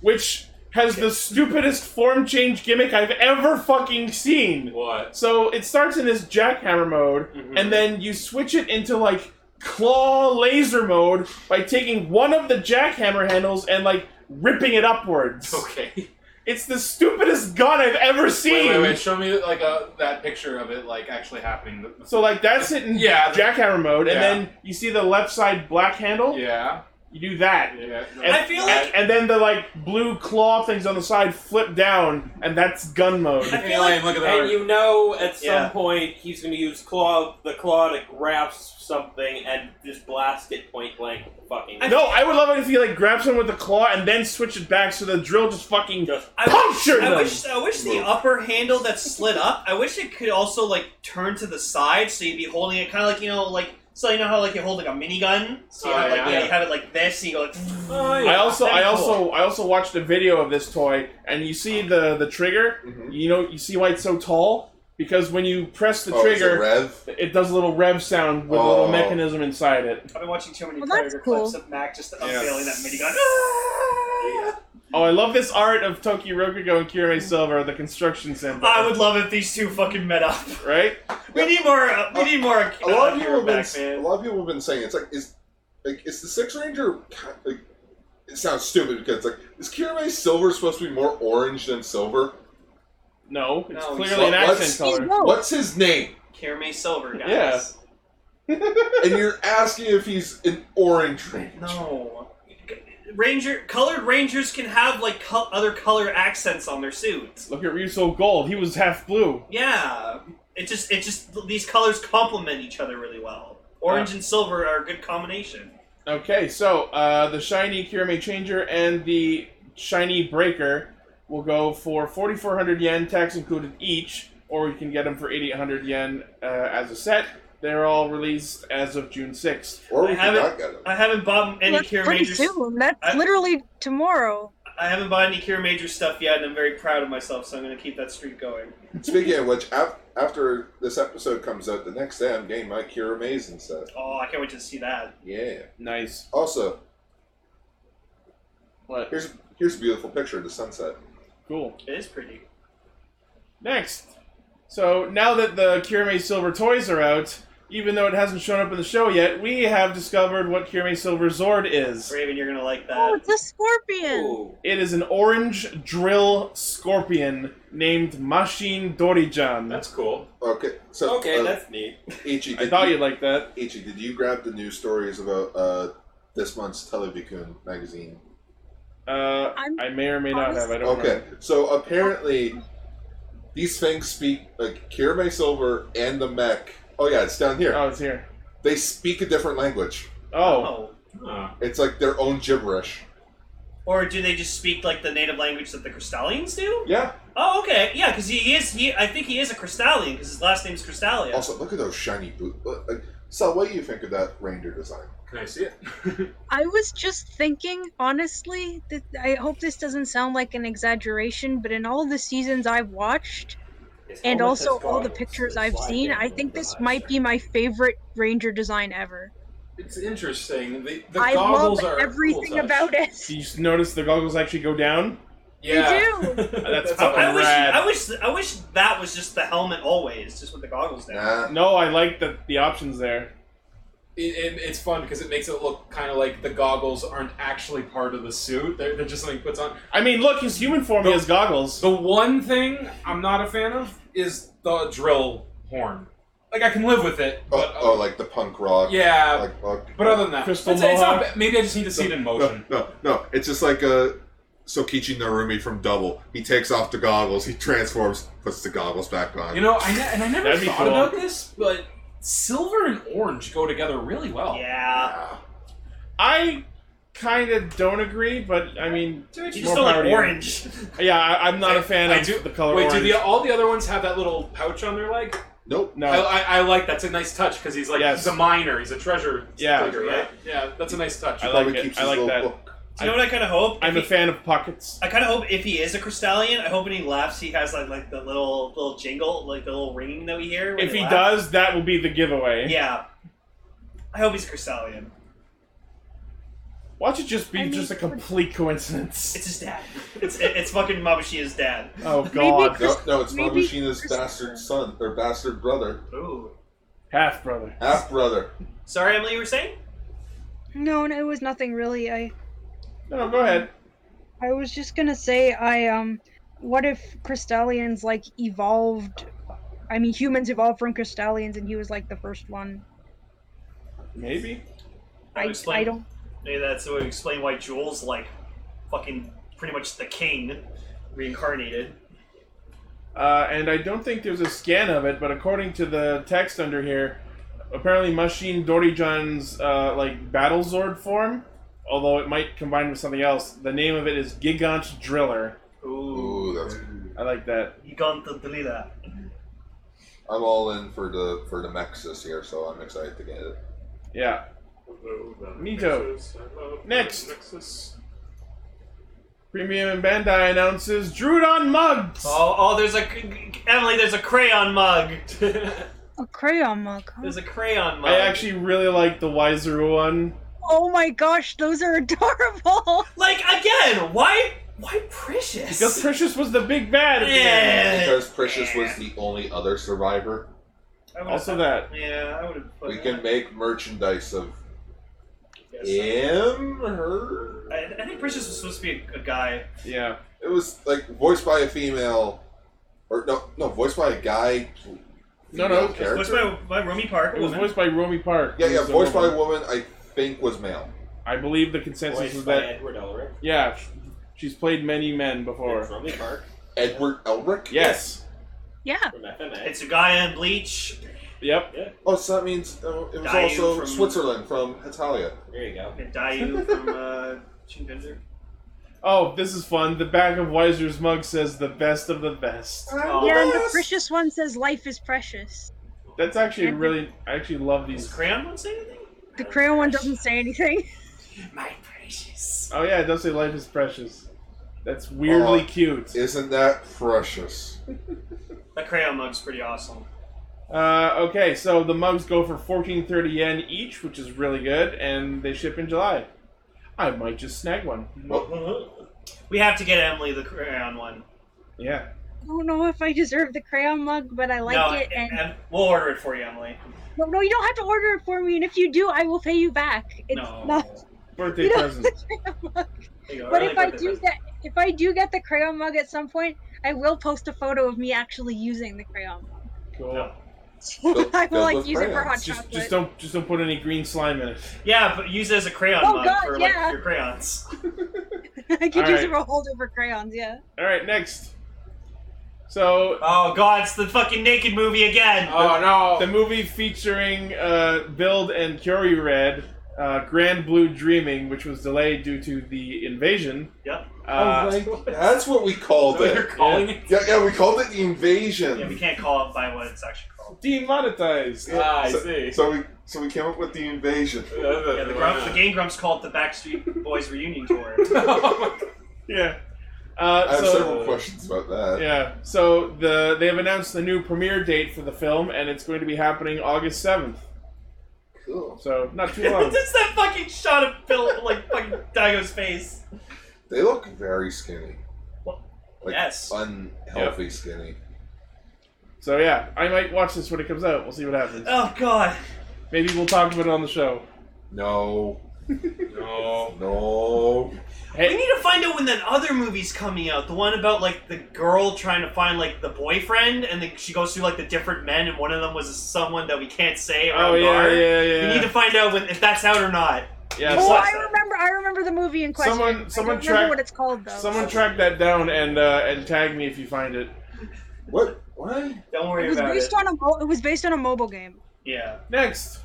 [SPEAKER 2] which has the stupidest form change gimmick I've ever fucking seen.
[SPEAKER 6] What?
[SPEAKER 2] So it starts in this jackhammer mode,
[SPEAKER 6] Mm-hmm.
[SPEAKER 2] and then you switch it into like claw laser mode by taking one of the jackhammer handles and like ripping it upwards.
[SPEAKER 6] Okay. Wait,
[SPEAKER 2] It's the stupidest gun I've ever seen.
[SPEAKER 6] wait, wait. Show me like a, that picture of it like actually happening. The- the-
[SPEAKER 2] So like that's it in
[SPEAKER 6] Yeah.
[SPEAKER 2] jackhammer mode, and
[SPEAKER 6] Yeah.
[SPEAKER 2] then you see the left side black handle.
[SPEAKER 6] yeah.
[SPEAKER 2] You do that,
[SPEAKER 6] Yeah.
[SPEAKER 2] And-
[SPEAKER 4] I feel like
[SPEAKER 2] and then the like blue claw things on the side flip down, and that's gun mode.
[SPEAKER 4] I
[SPEAKER 6] Hey,
[SPEAKER 4] feel
[SPEAKER 6] Liam, look at that.
[SPEAKER 3] And you know, at some
[SPEAKER 4] Yeah.
[SPEAKER 3] point, he's going to use claw the claw to grasp something and just blast it point blank with the fucking.
[SPEAKER 2] No, I would love it if you like grab someone with the claw and then switch it back so the drill just fucking
[SPEAKER 3] Just-
[SPEAKER 4] I
[SPEAKER 2] punctured
[SPEAKER 4] I
[SPEAKER 2] them.
[SPEAKER 4] wish I wish the upper handle that slid up. I wish it could also like turn to the side, so you'd be holding it kind of like you know like so you know how like you hold like a minigun, so you,
[SPEAKER 6] Oh,
[SPEAKER 4] have, like,
[SPEAKER 6] yeah.
[SPEAKER 4] yeah, you have it like this, and you go like.
[SPEAKER 3] Oh, yeah.
[SPEAKER 2] I also, I
[SPEAKER 4] That'd be
[SPEAKER 2] also,
[SPEAKER 4] cool.
[SPEAKER 2] I also watched a video of this toy, and you see the the trigger.
[SPEAKER 5] Mhm.
[SPEAKER 2] You know, you see why it's so tall because when you press the
[SPEAKER 5] oh, is it
[SPEAKER 2] trigger,
[SPEAKER 5] Rev.
[SPEAKER 2] it, does a little rev sound with a little
[SPEAKER 5] Oh.
[SPEAKER 2] mechanism inside it.
[SPEAKER 4] I've been watching too many
[SPEAKER 7] Well, that's
[SPEAKER 4] Predator
[SPEAKER 7] cool.
[SPEAKER 4] clips of Mac just
[SPEAKER 5] Yeah.
[SPEAKER 4] unveiling that Ah! minigun.
[SPEAKER 2] Oh, I love this art of Toki Rokugo and Kirei Silver, the construction symbol.
[SPEAKER 4] I would love if these two fucking met up.
[SPEAKER 2] right?
[SPEAKER 4] We need more. Uh, we need more. uh,
[SPEAKER 5] a lot
[SPEAKER 4] Akira
[SPEAKER 5] of people have been
[SPEAKER 4] back,
[SPEAKER 5] a
[SPEAKER 4] man.
[SPEAKER 5] lot of people have been saying it's like is like is the Six Ranger ki- like it sounds stupid because like is Kirame Silver supposed to be more orange than silver?
[SPEAKER 2] No, it's
[SPEAKER 4] No,
[SPEAKER 2] clearly an
[SPEAKER 5] what's-
[SPEAKER 2] accent
[SPEAKER 7] He's
[SPEAKER 2] color.
[SPEAKER 7] woke.
[SPEAKER 5] What's his name?
[SPEAKER 4] Kirame Silver, guys.
[SPEAKER 2] Yeah.
[SPEAKER 5] and you're asking if he's an orange ranger.
[SPEAKER 4] No. Ranger colored rangers can have like col- other color accents on their suits.
[SPEAKER 2] Look at Ryuso Gold. He was half blue.
[SPEAKER 4] Yeah. It just it just these colors complement each other really well. Orange and silver are a good combination.
[SPEAKER 2] Okay, so uh, the shiny Kirame Changer and the shiny Breaker will go for 4,400 yen, tax included each, or you can get them for 8,800 yen uh, as a set. They're all released as of June 6th.
[SPEAKER 5] Or
[SPEAKER 4] I
[SPEAKER 5] we could
[SPEAKER 4] haven't-
[SPEAKER 5] not get them.
[SPEAKER 4] I haven't bought any
[SPEAKER 7] That's
[SPEAKER 4] Cure
[SPEAKER 7] pretty
[SPEAKER 4] Major.
[SPEAKER 7] soon. That's
[SPEAKER 4] I-
[SPEAKER 7] literally tomorrow.
[SPEAKER 4] I haven't bought any Cure Major stuff yet, and I'm very proud of myself. So I'm going to keep that streak going.
[SPEAKER 5] Speaking of which, af- after this episode comes out, the next day I'm getting my Cure Amazing set.
[SPEAKER 4] Oh, I can't wait to see that.
[SPEAKER 5] Yeah.
[SPEAKER 2] Nice.
[SPEAKER 5] Also,
[SPEAKER 2] What?
[SPEAKER 5] here's here's a beautiful picture of the sunset.
[SPEAKER 2] Cool.
[SPEAKER 4] It is pretty.
[SPEAKER 2] Next. So now that the Kirame Silver toys are out, even though it hasn't shown up in the show yet, we have discovered what Kirame Silver Zord is.
[SPEAKER 4] Raven, you're going to
[SPEAKER 2] Uh,
[SPEAKER 4] like
[SPEAKER 7] Oh,
[SPEAKER 4] that.
[SPEAKER 7] it's a scorpion.
[SPEAKER 3] Ooh.
[SPEAKER 2] It is an orange drill scorpion named Machine Dorijan.
[SPEAKER 6] That's cool.
[SPEAKER 5] Okay, so
[SPEAKER 3] Okay,
[SPEAKER 5] uh,
[SPEAKER 3] that's neat.
[SPEAKER 5] Ichi,
[SPEAKER 2] I
[SPEAKER 5] did
[SPEAKER 2] thought
[SPEAKER 5] you,
[SPEAKER 2] you'd like that.
[SPEAKER 5] Ichi, did you grab the news stories about uh, this month's Televicon magazine?
[SPEAKER 2] Uh,
[SPEAKER 7] I'm-
[SPEAKER 2] I may or may not have. I don't
[SPEAKER 5] Okay,
[SPEAKER 2] know.
[SPEAKER 5] so apparently these things speak like Kirame Silver and the Mech. Oh yeah, it's down here.
[SPEAKER 2] Oh, it's here.
[SPEAKER 5] they speak a different language.
[SPEAKER 2] Oh,
[SPEAKER 4] Oh.
[SPEAKER 6] Huh.
[SPEAKER 5] It's like their own gibberish.
[SPEAKER 4] Or do they just speak like the native language that the Crystallians do?
[SPEAKER 5] Yeah.
[SPEAKER 4] Oh, okay. Yeah, because he is. He, I think he is a Crystallian because his last name's Crystallia.
[SPEAKER 5] Also, look at those shiny boots. Like, so, what do you think of that ranger design?
[SPEAKER 6] Can I see it?
[SPEAKER 7] I was just thinking, honestly, that I hope this doesn't sound like an exaggeration, but in all the seasons I've watched, and also all the pictures I've seen, I think this might be my favorite ranger design ever.
[SPEAKER 6] It's interesting. The, the
[SPEAKER 7] I
[SPEAKER 6] goggles
[SPEAKER 7] love
[SPEAKER 6] are a cool
[SPEAKER 7] everything
[SPEAKER 6] touch.
[SPEAKER 7] about it.
[SPEAKER 2] do you s- notice the goggles actually go down?
[SPEAKER 6] Yeah.
[SPEAKER 7] They do.
[SPEAKER 2] That's
[SPEAKER 6] how
[SPEAKER 2] fucking
[SPEAKER 4] I wish,
[SPEAKER 2] rad.
[SPEAKER 4] I wish, I wish that was just the helmet always, just with the goggles down.
[SPEAKER 5] Nah.
[SPEAKER 2] No, I like the the options there.
[SPEAKER 6] It, and it's fun because it makes it look kind of like the goggles aren't actually part of the suit. They're, they're just something he puts on.
[SPEAKER 2] I mean, look, his human form he
[SPEAKER 6] The-
[SPEAKER 2] has goggles.
[SPEAKER 6] The one thing I'm not a fan of is the drill horn. Like I can live with it, but
[SPEAKER 5] Oh, oh, like the punk rock.
[SPEAKER 6] yeah.
[SPEAKER 5] Like, okay.
[SPEAKER 6] but other than that,
[SPEAKER 2] Crystal
[SPEAKER 6] it's, it's not
[SPEAKER 2] Mohawk.
[SPEAKER 6] bad. Maybe I just need to see it in motion.
[SPEAKER 5] No, no, no. It's just like uh Sokichi Narumi from Double. He takes off the goggles, he transforms, puts the goggles back on.
[SPEAKER 6] You know, I ne- and I never
[SPEAKER 2] That'd be
[SPEAKER 6] thought
[SPEAKER 2] cool.
[SPEAKER 6] about this, but silver and orange go together really well.
[SPEAKER 4] Yeah.
[SPEAKER 5] Ah,
[SPEAKER 2] I kind of don't agree, but I mean,
[SPEAKER 4] You
[SPEAKER 2] More
[SPEAKER 4] just don't
[SPEAKER 2] power
[SPEAKER 4] like
[SPEAKER 2] to you.
[SPEAKER 4] orange.
[SPEAKER 2] yeah, I, I'm not a fan
[SPEAKER 6] I
[SPEAKER 2] of
[SPEAKER 6] do-
[SPEAKER 2] the color
[SPEAKER 6] Wait,
[SPEAKER 2] orange.
[SPEAKER 6] do the, all the other ones have that little pouch on their leg?
[SPEAKER 5] nope.
[SPEAKER 2] no,
[SPEAKER 6] I, I, I like that's a nice touch because he's like
[SPEAKER 2] Yes.
[SPEAKER 6] he's a miner, he's a treasure
[SPEAKER 2] Yeah.
[SPEAKER 6] digger, right? Yeah, that's a nice touch.
[SPEAKER 2] I like
[SPEAKER 5] Probably
[SPEAKER 2] it.
[SPEAKER 5] keeps
[SPEAKER 2] I
[SPEAKER 5] his
[SPEAKER 2] like
[SPEAKER 5] little
[SPEAKER 2] that.
[SPEAKER 5] book.
[SPEAKER 4] Do you know what I kind of hope?
[SPEAKER 2] I'm a
[SPEAKER 4] If he-
[SPEAKER 2] fan of pockets.
[SPEAKER 4] I kind of hope if he is a Crystallian, I hope when he laughs, he has like like the little little jingle, like the little ringing that we hear. when
[SPEAKER 2] If he
[SPEAKER 4] laughs.
[SPEAKER 2] does, that will be the giveaway.
[SPEAKER 4] yeah. I hope he's a Crystallian.
[SPEAKER 2] Watch it just be
[SPEAKER 7] I mean,
[SPEAKER 2] just a complete coincidence.
[SPEAKER 4] It's his dad. It's it- it's fucking Mabushi's dad.
[SPEAKER 2] Oh god,
[SPEAKER 7] Chris-
[SPEAKER 5] No, no, it's
[SPEAKER 7] maybe
[SPEAKER 5] Mabushina's
[SPEAKER 7] Christopher.
[SPEAKER 5] bastard son or bastard brother,
[SPEAKER 4] Ooh.
[SPEAKER 2] half brother.
[SPEAKER 5] half brother.
[SPEAKER 4] Sorry, Emily, you were saying?
[SPEAKER 7] No, no, it was nothing really. I
[SPEAKER 2] No, no, go ahead.
[SPEAKER 7] I was just gonna say I um what if Crystallians like evolved I mean humans evolved from Crystallians and he was like the first one.
[SPEAKER 2] Maybe.
[SPEAKER 4] That would
[SPEAKER 7] I,
[SPEAKER 4] explain-
[SPEAKER 7] I don't
[SPEAKER 4] Maybe that's what would explain why Jules like fucking pretty much the king reincarnated.
[SPEAKER 2] Uh, and I don't think there's a scan of it, but according to the text under here, apparently Machine Dorijan's uh, like Battle Zord form, although it might combine with something else. The name of it is Gigant Driller.
[SPEAKER 4] Ooh.
[SPEAKER 5] Ooh, that's.
[SPEAKER 2] I like that.
[SPEAKER 4] You gone to Delila.
[SPEAKER 5] I'm all in for the for the mechs this year, so I'm excited to get it.
[SPEAKER 2] Yeah. Mito. Next. Premium and Bandai announces Drudon mugs.
[SPEAKER 4] Oh, oh, there's a Emily. There's a crayon mug.
[SPEAKER 7] a crayon mug. huh?
[SPEAKER 4] There's a crayon mug.
[SPEAKER 2] I actually really like the Wiser one.
[SPEAKER 7] Oh my gosh, those are adorable.
[SPEAKER 4] like again. Why? Why precious?
[SPEAKER 2] Because Precious was the big bad. at the end.
[SPEAKER 4] yeah.
[SPEAKER 5] Because Precious was the only other survivor,
[SPEAKER 4] I would've-
[SPEAKER 2] Also that.
[SPEAKER 4] Yeah, I would have.
[SPEAKER 5] we can make merchandise of
[SPEAKER 4] Yes.
[SPEAKER 5] him, her.
[SPEAKER 4] I, I think Precious was supposed to be a, a guy.
[SPEAKER 2] Yeah.
[SPEAKER 5] It was like voiced by a female, or no, no, voiced by a guy.
[SPEAKER 2] No, no,
[SPEAKER 5] female
[SPEAKER 2] it
[SPEAKER 4] Voiced
[SPEAKER 5] character.
[SPEAKER 4] by by Romy Park.
[SPEAKER 2] It was
[SPEAKER 4] woman.
[SPEAKER 2] voiced by Romy Park.
[SPEAKER 5] yeah,
[SPEAKER 2] who
[SPEAKER 5] yeah,
[SPEAKER 2] was the
[SPEAKER 5] voiced by a
[SPEAKER 2] woman.
[SPEAKER 5] woman. I think was male.
[SPEAKER 2] I believe the consensus
[SPEAKER 3] Voiced
[SPEAKER 2] is
[SPEAKER 3] by
[SPEAKER 2] that
[SPEAKER 3] Edward Elric.
[SPEAKER 2] yeah, sh- she's played many men before.
[SPEAKER 3] From the park.
[SPEAKER 5] Edward Elric.
[SPEAKER 2] Yes.
[SPEAKER 7] Yeah.
[SPEAKER 3] From FMA.
[SPEAKER 4] It's a guy in bleach.
[SPEAKER 2] Yep.
[SPEAKER 5] Oh, so that means uh, it was
[SPEAKER 4] Dayu
[SPEAKER 5] also
[SPEAKER 4] from-
[SPEAKER 5] Switzerland from Italia.
[SPEAKER 3] there you go.
[SPEAKER 4] And Dayu from uh, Shingenzer.
[SPEAKER 2] Oh, this is fun. The back of Weiser's mug says the best of the best.
[SPEAKER 4] Oh,
[SPEAKER 7] Yeah, and the precious one says life is precious.
[SPEAKER 2] That's actually really. I actually love
[SPEAKER 4] Does
[SPEAKER 2] these.
[SPEAKER 4] Crayon one say anything?
[SPEAKER 7] The crayon one doesn't say anything.
[SPEAKER 4] My precious.
[SPEAKER 2] Oh yeah, it does say life is precious. That's weirdly
[SPEAKER 6] Oh.
[SPEAKER 5] Aw.
[SPEAKER 2] cute.
[SPEAKER 5] Isn't that precious?
[SPEAKER 4] That crayon mug's pretty awesome.
[SPEAKER 2] Uh, okay, so the mugs go for fourteen thirty yen each, which is really good, and they ship in July. I might just snag one.
[SPEAKER 4] We have to get Emily the crayon one.
[SPEAKER 2] Yeah.
[SPEAKER 7] I don't know if I deserve the crayon mug, but I like
[SPEAKER 4] no,
[SPEAKER 7] it. And
[SPEAKER 4] Em- we'll order it for you, Emily.
[SPEAKER 7] no, no, you don't have to order it for me. And if you do, I will pay you back. It's
[SPEAKER 4] no.
[SPEAKER 7] not.
[SPEAKER 2] Birthday
[SPEAKER 7] You don't
[SPEAKER 2] present.
[SPEAKER 4] There you go,
[SPEAKER 7] But
[SPEAKER 4] early
[SPEAKER 7] if I
[SPEAKER 4] birthday
[SPEAKER 7] do
[SPEAKER 4] present.
[SPEAKER 7] get if I do get the crayon mug at some point, I will post a photo of me actually using the crayon. mug.
[SPEAKER 2] Cool.
[SPEAKER 5] Build-
[SPEAKER 7] I will
[SPEAKER 5] build
[SPEAKER 7] like
[SPEAKER 5] with
[SPEAKER 7] use it for hot
[SPEAKER 5] crayons.
[SPEAKER 2] Just,
[SPEAKER 7] chocolate.
[SPEAKER 2] just don't, just don't put any green slime in it.
[SPEAKER 4] Yeah, but use it as a crayon
[SPEAKER 7] Oh,
[SPEAKER 4] mug
[SPEAKER 7] God,
[SPEAKER 4] for
[SPEAKER 7] yeah.
[SPEAKER 4] like your crayons.
[SPEAKER 7] I could
[SPEAKER 2] All right.
[SPEAKER 7] use it for holdover crayons. Yeah.
[SPEAKER 2] All right, next. So
[SPEAKER 4] Oh God, it's the fucking naked movie again.
[SPEAKER 6] Oh
[SPEAKER 2] the movie featuring uh, Build and Curie Red, uh, Grand Blue Dreaming, which was delayed due to the invasion.
[SPEAKER 4] Yep.
[SPEAKER 7] Oh,
[SPEAKER 2] Uh,
[SPEAKER 5] That's what we called
[SPEAKER 6] no! You're
[SPEAKER 5] it.
[SPEAKER 6] calling it?
[SPEAKER 5] Yeah, yeah, we called it the
[SPEAKER 4] Yeah, we
[SPEAKER 5] invasion.
[SPEAKER 4] can't call it by what it's actually called.
[SPEAKER 2] Demonetized.
[SPEAKER 6] Ah, I see.
[SPEAKER 5] So we so we came up with the invasion.
[SPEAKER 2] Uh,
[SPEAKER 4] Yeah, the, grumps, the Game Grumps called it the Backstreet Boys reunion tour.
[SPEAKER 2] Yeah. Uh,
[SPEAKER 5] I have
[SPEAKER 2] so,
[SPEAKER 5] several questions about that.
[SPEAKER 2] Yeah. So the they have announced the new premiere date for the film, and it's going to be happening August seventh.
[SPEAKER 5] Cool.
[SPEAKER 2] So not too long.
[SPEAKER 4] Just that fucking shot of Bill, like fucking Daigo's face.
[SPEAKER 5] They look very skinny.
[SPEAKER 4] Well,
[SPEAKER 5] Like
[SPEAKER 4] yes.
[SPEAKER 5] unhealthy skinny.
[SPEAKER 2] so yeah, I might watch this when it comes out. We'll see what happens.
[SPEAKER 4] Oh God.
[SPEAKER 2] Maybe we'll talk about it on the show.
[SPEAKER 5] No.
[SPEAKER 6] no.
[SPEAKER 5] No.
[SPEAKER 4] We
[SPEAKER 2] Hey,
[SPEAKER 4] need to find out when that other movie's coming out. The one about like the girl trying to find like the boyfriend, and then she goes through like the different men, and one of them was someone that we can't say.
[SPEAKER 2] oh
[SPEAKER 4] around
[SPEAKER 2] yeah,
[SPEAKER 4] Gar.
[SPEAKER 2] yeah,
[SPEAKER 4] We
[SPEAKER 2] yeah,
[SPEAKER 4] need to find out when, if that's out or not.
[SPEAKER 2] yeah.
[SPEAKER 4] Yes.
[SPEAKER 7] Oh, I
[SPEAKER 4] Yes.
[SPEAKER 7] remember. I remember the movie in question.
[SPEAKER 2] Someone- someone
[SPEAKER 7] I don't
[SPEAKER 2] track-
[SPEAKER 7] remember what it's called though.
[SPEAKER 2] Someone track that down and uh, and tag me if you find it.
[SPEAKER 5] What? Why?
[SPEAKER 4] Don't
[SPEAKER 7] It
[SPEAKER 4] worry
[SPEAKER 7] was
[SPEAKER 4] about
[SPEAKER 7] based
[SPEAKER 4] it.
[SPEAKER 7] on a mo- it was based on a mobile game.
[SPEAKER 4] Yeah.
[SPEAKER 2] Next,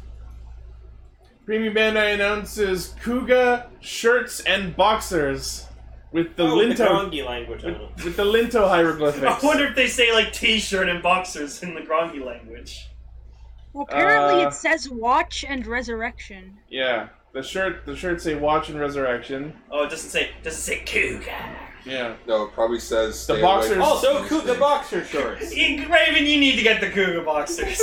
[SPEAKER 2] Premium Bandai announces Kuga shirts and boxers with the
[SPEAKER 3] Oh, with the
[SPEAKER 2] Linto
[SPEAKER 3] Grongi language on it.
[SPEAKER 2] with, with the Linto hieroglyphics.
[SPEAKER 4] I wonder if they say like T-shirt and boxers in the Grongi language.
[SPEAKER 7] Well, apparently
[SPEAKER 2] Uh,
[SPEAKER 7] it says Watch and Resurrection.
[SPEAKER 2] Yeah, the shirt the shirts say Watch and Resurrection.
[SPEAKER 4] Oh, it doesn't say. Doesn't say Cougar.
[SPEAKER 2] Yeah.
[SPEAKER 5] No, it probably says
[SPEAKER 2] The
[SPEAKER 5] stay
[SPEAKER 2] boxers-
[SPEAKER 5] away from
[SPEAKER 3] Also,
[SPEAKER 5] these
[SPEAKER 3] Oh, cool, the
[SPEAKER 5] things.
[SPEAKER 3] boxer shorts.
[SPEAKER 4] Raven, you need to get the Cougar boxers.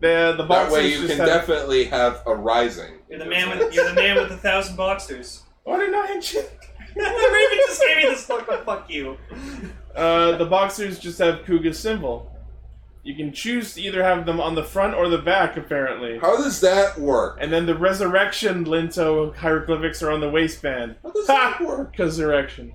[SPEAKER 2] The the
[SPEAKER 5] That
[SPEAKER 2] boxers
[SPEAKER 5] way you
[SPEAKER 2] just
[SPEAKER 5] can
[SPEAKER 2] have-
[SPEAKER 5] definitely have a rising.
[SPEAKER 4] You're the man with you're the man with a thousand boxers.
[SPEAKER 2] Why did I mention-
[SPEAKER 4] Raven just gave me this look of fuck you.
[SPEAKER 2] Uh, the boxers just have Kuga's symbol. You can choose to either have them on the front or the back, apparently.
[SPEAKER 5] How does that work?
[SPEAKER 2] And then the resurrection linto hieroglyphics are on the waistband.
[SPEAKER 5] How does
[SPEAKER 2] Ha!
[SPEAKER 5] that work?
[SPEAKER 2] Resurrection.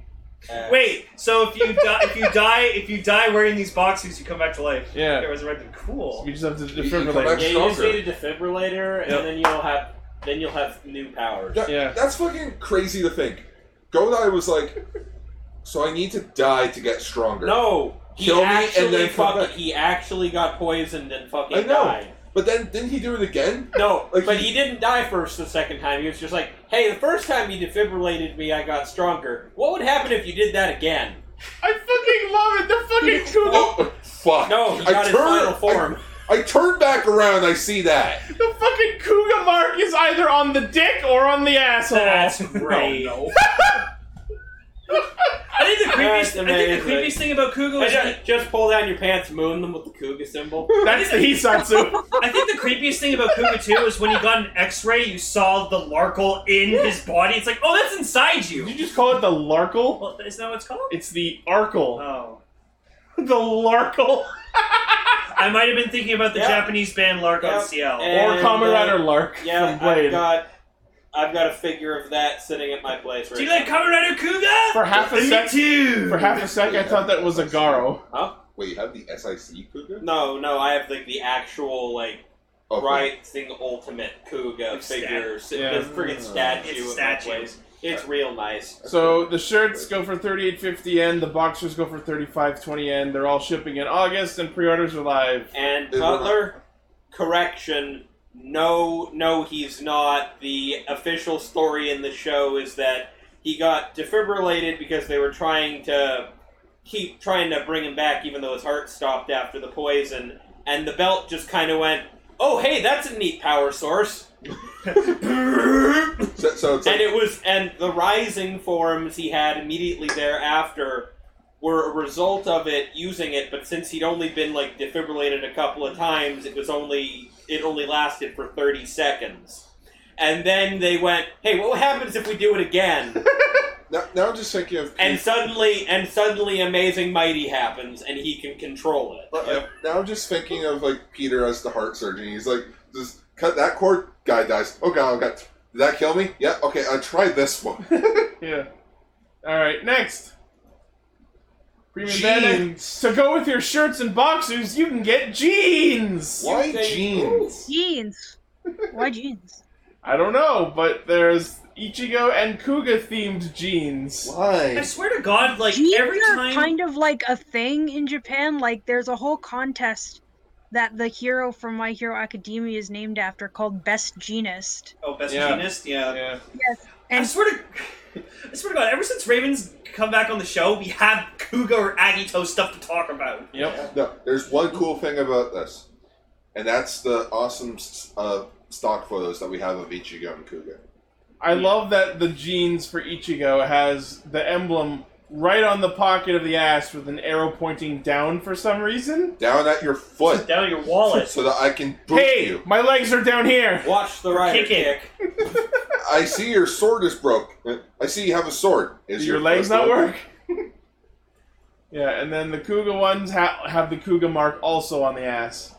[SPEAKER 4] Wait, so if you die, if you die, if you die wearing these boxers, you come back to life.
[SPEAKER 2] Yeah.
[SPEAKER 4] They resurrected. Cool.
[SPEAKER 2] We just have to
[SPEAKER 5] You- you come
[SPEAKER 2] defibrillate.
[SPEAKER 5] back-
[SPEAKER 3] Yeah, you just
[SPEAKER 5] Stronger.
[SPEAKER 3] need a defibrillator, and
[SPEAKER 2] Yep.
[SPEAKER 3] then you'll have then you'll have new powers.
[SPEAKER 5] That-
[SPEAKER 2] Yeah.
[SPEAKER 5] That's fucking crazy to think. Godai was like, so I need to die to get stronger.
[SPEAKER 3] No, he
[SPEAKER 5] Kill me and
[SPEAKER 3] actually
[SPEAKER 5] then come
[SPEAKER 3] fucking
[SPEAKER 5] back.
[SPEAKER 3] he actually got poisoned and fucking
[SPEAKER 5] I know.
[SPEAKER 3] died.
[SPEAKER 5] But then, didn't he do it again?
[SPEAKER 3] No,
[SPEAKER 5] Like,
[SPEAKER 3] but
[SPEAKER 5] he-
[SPEAKER 3] he didn't die first the second time. He was just like, hey, the first time you defibrillated me, I got stronger. What would happen if you did that again?
[SPEAKER 2] I fucking love it. The fucking Kuga,
[SPEAKER 5] Oh, fuck.
[SPEAKER 3] No, he
[SPEAKER 5] I
[SPEAKER 3] got his
[SPEAKER 5] turn-
[SPEAKER 3] final form.
[SPEAKER 5] I turn back around, I see that.
[SPEAKER 2] the fucking Kuga mark is either on the dick or on the asshole.
[SPEAKER 4] That's great. I think the
[SPEAKER 3] That's
[SPEAKER 4] creepiest. I think the
[SPEAKER 3] amazing.
[SPEAKER 4] creepiest thing about Cougar
[SPEAKER 3] Hey,
[SPEAKER 4] is.
[SPEAKER 3] ju- just pull down your pants, moon them with the Kuga symbol.
[SPEAKER 2] That's the Hisatsu.
[SPEAKER 4] I think the creepiest thing about Cougar too is when you got an X-ray, you saw the Larkle in his body. It's like, oh, that's inside
[SPEAKER 2] Did
[SPEAKER 4] you.
[SPEAKER 2] you just call it the Larkle?
[SPEAKER 4] Well, is that what it's called?
[SPEAKER 2] It's the Arkle.
[SPEAKER 3] Uh,
[SPEAKER 4] Oh,
[SPEAKER 2] the Larkle.
[SPEAKER 4] I might have been thinking about the
[SPEAKER 3] Yeah.
[SPEAKER 4] Japanese band Lark
[SPEAKER 3] Yeah.
[SPEAKER 4] on CL.
[SPEAKER 3] And-
[SPEAKER 2] Or Kamen
[SPEAKER 3] uh,
[SPEAKER 2] Rider Lark
[SPEAKER 3] Yeah,
[SPEAKER 2] from
[SPEAKER 3] I've
[SPEAKER 2] Blade.
[SPEAKER 3] got, I've got a figure of that sitting at my place right
[SPEAKER 4] Do you like Kamen Rider Kuga?
[SPEAKER 2] For half a
[SPEAKER 4] Me
[SPEAKER 2] sec-
[SPEAKER 4] too.
[SPEAKER 2] For half a sec, I thought that was a Garo.
[SPEAKER 5] Wait, you have the SIC Cougar? Oh,
[SPEAKER 3] now. No, no, I have like the actual like
[SPEAKER 5] Okay.
[SPEAKER 3] Rising Ultimate Kuga
[SPEAKER 4] Like stat-
[SPEAKER 3] figure. Stat.
[SPEAKER 2] Yeah.
[SPEAKER 3] This friggin' statue.
[SPEAKER 4] It's a
[SPEAKER 3] in my
[SPEAKER 4] statue.
[SPEAKER 3] place. It's real nice.
[SPEAKER 2] So the shirts go for 38.50 yen, the boxers go for 35.20 yen. They're all shipping in August, and pre-orders are live.
[SPEAKER 3] And
[SPEAKER 5] Is it-
[SPEAKER 3] Butler, correction. No, no, he's not. The official story in the show is that he got defibrillated because they were trying to keep trying to bring him back, even though his heart stopped after the poison. and the belt just kind of went, "Oh, hey, that's a neat power source."
[SPEAKER 5] So, so it's
[SPEAKER 3] and
[SPEAKER 5] like,
[SPEAKER 3] it was and the rising forms he had immediately thereafter were a result of it using it but since he'd only been like defibrillated a couple of times it was only it only lasted for 30 seconds and then they went hey what happens if we do it again
[SPEAKER 5] now, now I'm just thinking of
[SPEAKER 3] and suddenly and suddenly amazing mighty happens and he can control it
[SPEAKER 5] But, uh, like, now I'm just thinking of like Peter as the heart surgeon. He's like, just cut that cord. Guy dies. Oh god, oh god. Did that kill me? Yeah. Okay, I tried this one.
[SPEAKER 2] Yeah. All right, next. Premium
[SPEAKER 5] Jeans.
[SPEAKER 2] Bandit. To go with your shirts and boxers, you can get jeans.
[SPEAKER 5] Why
[SPEAKER 3] think-
[SPEAKER 5] jeans?
[SPEAKER 7] Jeans. Why jeans?
[SPEAKER 2] I don't know, but there's Ichigo and Kuga themed jeans.
[SPEAKER 4] I
[SPEAKER 5] Why?
[SPEAKER 4] swear to God, like
[SPEAKER 7] jeans
[SPEAKER 4] every
[SPEAKER 7] are
[SPEAKER 4] time,
[SPEAKER 7] kind of like a thing in Japan. Like there's a whole contest that the hero from My Hero Academia is named after called Best Genist.
[SPEAKER 4] oh, best
[SPEAKER 2] Yeah.
[SPEAKER 4] genist, yeah.
[SPEAKER 2] Yeah.
[SPEAKER 4] I swear to, I swear to God, ever since Raven's come back on the show, we have Kuga or Agito stuff to talk about.
[SPEAKER 2] Yep.
[SPEAKER 5] No, there's one cool thing about this, and that's the awesome s- uh, stock photos that we have of Ichigo and Kuga.
[SPEAKER 2] I love that the jeans for Ichigo has the emblem right on the pocket of the ass with an arrow pointing down for some reason.
[SPEAKER 5] Down at your foot,
[SPEAKER 4] Down your wallet.
[SPEAKER 5] so that I can boot
[SPEAKER 2] hey,
[SPEAKER 5] you.
[SPEAKER 2] my legs are down here.
[SPEAKER 3] watch the rider
[SPEAKER 4] Kick it.
[SPEAKER 3] kick,
[SPEAKER 5] I see your sword is broke. I see you have a sword.
[SPEAKER 2] Do
[SPEAKER 5] Is
[SPEAKER 2] your legs not
[SPEAKER 5] foot broken?
[SPEAKER 2] work? yeah, and then the Kuga ones ha- have the Kuga mark also on the ass.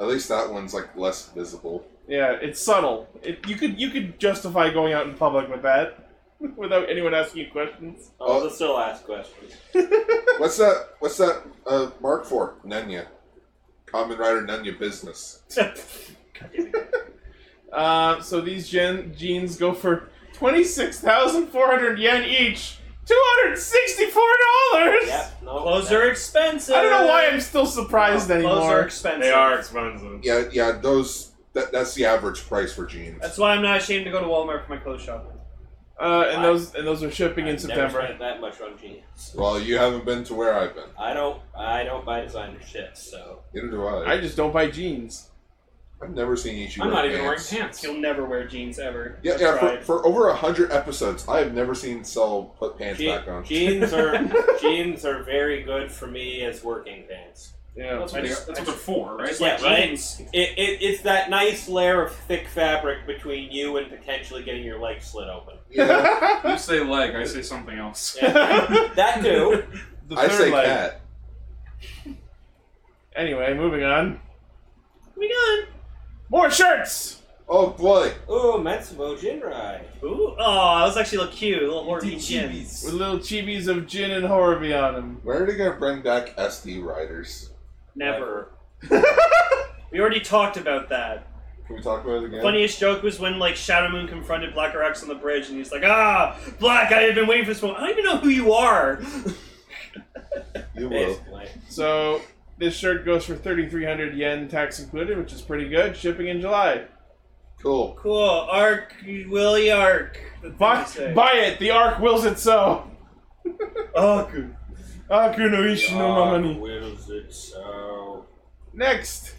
[SPEAKER 5] At least that one's like less visible.
[SPEAKER 2] Yeah, it's subtle. It, you could you could justify going out in public with that without anyone asking you questions.
[SPEAKER 3] oh they'll still ask questions
[SPEAKER 5] What's that? What's that uh, mark for? Nunya. Common Rider Nunya business.
[SPEAKER 2] Uh, so these gen- jeans go for twenty six thousand four hundred yen each, two hundred sixty four dollars.
[SPEAKER 3] yep no,
[SPEAKER 4] Clothes
[SPEAKER 3] no.
[SPEAKER 4] are expensive.
[SPEAKER 2] I don't know why I'm still surprised
[SPEAKER 4] Clothes are
[SPEAKER 2] anymore.
[SPEAKER 4] expensive.
[SPEAKER 1] They are expensive.
[SPEAKER 5] Yeah, yeah. Those. That, that's the average price for jeans.
[SPEAKER 4] That's why I'm not ashamed to go to Walmart for my clothes shopping.
[SPEAKER 2] Uh, and those and those are shipping in
[SPEAKER 3] I've Never
[SPEAKER 2] September.
[SPEAKER 3] spent that much on jeans.
[SPEAKER 5] well, you haven't been to where I've been.
[SPEAKER 3] I don't. I don't buy designer shit. So
[SPEAKER 5] Neither do I.
[SPEAKER 2] I just don't buy jeans.
[SPEAKER 5] I've never seen Ichigo.
[SPEAKER 6] I'm not even wearing
[SPEAKER 5] pants.
[SPEAKER 6] pants.
[SPEAKER 4] You'll never wear jeans ever.
[SPEAKER 5] Yeah,
[SPEAKER 4] I've
[SPEAKER 5] yeah. For,
[SPEAKER 4] tried.
[SPEAKER 5] for over a hundred episodes, I have never seen Cell put pants
[SPEAKER 3] Je-
[SPEAKER 5] back on.
[SPEAKER 3] jeans are jeans are very good for me as working pants.
[SPEAKER 2] Yeah,
[SPEAKER 6] That's what,
[SPEAKER 2] I
[SPEAKER 6] they,
[SPEAKER 2] just-
[SPEAKER 6] that's what they're for, right?
[SPEAKER 3] Yeah, right.
[SPEAKER 4] jeans.
[SPEAKER 3] It, it, it's that nice layer of thick fabric between you and potentially getting your leg slit open.
[SPEAKER 5] Yeah,
[SPEAKER 6] You say leg, I say something else.
[SPEAKER 3] Yeah. that too.
[SPEAKER 2] the
[SPEAKER 5] I
[SPEAKER 2] third
[SPEAKER 5] say
[SPEAKER 2] leg.
[SPEAKER 5] cat.
[SPEAKER 2] Anyway, moving on.
[SPEAKER 4] We done.
[SPEAKER 2] More shirts.
[SPEAKER 5] Oh boy.
[SPEAKER 3] Ooh, Matsumo Jinrai.
[SPEAKER 4] Ooh, oh, those actually look cute. A little more jeans.
[SPEAKER 2] with little chibis of gin and horby on them.
[SPEAKER 5] Where are they gonna bring back SD riders?
[SPEAKER 4] Never. we already talked about that.
[SPEAKER 5] Can we talk about it again?
[SPEAKER 4] Funniest joke was when like Shadow Moon confronted Black Arax on the bridge, and he's like, "Ah, Black, I have been waiting for this moment. I don't even know who you are."
[SPEAKER 5] You will.
[SPEAKER 3] Basically.
[SPEAKER 2] So this shirt goes for 3,300 yen, tax included, which is pretty good. Shipping in July.
[SPEAKER 5] Cool.
[SPEAKER 4] Cool, Ark, Willie Ark. The thing
[SPEAKER 2] Buy,
[SPEAKER 4] to say.
[SPEAKER 2] buy it. The Ark wills it so.
[SPEAKER 4] Ark. Ooh,
[SPEAKER 2] Aku no ishi no mamani.
[SPEAKER 3] Wills it so.
[SPEAKER 2] Next.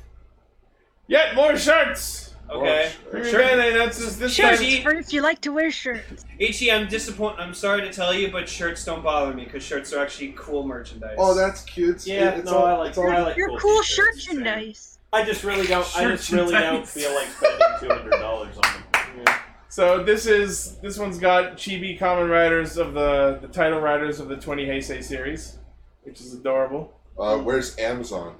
[SPEAKER 2] Yet more shirts.
[SPEAKER 4] Okay.
[SPEAKER 2] Premium
[SPEAKER 4] Sure.
[SPEAKER 2] Bandai announces this
[SPEAKER 4] Sure,
[SPEAKER 2] time.
[SPEAKER 4] G.
[SPEAKER 7] Or if you like to wear shirts.
[SPEAKER 4] Ichi, E, I'm disappointed. I'm sorry to tell you, but shirts don't bother me because shirts are actually cool merchandise.
[SPEAKER 5] Oh, that's cute. It's-
[SPEAKER 3] Yeah,
[SPEAKER 5] it's
[SPEAKER 3] no,
[SPEAKER 5] all-
[SPEAKER 3] I like.
[SPEAKER 5] it's all-
[SPEAKER 3] I like
[SPEAKER 7] You're
[SPEAKER 3] cool,
[SPEAKER 7] cool
[SPEAKER 3] t-shirts.
[SPEAKER 7] shirts and nice.
[SPEAKER 3] I just really don't. I just
[SPEAKER 6] Shirts
[SPEAKER 3] really
[SPEAKER 6] and
[SPEAKER 3] don't
[SPEAKER 6] tights.
[SPEAKER 3] feel like spending two hundred dollars on them.
[SPEAKER 2] So this is this one's got chibi common riders of the the title riders of the 20 Heisei series, which is adorable.
[SPEAKER 5] Uh, where's Amazon?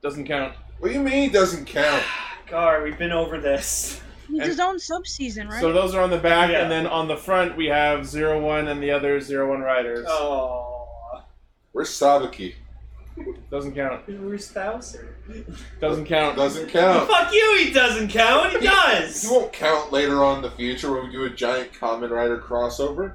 [SPEAKER 2] Doesn't count.
[SPEAKER 5] What do you mean it doesn't count?
[SPEAKER 4] God, we've been over this.
[SPEAKER 7] He's
[SPEAKER 2] And-
[SPEAKER 7] his own subseason, right?
[SPEAKER 2] So those are on the back,
[SPEAKER 4] Yeah.
[SPEAKER 2] and then on the front we have zero one and the other zero one riders.
[SPEAKER 4] Oh,
[SPEAKER 5] Where's Sabaki?
[SPEAKER 2] Doesn't count.
[SPEAKER 4] who's Thouser?
[SPEAKER 2] Doesn't count.
[SPEAKER 5] Doesn't count.
[SPEAKER 4] Fuck you, he doesn't count. He
[SPEAKER 5] He
[SPEAKER 4] does.
[SPEAKER 5] won't count later on in the future when we do a giant Common Rider crossover.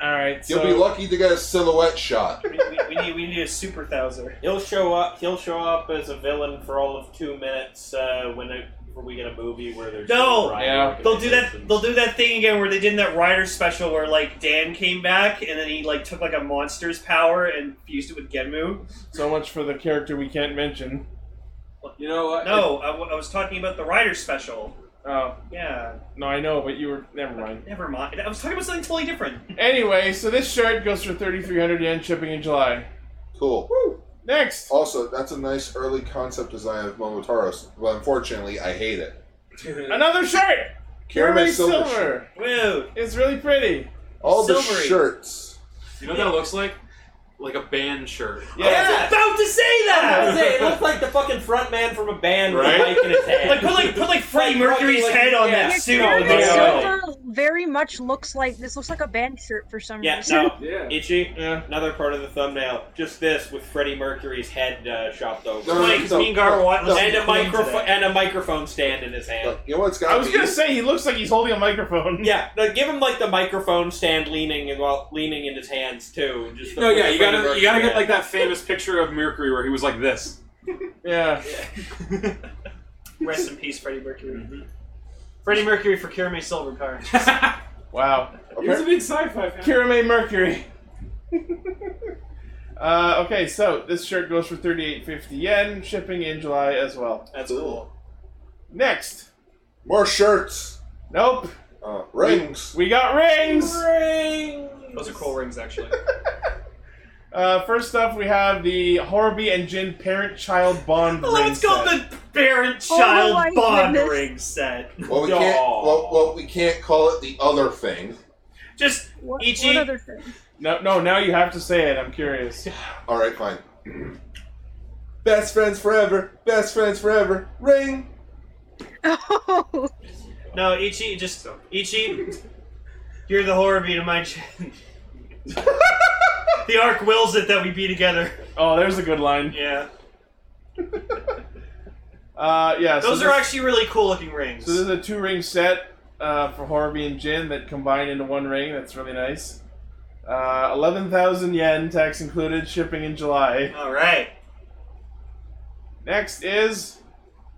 [SPEAKER 2] All right.
[SPEAKER 5] You'll
[SPEAKER 2] So
[SPEAKER 5] be lucky to get a silhouette shot.
[SPEAKER 4] we, we, we need we need a super Thouser.
[SPEAKER 3] He'll show up. He'll show up as a villain for all of two minutes uh, when it- when we get a movie where there's
[SPEAKER 4] No!
[SPEAKER 3] rival
[SPEAKER 2] Yeah.
[SPEAKER 4] They'll do that.
[SPEAKER 3] organizations.
[SPEAKER 4] They'll do that thing again where they did in that Rider special where like Dan came back and then he like took like a monster's power and fused it with Genmu.
[SPEAKER 2] so much for the character we can't mention.
[SPEAKER 6] You know what?
[SPEAKER 4] No, I, w- I was talking about the Rider special.
[SPEAKER 2] Oh
[SPEAKER 4] Yeah,
[SPEAKER 2] no, I know, but you were never mind.
[SPEAKER 4] never mind. I was talking about something totally different.
[SPEAKER 2] Anyway, so this shirt goes for 3,300 yen shipping in July.
[SPEAKER 5] Cool.
[SPEAKER 2] Next,
[SPEAKER 5] Also, that's a nice early concept design of Momotaro's, but unfortunately, I hate it.
[SPEAKER 2] another shirt. Kirby
[SPEAKER 5] Kirby
[SPEAKER 2] Silver.
[SPEAKER 5] Silver
[SPEAKER 4] Whoa.
[SPEAKER 2] It's really pretty.
[SPEAKER 5] All the
[SPEAKER 4] Silvery.
[SPEAKER 5] shirts.
[SPEAKER 6] You know what that looks like? Like a band shirt.
[SPEAKER 2] Yeah.
[SPEAKER 3] Yeah.
[SPEAKER 4] About to say
[SPEAKER 3] I was
[SPEAKER 4] that.
[SPEAKER 3] gonna say, it looks like the fucking front man from a band with
[SPEAKER 6] Right?
[SPEAKER 3] a mic in his hand.
[SPEAKER 4] Like put like put like Freddie
[SPEAKER 3] Like,
[SPEAKER 4] Mercury's
[SPEAKER 3] like,
[SPEAKER 4] head on
[SPEAKER 3] yeah.
[SPEAKER 4] that
[SPEAKER 7] Your
[SPEAKER 4] suit.
[SPEAKER 3] no,
[SPEAKER 7] Kirby
[SPEAKER 3] no.
[SPEAKER 7] Silver very much looks like this looks like a band shirt for some
[SPEAKER 3] yeah,
[SPEAKER 7] reason.
[SPEAKER 3] no,
[SPEAKER 6] Yeah.
[SPEAKER 3] itchy.
[SPEAKER 2] Yeah.
[SPEAKER 3] Another part of the thumbnail, just this with Freddie Mercury's head uh, chopped over,
[SPEAKER 5] No,
[SPEAKER 4] Like, 'cause me and Gar were watching-
[SPEAKER 5] no.
[SPEAKER 3] and a
[SPEAKER 4] Clean
[SPEAKER 3] microphone
[SPEAKER 4] today.
[SPEAKER 3] and a microphone stand in his hand.
[SPEAKER 5] Look, you know what's got
[SPEAKER 2] I was
[SPEAKER 5] me?
[SPEAKER 2] gonna say he looks like he's holding a microphone.
[SPEAKER 3] Yeah, no, give him like the microphone stand leaning and while leaning in his hands too. Just the
[SPEAKER 6] No, yeah,
[SPEAKER 3] Freddie
[SPEAKER 6] you gotta
[SPEAKER 3] Mercury
[SPEAKER 6] you gotta
[SPEAKER 3] head.
[SPEAKER 6] get like that famous picture of Mercury where he was like this.
[SPEAKER 2] Yeah.
[SPEAKER 4] Rest in peace, Freddie Mercury. Freddie Mercury for Cure Me Silver Car.
[SPEAKER 2] Wow.
[SPEAKER 6] He was a
[SPEAKER 5] Appar-
[SPEAKER 6] big sci-fi fan.
[SPEAKER 2] Kirame Mercury. uh, okay, so this shirt goes for 38.50 yen, shipping in July as well.
[SPEAKER 4] That's cool.
[SPEAKER 2] Next.
[SPEAKER 5] More shirts.
[SPEAKER 2] Nope.
[SPEAKER 5] Uh, rings.
[SPEAKER 2] We got rings.
[SPEAKER 4] Those are cool rings, actually.
[SPEAKER 2] Uh, first up, we have the Horby and Jin parent-child bond
[SPEAKER 4] Although
[SPEAKER 2] ring
[SPEAKER 4] it's called
[SPEAKER 2] set.
[SPEAKER 4] the parent
[SPEAKER 7] Oh my
[SPEAKER 4] child bond
[SPEAKER 7] goodness.
[SPEAKER 4] ring set.
[SPEAKER 5] Well, we can't.
[SPEAKER 3] Aw.
[SPEAKER 5] Well, well, we can't call it the other thing.
[SPEAKER 4] Just
[SPEAKER 7] What,
[SPEAKER 4] Ichi.
[SPEAKER 7] what other thing?
[SPEAKER 2] No, no, now you have to say it. I'm curious.
[SPEAKER 5] All right, fine. Best friends forever. Best friends forever. Ring.
[SPEAKER 7] Oh,
[SPEAKER 4] no Ichi. Just Ichi. You're the horror beat of my chin. the arc wills it that we be together.
[SPEAKER 2] Oh, there's a good line.
[SPEAKER 4] Yeah,
[SPEAKER 2] Uh, yeah. so
[SPEAKER 4] those
[SPEAKER 2] this-
[SPEAKER 4] are actually really cool looking rings.
[SPEAKER 2] So this is a two ring set uh, for Horby and Jin that combine into one ring. That's really nice. Uh, Eleven thousand yen, tax included, shipping in July.
[SPEAKER 4] All right.
[SPEAKER 2] Next is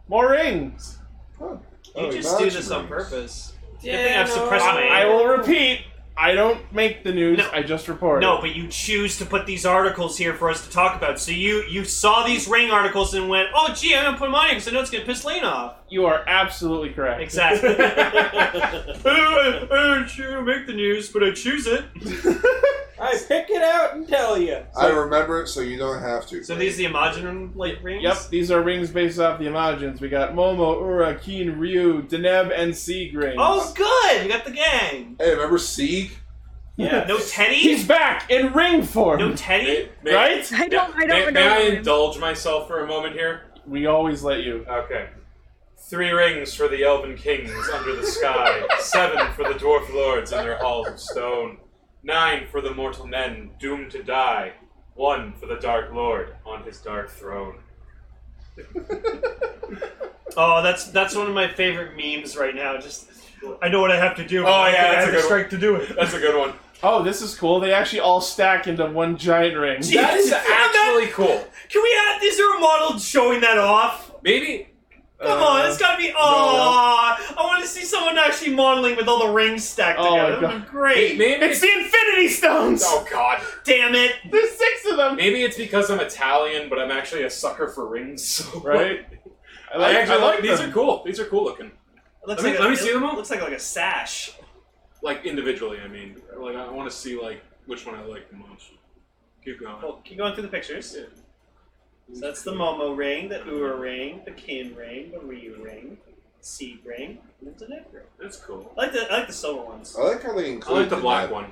[SPEAKER 2] more rings.
[SPEAKER 5] Oh,
[SPEAKER 4] You
[SPEAKER 5] oh,
[SPEAKER 4] just do
[SPEAKER 5] matching
[SPEAKER 4] this on
[SPEAKER 5] rings.
[SPEAKER 4] purpose.
[SPEAKER 3] Yeah,
[SPEAKER 4] Good thing I've
[SPEAKER 3] no.
[SPEAKER 4] suppressed my
[SPEAKER 2] I will repeat. I don't make the news.
[SPEAKER 4] No.
[SPEAKER 2] I just report.
[SPEAKER 4] No,
[SPEAKER 2] it.
[SPEAKER 4] but you choose to put these articles here for us to talk about. So you you saw these ring articles and went, oh gee, I'm gonna put them on here because I know it's gonna piss Lane off.
[SPEAKER 2] you are absolutely correct.
[SPEAKER 4] Exactly. I, don't, I don't sure make the news, but I choose it.
[SPEAKER 3] I pick it out and tell you.
[SPEAKER 5] I remember it, so you don't have to.
[SPEAKER 4] So these are the Imagine like rings.
[SPEAKER 2] Yep, these are rings based off the Imagines. We got Momo, Ura, Keen, Ryu, Deneb, and Sieg rings.
[SPEAKER 4] Oh, good. You got the gang.
[SPEAKER 5] Hey, remember Sieg?
[SPEAKER 2] yeah.
[SPEAKER 4] No Teddy.
[SPEAKER 2] He's back in ring form.
[SPEAKER 4] No Teddy.
[SPEAKER 6] May-
[SPEAKER 2] right?
[SPEAKER 7] I don't. I
[SPEAKER 6] May,
[SPEAKER 7] don't
[SPEAKER 6] may I
[SPEAKER 7] know.
[SPEAKER 6] indulge myself for a moment here?
[SPEAKER 2] We always let you.
[SPEAKER 6] Okay. Three rings for the elven kings under the sky, seven for the dwarf lords in their halls of stone, nine for the mortal men doomed to die, one for the dark lord on his dark throne.
[SPEAKER 4] Oh, that's that's one of my favorite memes right now. Just I know what I have to do.
[SPEAKER 6] Oh,
[SPEAKER 4] but I
[SPEAKER 6] yeah,
[SPEAKER 4] think I
[SPEAKER 6] that's
[SPEAKER 4] have
[SPEAKER 6] a
[SPEAKER 4] the
[SPEAKER 6] good one.
[SPEAKER 4] strength to do it.
[SPEAKER 6] That's a good one.
[SPEAKER 2] Oh, this is cool. They actually all stack into one giant ring.
[SPEAKER 4] Gee.
[SPEAKER 6] That is actually cool.
[SPEAKER 4] Can we add? Is there a model showing that off?
[SPEAKER 6] Maybe
[SPEAKER 4] Come
[SPEAKER 2] Uh,
[SPEAKER 4] on, it's gotta be. Aw, I want to see someone actually modeling with all the rings stacked
[SPEAKER 2] Oh my
[SPEAKER 4] together. That would be great.
[SPEAKER 6] maybe
[SPEAKER 2] It's the Infinity Stones!
[SPEAKER 6] Oh god.
[SPEAKER 4] Damn it!
[SPEAKER 2] There's six of them!
[SPEAKER 6] Maybe it's because I'm Italian, but I'm actually a sucker for rings. So
[SPEAKER 2] Right? I
[SPEAKER 6] I
[SPEAKER 2] like,
[SPEAKER 6] actually
[SPEAKER 2] I like
[SPEAKER 6] like these
[SPEAKER 2] them.
[SPEAKER 6] are cool. These are cool looking.
[SPEAKER 4] It looks
[SPEAKER 6] Let
[SPEAKER 4] like
[SPEAKER 6] me-
[SPEAKER 4] a-
[SPEAKER 6] let me
[SPEAKER 4] it
[SPEAKER 6] see them all.
[SPEAKER 4] Looks like like a sash.
[SPEAKER 6] Like individually, I mean. Like I want to see like which one I like the most. Keep going.
[SPEAKER 4] Well, keep going through the pictures.
[SPEAKER 6] Yeah.
[SPEAKER 4] So that's the Momo ring, the Ua ring, the Kin ring, the Ryu ring, the Seed ring, and the Neck ring.
[SPEAKER 6] That's cool.
[SPEAKER 4] I like the I like the silver ones.
[SPEAKER 5] I like how they
[SPEAKER 6] I
[SPEAKER 5] include
[SPEAKER 6] like the black
[SPEAKER 5] that.
[SPEAKER 6] one.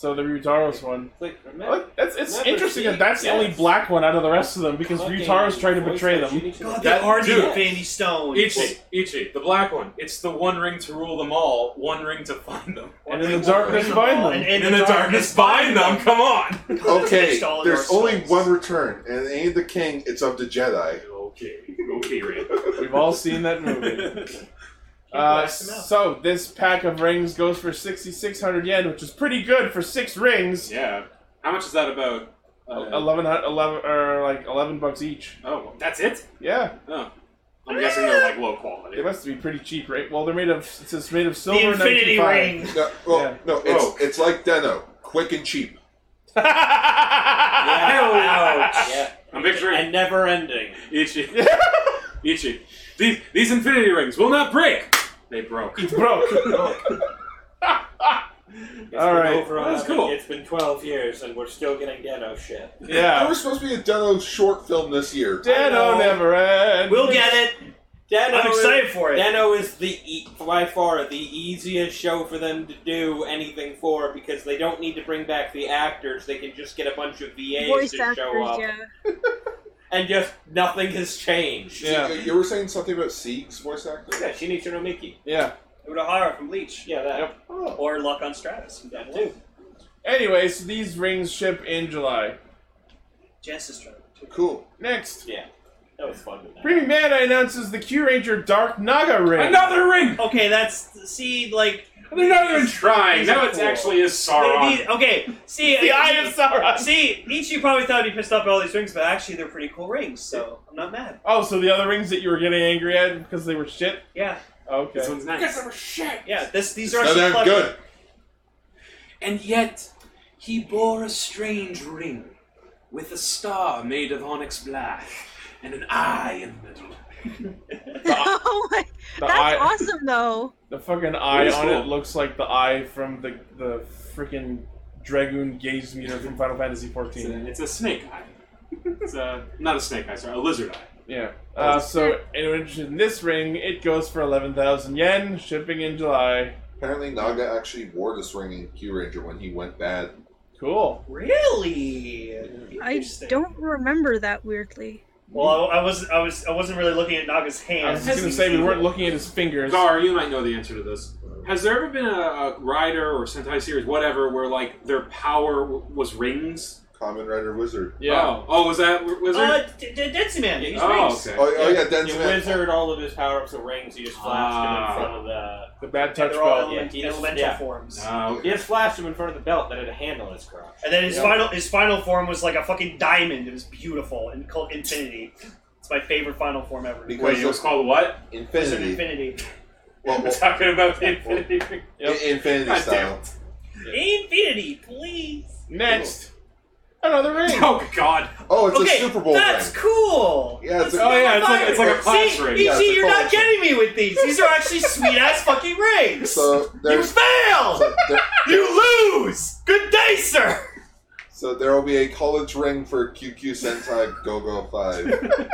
[SPEAKER 2] So the Ryutaro's one.
[SPEAKER 3] It's like,
[SPEAKER 2] I like- that's, it's
[SPEAKER 3] Never
[SPEAKER 2] interesting that
[SPEAKER 3] seen-
[SPEAKER 2] that's the only
[SPEAKER 3] yes.
[SPEAKER 2] black one out of the rest of them because
[SPEAKER 3] Fucking
[SPEAKER 2] Ryutaro's trying to
[SPEAKER 3] voice
[SPEAKER 2] betray
[SPEAKER 3] that
[SPEAKER 2] them.
[SPEAKER 3] shitty-
[SPEAKER 4] God,
[SPEAKER 6] That-
[SPEAKER 4] the Arden
[SPEAKER 6] dude.
[SPEAKER 4] and Vandy Stone.
[SPEAKER 6] Ichi, Ichi, the black one. It's the one ring to rule them all, one ring to find them.
[SPEAKER 2] And in the darkness, find
[SPEAKER 4] And
[SPEAKER 2] them.
[SPEAKER 4] in,
[SPEAKER 6] And in the darkness, bind them. Come on.
[SPEAKER 4] God, that's
[SPEAKER 5] Okay,
[SPEAKER 4] etched all in
[SPEAKER 5] there's
[SPEAKER 4] our
[SPEAKER 5] only
[SPEAKER 4] souls.
[SPEAKER 5] one return, and it ain't the king, it's of the Jedi.
[SPEAKER 6] Okay, okay, Ray.
[SPEAKER 2] We've all seen that movie. Uh,
[SPEAKER 4] blast them out.
[SPEAKER 2] so this pack of rings goes for 6,600 yen, which is pretty good for six rings.
[SPEAKER 6] yeah. How much is that about? Uh,
[SPEAKER 2] 11, 11 or like 11 bucks each.
[SPEAKER 6] oh, that's it.
[SPEAKER 2] Yeah,
[SPEAKER 6] Oh. I'm guessing they're like low quality.
[SPEAKER 2] they must be pretty cheap, right? Well, they're made of it's just made of silver.
[SPEAKER 4] The
[SPEAKER 2] and
[SPEAKER 4] Infinity
[SPEAKER 2] 95.
[SPEAKER 4] ring.
[SPEAKER 5] No, well,
[SPEAKER 2] Yeah.
[SPEAKER 5] no, it's
[SPEAKER 6] Oh.
[SPEAKER 5] it's like Deno, quick and cheap.
[SPEAKER 3] Yeah.
[SPEAKER 6] Ouch.
[SPEAKER 3] yeah.
[SPEAKER 6] I'm picturing
[SPEAKER 3] And never ending.
[SPEAKER 6] Ichi. Ichi, these these infinity rings will not break. They broke.
[SPEAKER 2] It's broke.
[SPEAKER 3] It's
[SPEAKER 2] All
[SPEAKER 3] been
[SPEAKER 2] right.
[SPEAKER 3] over
[SPEAKER 6] That's
[SPEAKER 3] 11
[SPEAKER 6] cool.
[SPEAKER 3] It's been 12 years, and we're still getting ghetto shit.
[SPEAKER 5] There
[SPEAKER 2] yeah.
[SPEAKER 5] was supposed to be a Deno short film this year.
[SPEAKER 2] Dano never end.
[SPEAKER 4] We'll get it.
[SPEAKER 3] Deno
[SPEAKER 4] I'm excited for
[SPEAKER 3] Is,
[SPEAKER 4] it.
[SPEAKER 3] Deno is the e- by far the easiest show for them to do anything for because they don't need to bring back the actors. They can just get a bunch of VAs
[SPEAKER 7] Voice
[SPEAKER 3] to show
[SPEAKER 7] actors,
[SPEAKER 3] up,
[SPEAKER 7] yeah.
[SPEAKER 3] and just nothing has changed.
[SPEAKER 2] Yeah.
[SPEAKER 5] You, you were saying something about Sieg's voice actor?
[SPEAKER 3] Yeah, she needs her no Mickey.
[SPEAKER 2] Yeah.
[SPEAKER 4] Urahara from Leech.
[SPEAKER 3] Yeah, that.
[SPEAKER 2] Yep.
[SPEAKER 5] Oh.
[SPEAKER 4] Or Luck on Stratus.
[SPEAKER 3] That too.
[SPEAKER 2] Anyway, so these rings ship in July.
[SPEAKER 4] Genesis Drive.
[SPEAKER 5] Cool.
[SPEAKER 2] Next,
[SPEAKER 3] Yeah, that was fun. With that.
[SPEAKER 2] Premium Man announces the Q Ranger Dark Naga ring.
[SPEAKER 6] Another ring.
[SPEAKER 4] Okay, that's see like
[SPEAKER 6] They're not even trying. Now it's actually is
[SPEAKER 4] they
[SPEAKER 6] Sauron.
[SPEAKER 4] need- okay. See,
[SPEAKER 2] The Eye of Sauron.
[SPEAKER 4] see, Ichi probably thought he'd be pissed off at all these rings, but actually they're pretty cool rings, so I'm not mad.
[SPEAKER 2] Oh, so the other rings that you were getting angry at because they were shit?
[SPEAKER 4] Yeah,
[SPEAKER 2] Okay.
[SPEAKER 6] This one's nice.
[SPEAKER 4] yeah. This these are
[SPEAKER 5] So
[SPEAKER 4] actually
[SPEAKER 5] they're
[SPEAKER 4] clever.
[SPEAKER 5] good.
[SPEAKER 6] And yet, he bore a strange ring, with a star made of onyx black, and an eye in the middle.
[SPEAKER 7] oh my,
[SPEAKER 2] The
[SPEAKER 7] that's
[SPEAKER 2] eye,
[SPEAKER 7] awesome though.
[SPEAKER 2] the fucking eye
[SPEAKER 6] is
[SPEAKER 2] on
[SPEAKER 6] cool.
[SPEAKER 2] it looks like the eye from the the freaking dragoon gaze meter from Final Fantasy
[SPEAKER 6] It's a,
[SPEAKER 2] 14.
[SPEAKER 6] it's a snake eye. It's a not a snake eye, sorry, a lizard eye.
[SPEAKER 2] Yeah.
[SPEAKER 4] Oh,
[SPEAKER 2] Uh, so, anyone interested in this ring, it goes for 11,000 yen, shipping in July.
[SPEAKER 5] Apparently, Naga actually wore this ring in Q Ranger when he went bad.
[SPEAKER 2] Cool.
[SPEAKER 4] Really?
[SPEAKER 7] I
[SPEAKER 4] Interesting.
[SPEAKER 7] don't remember that weirdly.
[SPEAKER 4] Well, I, I was, I was, I wasn't really looking at Naga's
[SPEAKER 2] I
[SPEAKER 4] hands.
[SPEAKER 2] was just gonna say we weren't looking at his fingers.
[SPEAKER 6] Gar, you might know the answer to this. Has there ever been a, a rider or Sentai series, whatever, where like their power w- was rings?
[SPEAKER 5] Common Rider Wizard.
[SPEAKER 2] Yeah.
[SPEAKER 6] Oh, oh was that was
[SPEAKER 4] Uh,
[SPEAKER 6] there?
[SPEAKER 4] D- D- Ditsy Man.
[SPEAKER 3] Yeah,
[SPEAKER 4] He's
[SPEAKER 6] oh,
[SPEAKER 4] rings.
[SPEAKER 6] okay.
[SPEAKER 5] Oh, oh yeah,
[SPEAKER 3] You
[SPEAKER 5] Denzel.
[SPEAKER 3] wizard all of his power ups and rings. He just flashed
[SPEAKER 6] Ah.
[SPEAKER 3] him in front of the.
[SPEAKER 2] The bad touch
[SPEAKER 4] Oh. They're all
[SPEAKER 2] belt.
[SPEAKER 4] element,
[SPEAKER 3] Yeah, he's-
[SPEAKER 4] elemental
[SPEAKER 3] yeah.
[SPEAKER 4] forms.
[SPEAKER 6] Ah, okay.
[SPEAKER 3] He just flashed him in front of the belt that had a handle on his crotch.
[SPEAKER 4] And then his
[SPEAKER 2] Yeah.
[SPEAKER 4] final, his final form was like a fucking diamond. It was beautiful and called Infinity. It's my favorite final form ever.
[SPEAKER 5] Because-
[SPEAKER 6] Wait, Uh, it was called what?
[SPEAKER 4] Wizard
[SPEAKER 5] Infinity.
[SPEAKER 4] Infinity.
[SPEAKER 5] Well,
[SPEAKER 6] We're
[SPEAKER 5] well,
[SPEAKER 6] talking about the Infinity Ring.
[SPEAKER 2] Yep.
[SPEAKER 5] i- Infinity
[SPEAKER 6] God
[SPEAKER 5] style.
[SPEAKER 6] damn
[SPEAKER 4] Infinity, please.
[SPEAKER 2] Next, another ring.
[SPEAKER 6] Oh God!
[SPEAKER 5] Oh, it's
[SPEAKER 4] okay,
[SPEAKER 5] a Super Bowl
[SPEAKER 4] that's
[SPEAKER 5] ring.
[SPEAKER 4] cool.
[SPEAKER 5] Yeah, it's
[SPEAKER 4] That's
[SPEAKER 5] a-
[SPEAKER 6] Oh, yeah, it's like-
[SPEAKER 4] fire.
[SPEAKER 6] it's like a class
[SPEAKER 4] See,
[SPEAKER 6] ring.
[SPEAKER 4] Ichi,
[SPEAKER 5] Yeah, it's a
[SPEAKER 4] you're not
[SPEAKER 5] class ring.
[SPEAKER 4] getting me with these. These are actually sweet ass fucking rings.
[SPEAKER 5] So
[SPEAKER 4] you
[SPEAKER 5] there's.
[SPEAKER 4] failed.
[SPEAKER 5] So there,
[SPEAKER 4] You lose. Good day, sir.
[SPEAKER 5] so there will be a college ring for QQ Sentai GoGo Five.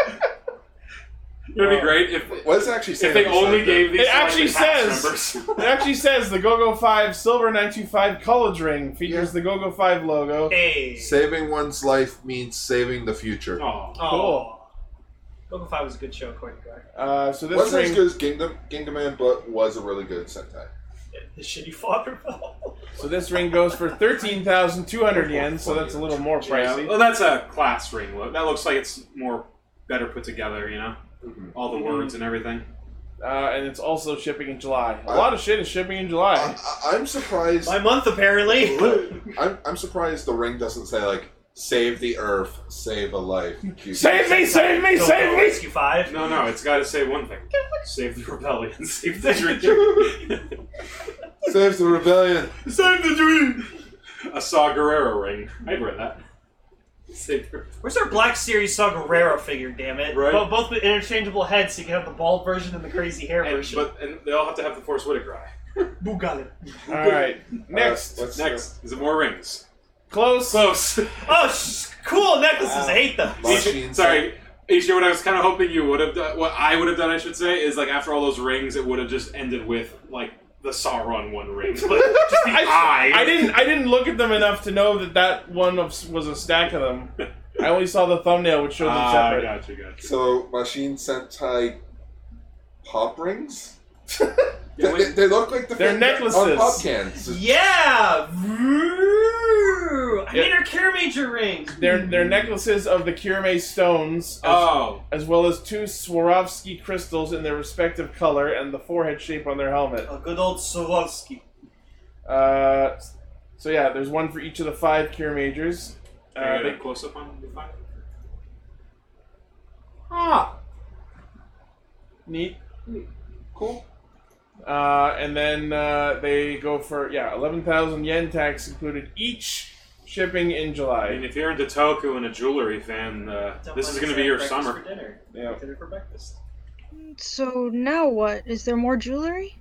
[SPEAKER 6] It would be great if
[SPEAKER 5] Uh, What does it actually say?
[SPEAKER 6] if they
[SPEAKER 5] on the
[SPEAKER 6] only
[SPEAKER 5] side
[SPEAKER 6] gave these.
[SPEAKER 2] It
[SPEAKER 6] to,
[SPEAKER 2] actually
[SPEAKER 6] like, the tax
[SPEAKER 2] says-
[SPEAKER 6] members.
[SPEAKER 2] It actually says the GoGo 5 Silver 925 College Ring features the GoGo 5 logo.
[SPEAKER 5] there?
[SPEAKER 4] Hey.
[SPEAKER 5] Saving one's life means saving the future.
[SPEAKER 6] Aw.
[SPEAKER 4] Cool. Goku Five was a good show, according to Gar.
[SPEAKER 2] Uh, so this
[SPEAKER 5] Wasn't
[SPEAKER 2] ring,
[SPEAKER 5] as good as Kingdom Kingdom Man, but was a really good Sentai.
[SPEAKER 4] The shitty father fell.
[SPEAKER 2] so this ring goes for 13,200 yen, so that's a little more pricey.
[SPEAKER 6] Yeah, well, that's a class ring. Look. That looks like it's more better put together. You know, all the words and everything.
[SPEAKER 2] Uh, and it's also shipping in July. A lot of shit is shipping in July.
[SPEAKER 5] I, I, I'm surprised.
[SPEAKER 4] My month, apparently.
[SPEAKER 5] I'm, I'm surprised the ring doesn't say like "Save the Earth, save a life." QQ.
[SPEAKER 2] Save me, save me,
[SPEAKER 4] Goku
[SPEAKER 2] save me!
[SPEAKER 4] Rescue Five.
[SPEAKER 6] No, no, it's got to say one thing: save the rebellion, save the dream,
[SPEAKER 5] Save the rebellion.
[SPEAKER 6] save the dream. A Saw Gerrera ring. I'd wear that. Save the
[SPEAKER 4] Where's our Black Series Saw Guerrero figure? Damn it!
[SPEAKER 6] Right.
[SPEAKER 4] But both with interchangeable heads, so you can have the bald version and the crazy hair
[SPEAKER 6] and,
[SPEAKER 4] version.
[SPEAKER 6] but and they all have to have the Force Whitaker eye.
[SPEAKER 4] Bugale.
[SPEAKER 2] Alright, next.
[SPEAKER 5] Uh, let's-
[SPEAKER 6] Next, is it more rings?
[SPEAKER 2] Close.
[SPEAKER 6] Close.
[SPEAKER 4] Oh, sh- cool necklaces.
[SPEAKER 5] Wow.
[SPEAKER 4] I hate them.
[SPEAKER 5] Machine
[SPEAKER 6] Sorry. Isha, what I was kind of hoping you would have done, what I would have done, I should say, is like after all those rings, it would have just ended with like the Sauron one ring, but just the
[SPEAKER 2] I,
[SPEAKER 6] eye.
[SPEAKER 2] I didn't. I didn't look at them enough to know that that one of, was a stack of them. I only saw the thumbnail, which showed them
[SPEAKER 6] Ah,
[SPEAKER 2] separate.
[SPEAKER 6] gotcha, gotcha.
[SPEAKER 5] So Machine Sentai pop rings.
[SPEAKER 6] Yeah,
[SPEAKER 5] they,
[SPEAKER 6] wait,
[SPEAKER 5] they look like the
[SPEAKER 2] They're
[SPEAKER 5] thing on
[SPEAKER 2] necklaces.
[SPEAKER 5] pop cans.
[SPEAKER 4] Yeah. Vroom. I
[SPEAKER 2] Yeah.
[SPEAKER 4] need our Cure Major rings.
[SPEAKER 2] They're they're necklaces of the Kirame stones, as,
[SPEAKER 6] oh,
[SPEAKER 2] as well as two Swarovski crystals in their respective color and the forehead shape on their helmet.
[SPEAKER 4] A good old Swarovski.
[SPEAKER 2] Uh, so yeah, there's one for each of the five Kirame majors. Uh,
[SPEAKER 6] Can I get
[SPEAKER 2] they-
[SPEAKER 6] a close up on the fire?
[SPEAKER 2] ah, neat.
[SPEAKER 5] Cool.
[SPEAKER 2] Uh, and then uh, they go for yeah, eleven thousand yen tax included each, shipping in
[SPEAKER 6] I mean,
[SPEAKER 2] July.
[SPEAKER 6] if you're into Toku and a jewelry fan, uh, this is going to be your summer.
[SPEAKER 4] For dinner.
[SPEAKER 2] Yeah.
[SPEAKER 4] Dinner for breakfast.
[SPEAKER 7] So now what? Is there more jewelry?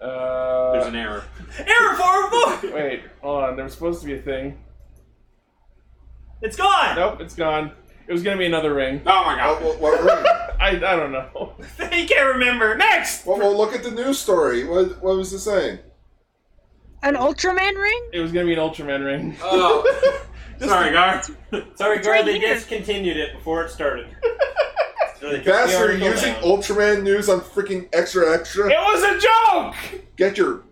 [SPEAKER 3] There's
[SPEAKER 2] Uh,
[SPEAKER 3] an error.
[SPEAKER 4] Error for more.
[SPEAKER 2] wait, hold on. There was supposed to be a thing.
[SPEAKER 4] It's gone.
[SPEAKER 2] Nope, it's gone. It was gonna be another ring.
[SPEAKER 3] Oh my
[SPEAKER 5] What,
[SPEAKER 3] god.
[SPEAKER 5] what, what ring?
[SPEAKER 2] I, I don't know.
[SPEAKER 4] he can't remember. Next.
[SPEAKER 5] well, well, look at the news story. What, what was it saying?
[SPEAKER 7] An Ultraman ring?
[SPEAKER 2] It was gonna be an Ultraman ring.
[SPEAKER 3] Oh. Sorry, Gar. Sorry,
[SPEAKER 7] It's
[SPEAKER 3] Gar.
[SPEAKER 7] right
[SPEAKER 3] They
[SPEAKER 7] here.
[SPEAKER 3] discontinued it before it started. So they took the
[SPEAKER 5] Bastard,
[SPEAKER 3] article
[SPEAKER 5] you're using
[SPEAKER 3] down.
[SPEAKER 5] Ultraman news on freaking Extra
[SPEAKER 2] It
[SPEAKER 5] Extra.
[SPEAKER 2] was a joke.
[SPEAKER 5] Get your.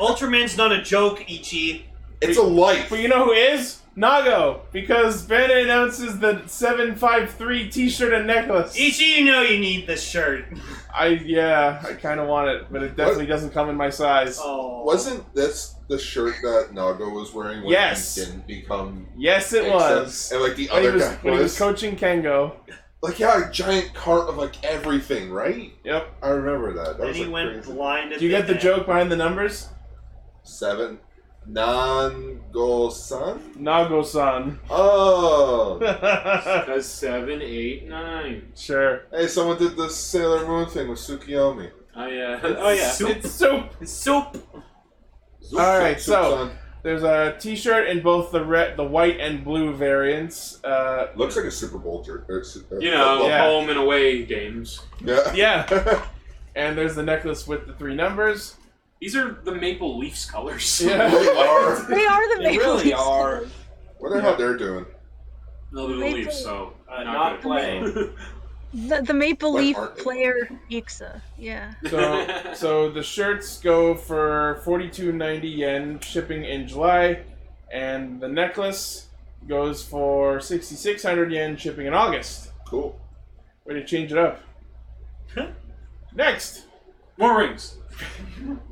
[SPEAKER 4] Ultraman's not a joke, Ichi.
[SPEAKER 5] It's a life.
[SPEAKER 2] But you know who is Nago because Bennett announces the seven five three T-shirt and necklace.
[SPEAKER 4] Ichi, you know you need this shirt.
[SPEAKER 2] I yeah, I kind of want it, but it definitely doesn't come in my size.
[SPEAKER 4] Oh.
[SPEAKER 5] Wasn't this the shirt that Nago was wearing when
[SPEAKER 2] Yes.
[SPEAKER 5] he didn't become?
[SPEAKER 2] Yes, it
[SPEAKER 5] except-
[SPEAKER 2] was.
[SPEAKER 5] And like the
[SPEAKER 2] When he
[SPEAKER 5] other
[SPEAKER 2] was,
[SPEAKER 5] guy
[SPEAKER 2] when he was coaching Kengo.
[SPEAKER 5] like yeah, a giant cart of like everything, right?
[SPEAKER 2] Yep.
[SPEAKER 5] I remember that. That
[SPEAKER 4] Then
[SPEAKER 5] was
[SPEAKER 4] he
[SPEAKER 5] like,
[SPEAKER 4] went
[SPEAKER 5] crazy.
[SPEAKER 4] blind. At
[SPEAKER 2] Do you
[SPEAKER 4] the
[SPEAKER 2] get the
[SPEAKER 4] end.
[SPEAKER 2] joke behind the numbers?
[SPEAKER 5] Seven. Nango-san?
[SPEAKER 2] Nago-san.
[SPEAKER 5] Oh!
[SPEAKER 6] That's seven, eight, nine.
[SPEAKER 2] sure.
[SPEAKER 5] hey, someone did the Sailor Moon thing with Tsukiyomi.
[SPEAKER 6] Oh yeah. Oh yeah.
[SPEAKER 4] Soup.
[SPEAKER 2] It's soup.
[SPEAKER 4] Soup.
[SPEAKER 2] Alright,
[SPEAKER 5] Tsuki-
[SPEAKER 2] so-
[SPEAKER 5] Tsuki-san.
[SPEAKER 2] There's a T-shirt in both the red, the white and blue variants. Uh,
[SPEAKER 5] Looks like a Super Bowl jerk. Or, su- uh,
[SPEAKER 6] You know,
[SPEAKER 2] Yeah.
[SPEAKER 6] home and away games.
[SPEAKER 5] Yeah.
[SPEAKER 2] yeah. And there's the necklace with the three numbers.
[SPEAKER 6] These are the Maple Leafs colors.
[SPEAKER 5] They
[SPEAKER 2] Yeah.
[SPEAKER 5] are.
[SPEAKER 7] They are the
[SPEAKER 3] They
[SPEAKER 7] Maple
[SPEAKER 3] really
[SPEAKER 7] Leafs.
[SPEAKER 3] are
[SPEAKER 5] What the hell they're doing?
[SPEAKER 6] No, they're the
[SPEAKER 7] Maple-
[SPEAKER 6] Leafs, so
[SPEAKER 3] uh,
[SPEAKER 6] not,
[SPEAKER 3] not
[SPEAKER 6] good.
[SPEAKER 3] playing.
[SPEAKER 7] The, the Maple
[SPEAKER 5] What
[SPEAKER 7] Leaf
[SPEAKER 5] aren't they?
[SPEAKER 7] player Ixa. Yeah.
[SPEAKER 2] So, so the shirts go for 42.90 yen shipping in July, and the necklace goes for 6,600 yen shipping in August.
[SPEAKER 5] Cool.
[SPEAKER 2] Way to change it up. Next,
[SPEAKER 6] More rings.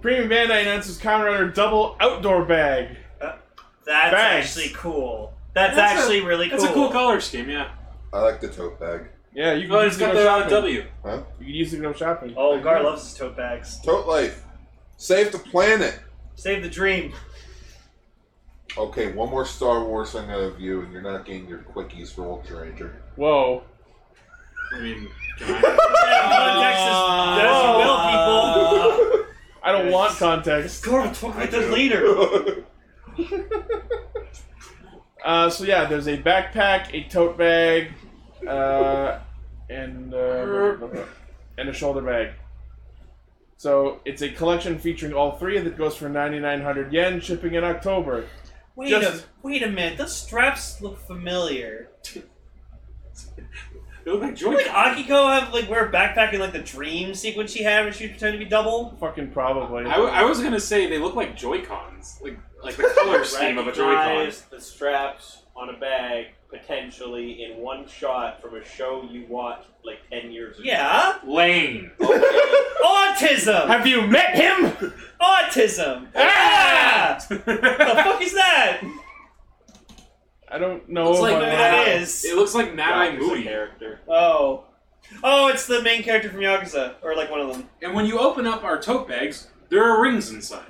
[SPEAKER 2] Premium Bandai announces Kamen Rider Double Outdoor Bag.
[SPEAKER 4] That's
[SPEAKER 2] Thanks.
[SPEAKER 4] actually cool. That's,
[SPEAKER 6] That's a-
[SPEAKER 4] actually really cool.
[SPEAKER 6] That's a cool color scheme, yeah.
[SPEAKER 5] I like the tote bag.
[SPEAKER 2] Yeah, you can
[SPEAKER 6] Oh,
[SPEAKER 2] use
[SPEAKER 6] it's
[SPEAKER 2] it to
[SPEAKER 6] got
[SPEAKER 2] go
[SPEAKER 6] the uh,
[SPEAKER 2] shopping.
[SPEAKER 6] W.
[SPEAKER 5] Huh?
[SPEAKER 2] You can use it to go shopping.
[SPEAKER 4] Oh, Gar loves his tote bags.
[SPEAKER 5] Tote life. Save the planet.
[SPEAKER 4] Save the dream.
[SPEAKER 5] Okay, one more Star Wars thing out of you, and you're not getting your quickies for Ultra Ranger.
[SPEAKER 2] Whoa.
[SPEAKER 6] I mean, can I?
[SPEAKER 4] Yeah, context is- yes, you will, people.
[SPEAKER 2] I don't want context.
[SPEAKER 4] Gar, we'll talk about this later.
[SPEAKER 2] Uh, so yeah, there's a backpack, a tote bag, uh, and uh, and a shoulder bag. So it's a collection featuring all three that goes for 9,900 yen, shipping in October.
[SPEAKER 4] Wait
[SPEAKER 2] Just-
[SPEAKER 4] a wait a minute. Those straps look familiar.
[SPEAKER 6] They look like
[SPEAKER 4] Did like
[SPEAKER 6] joint.
[SPEAKER 4] Akiko have like wear a backpack in like the dream sequence she had when she was pretending to be double?
[SPEAKER 2] Fucking probably.
[SPEAKER 6] I, w- I was gonna say they look like Joy Cons, like like the color scheme of a Joy Con.
[SPEAKER 3] Recognize the straps on a bag potentially in one shot from a show you watched like ten years ago.
[SPEAKER 4] Yeah.
[SPEAKER 6] Lane.
[SPEAKER 3] Okay.
[SPEAKER 4] Autism.
[SPEAKER 2] Have you met him?
[SPEAKER 4] Autism.
[SPEAKER 2] Ah!
[SPEAKER 4] Ah! the fuck is that?
[SPEAKER 2] I don't know.
[SPEAKER 6] Looks
[SPEAKER 2] if
[SPEAKER 6] like
[SPEAKER 2] I'm-
[SPEAKER 6] Mad
[SPEAKER 4] that
[SPEAKER 6] Eye-
[SPEAKER 4] is.
[SPEAKER 6] Oh It looks like Mad Eye
[SPEAKER 3] Doctor's a
[SPEAKER 6] Moody.
[SPEAKER 3] character.
[SPEAKER 4] Oh. Oh, it's the main character from Yakuza, or like one of them.
[SPEAKER 6] And when you open up our tote bags, there are rings inside.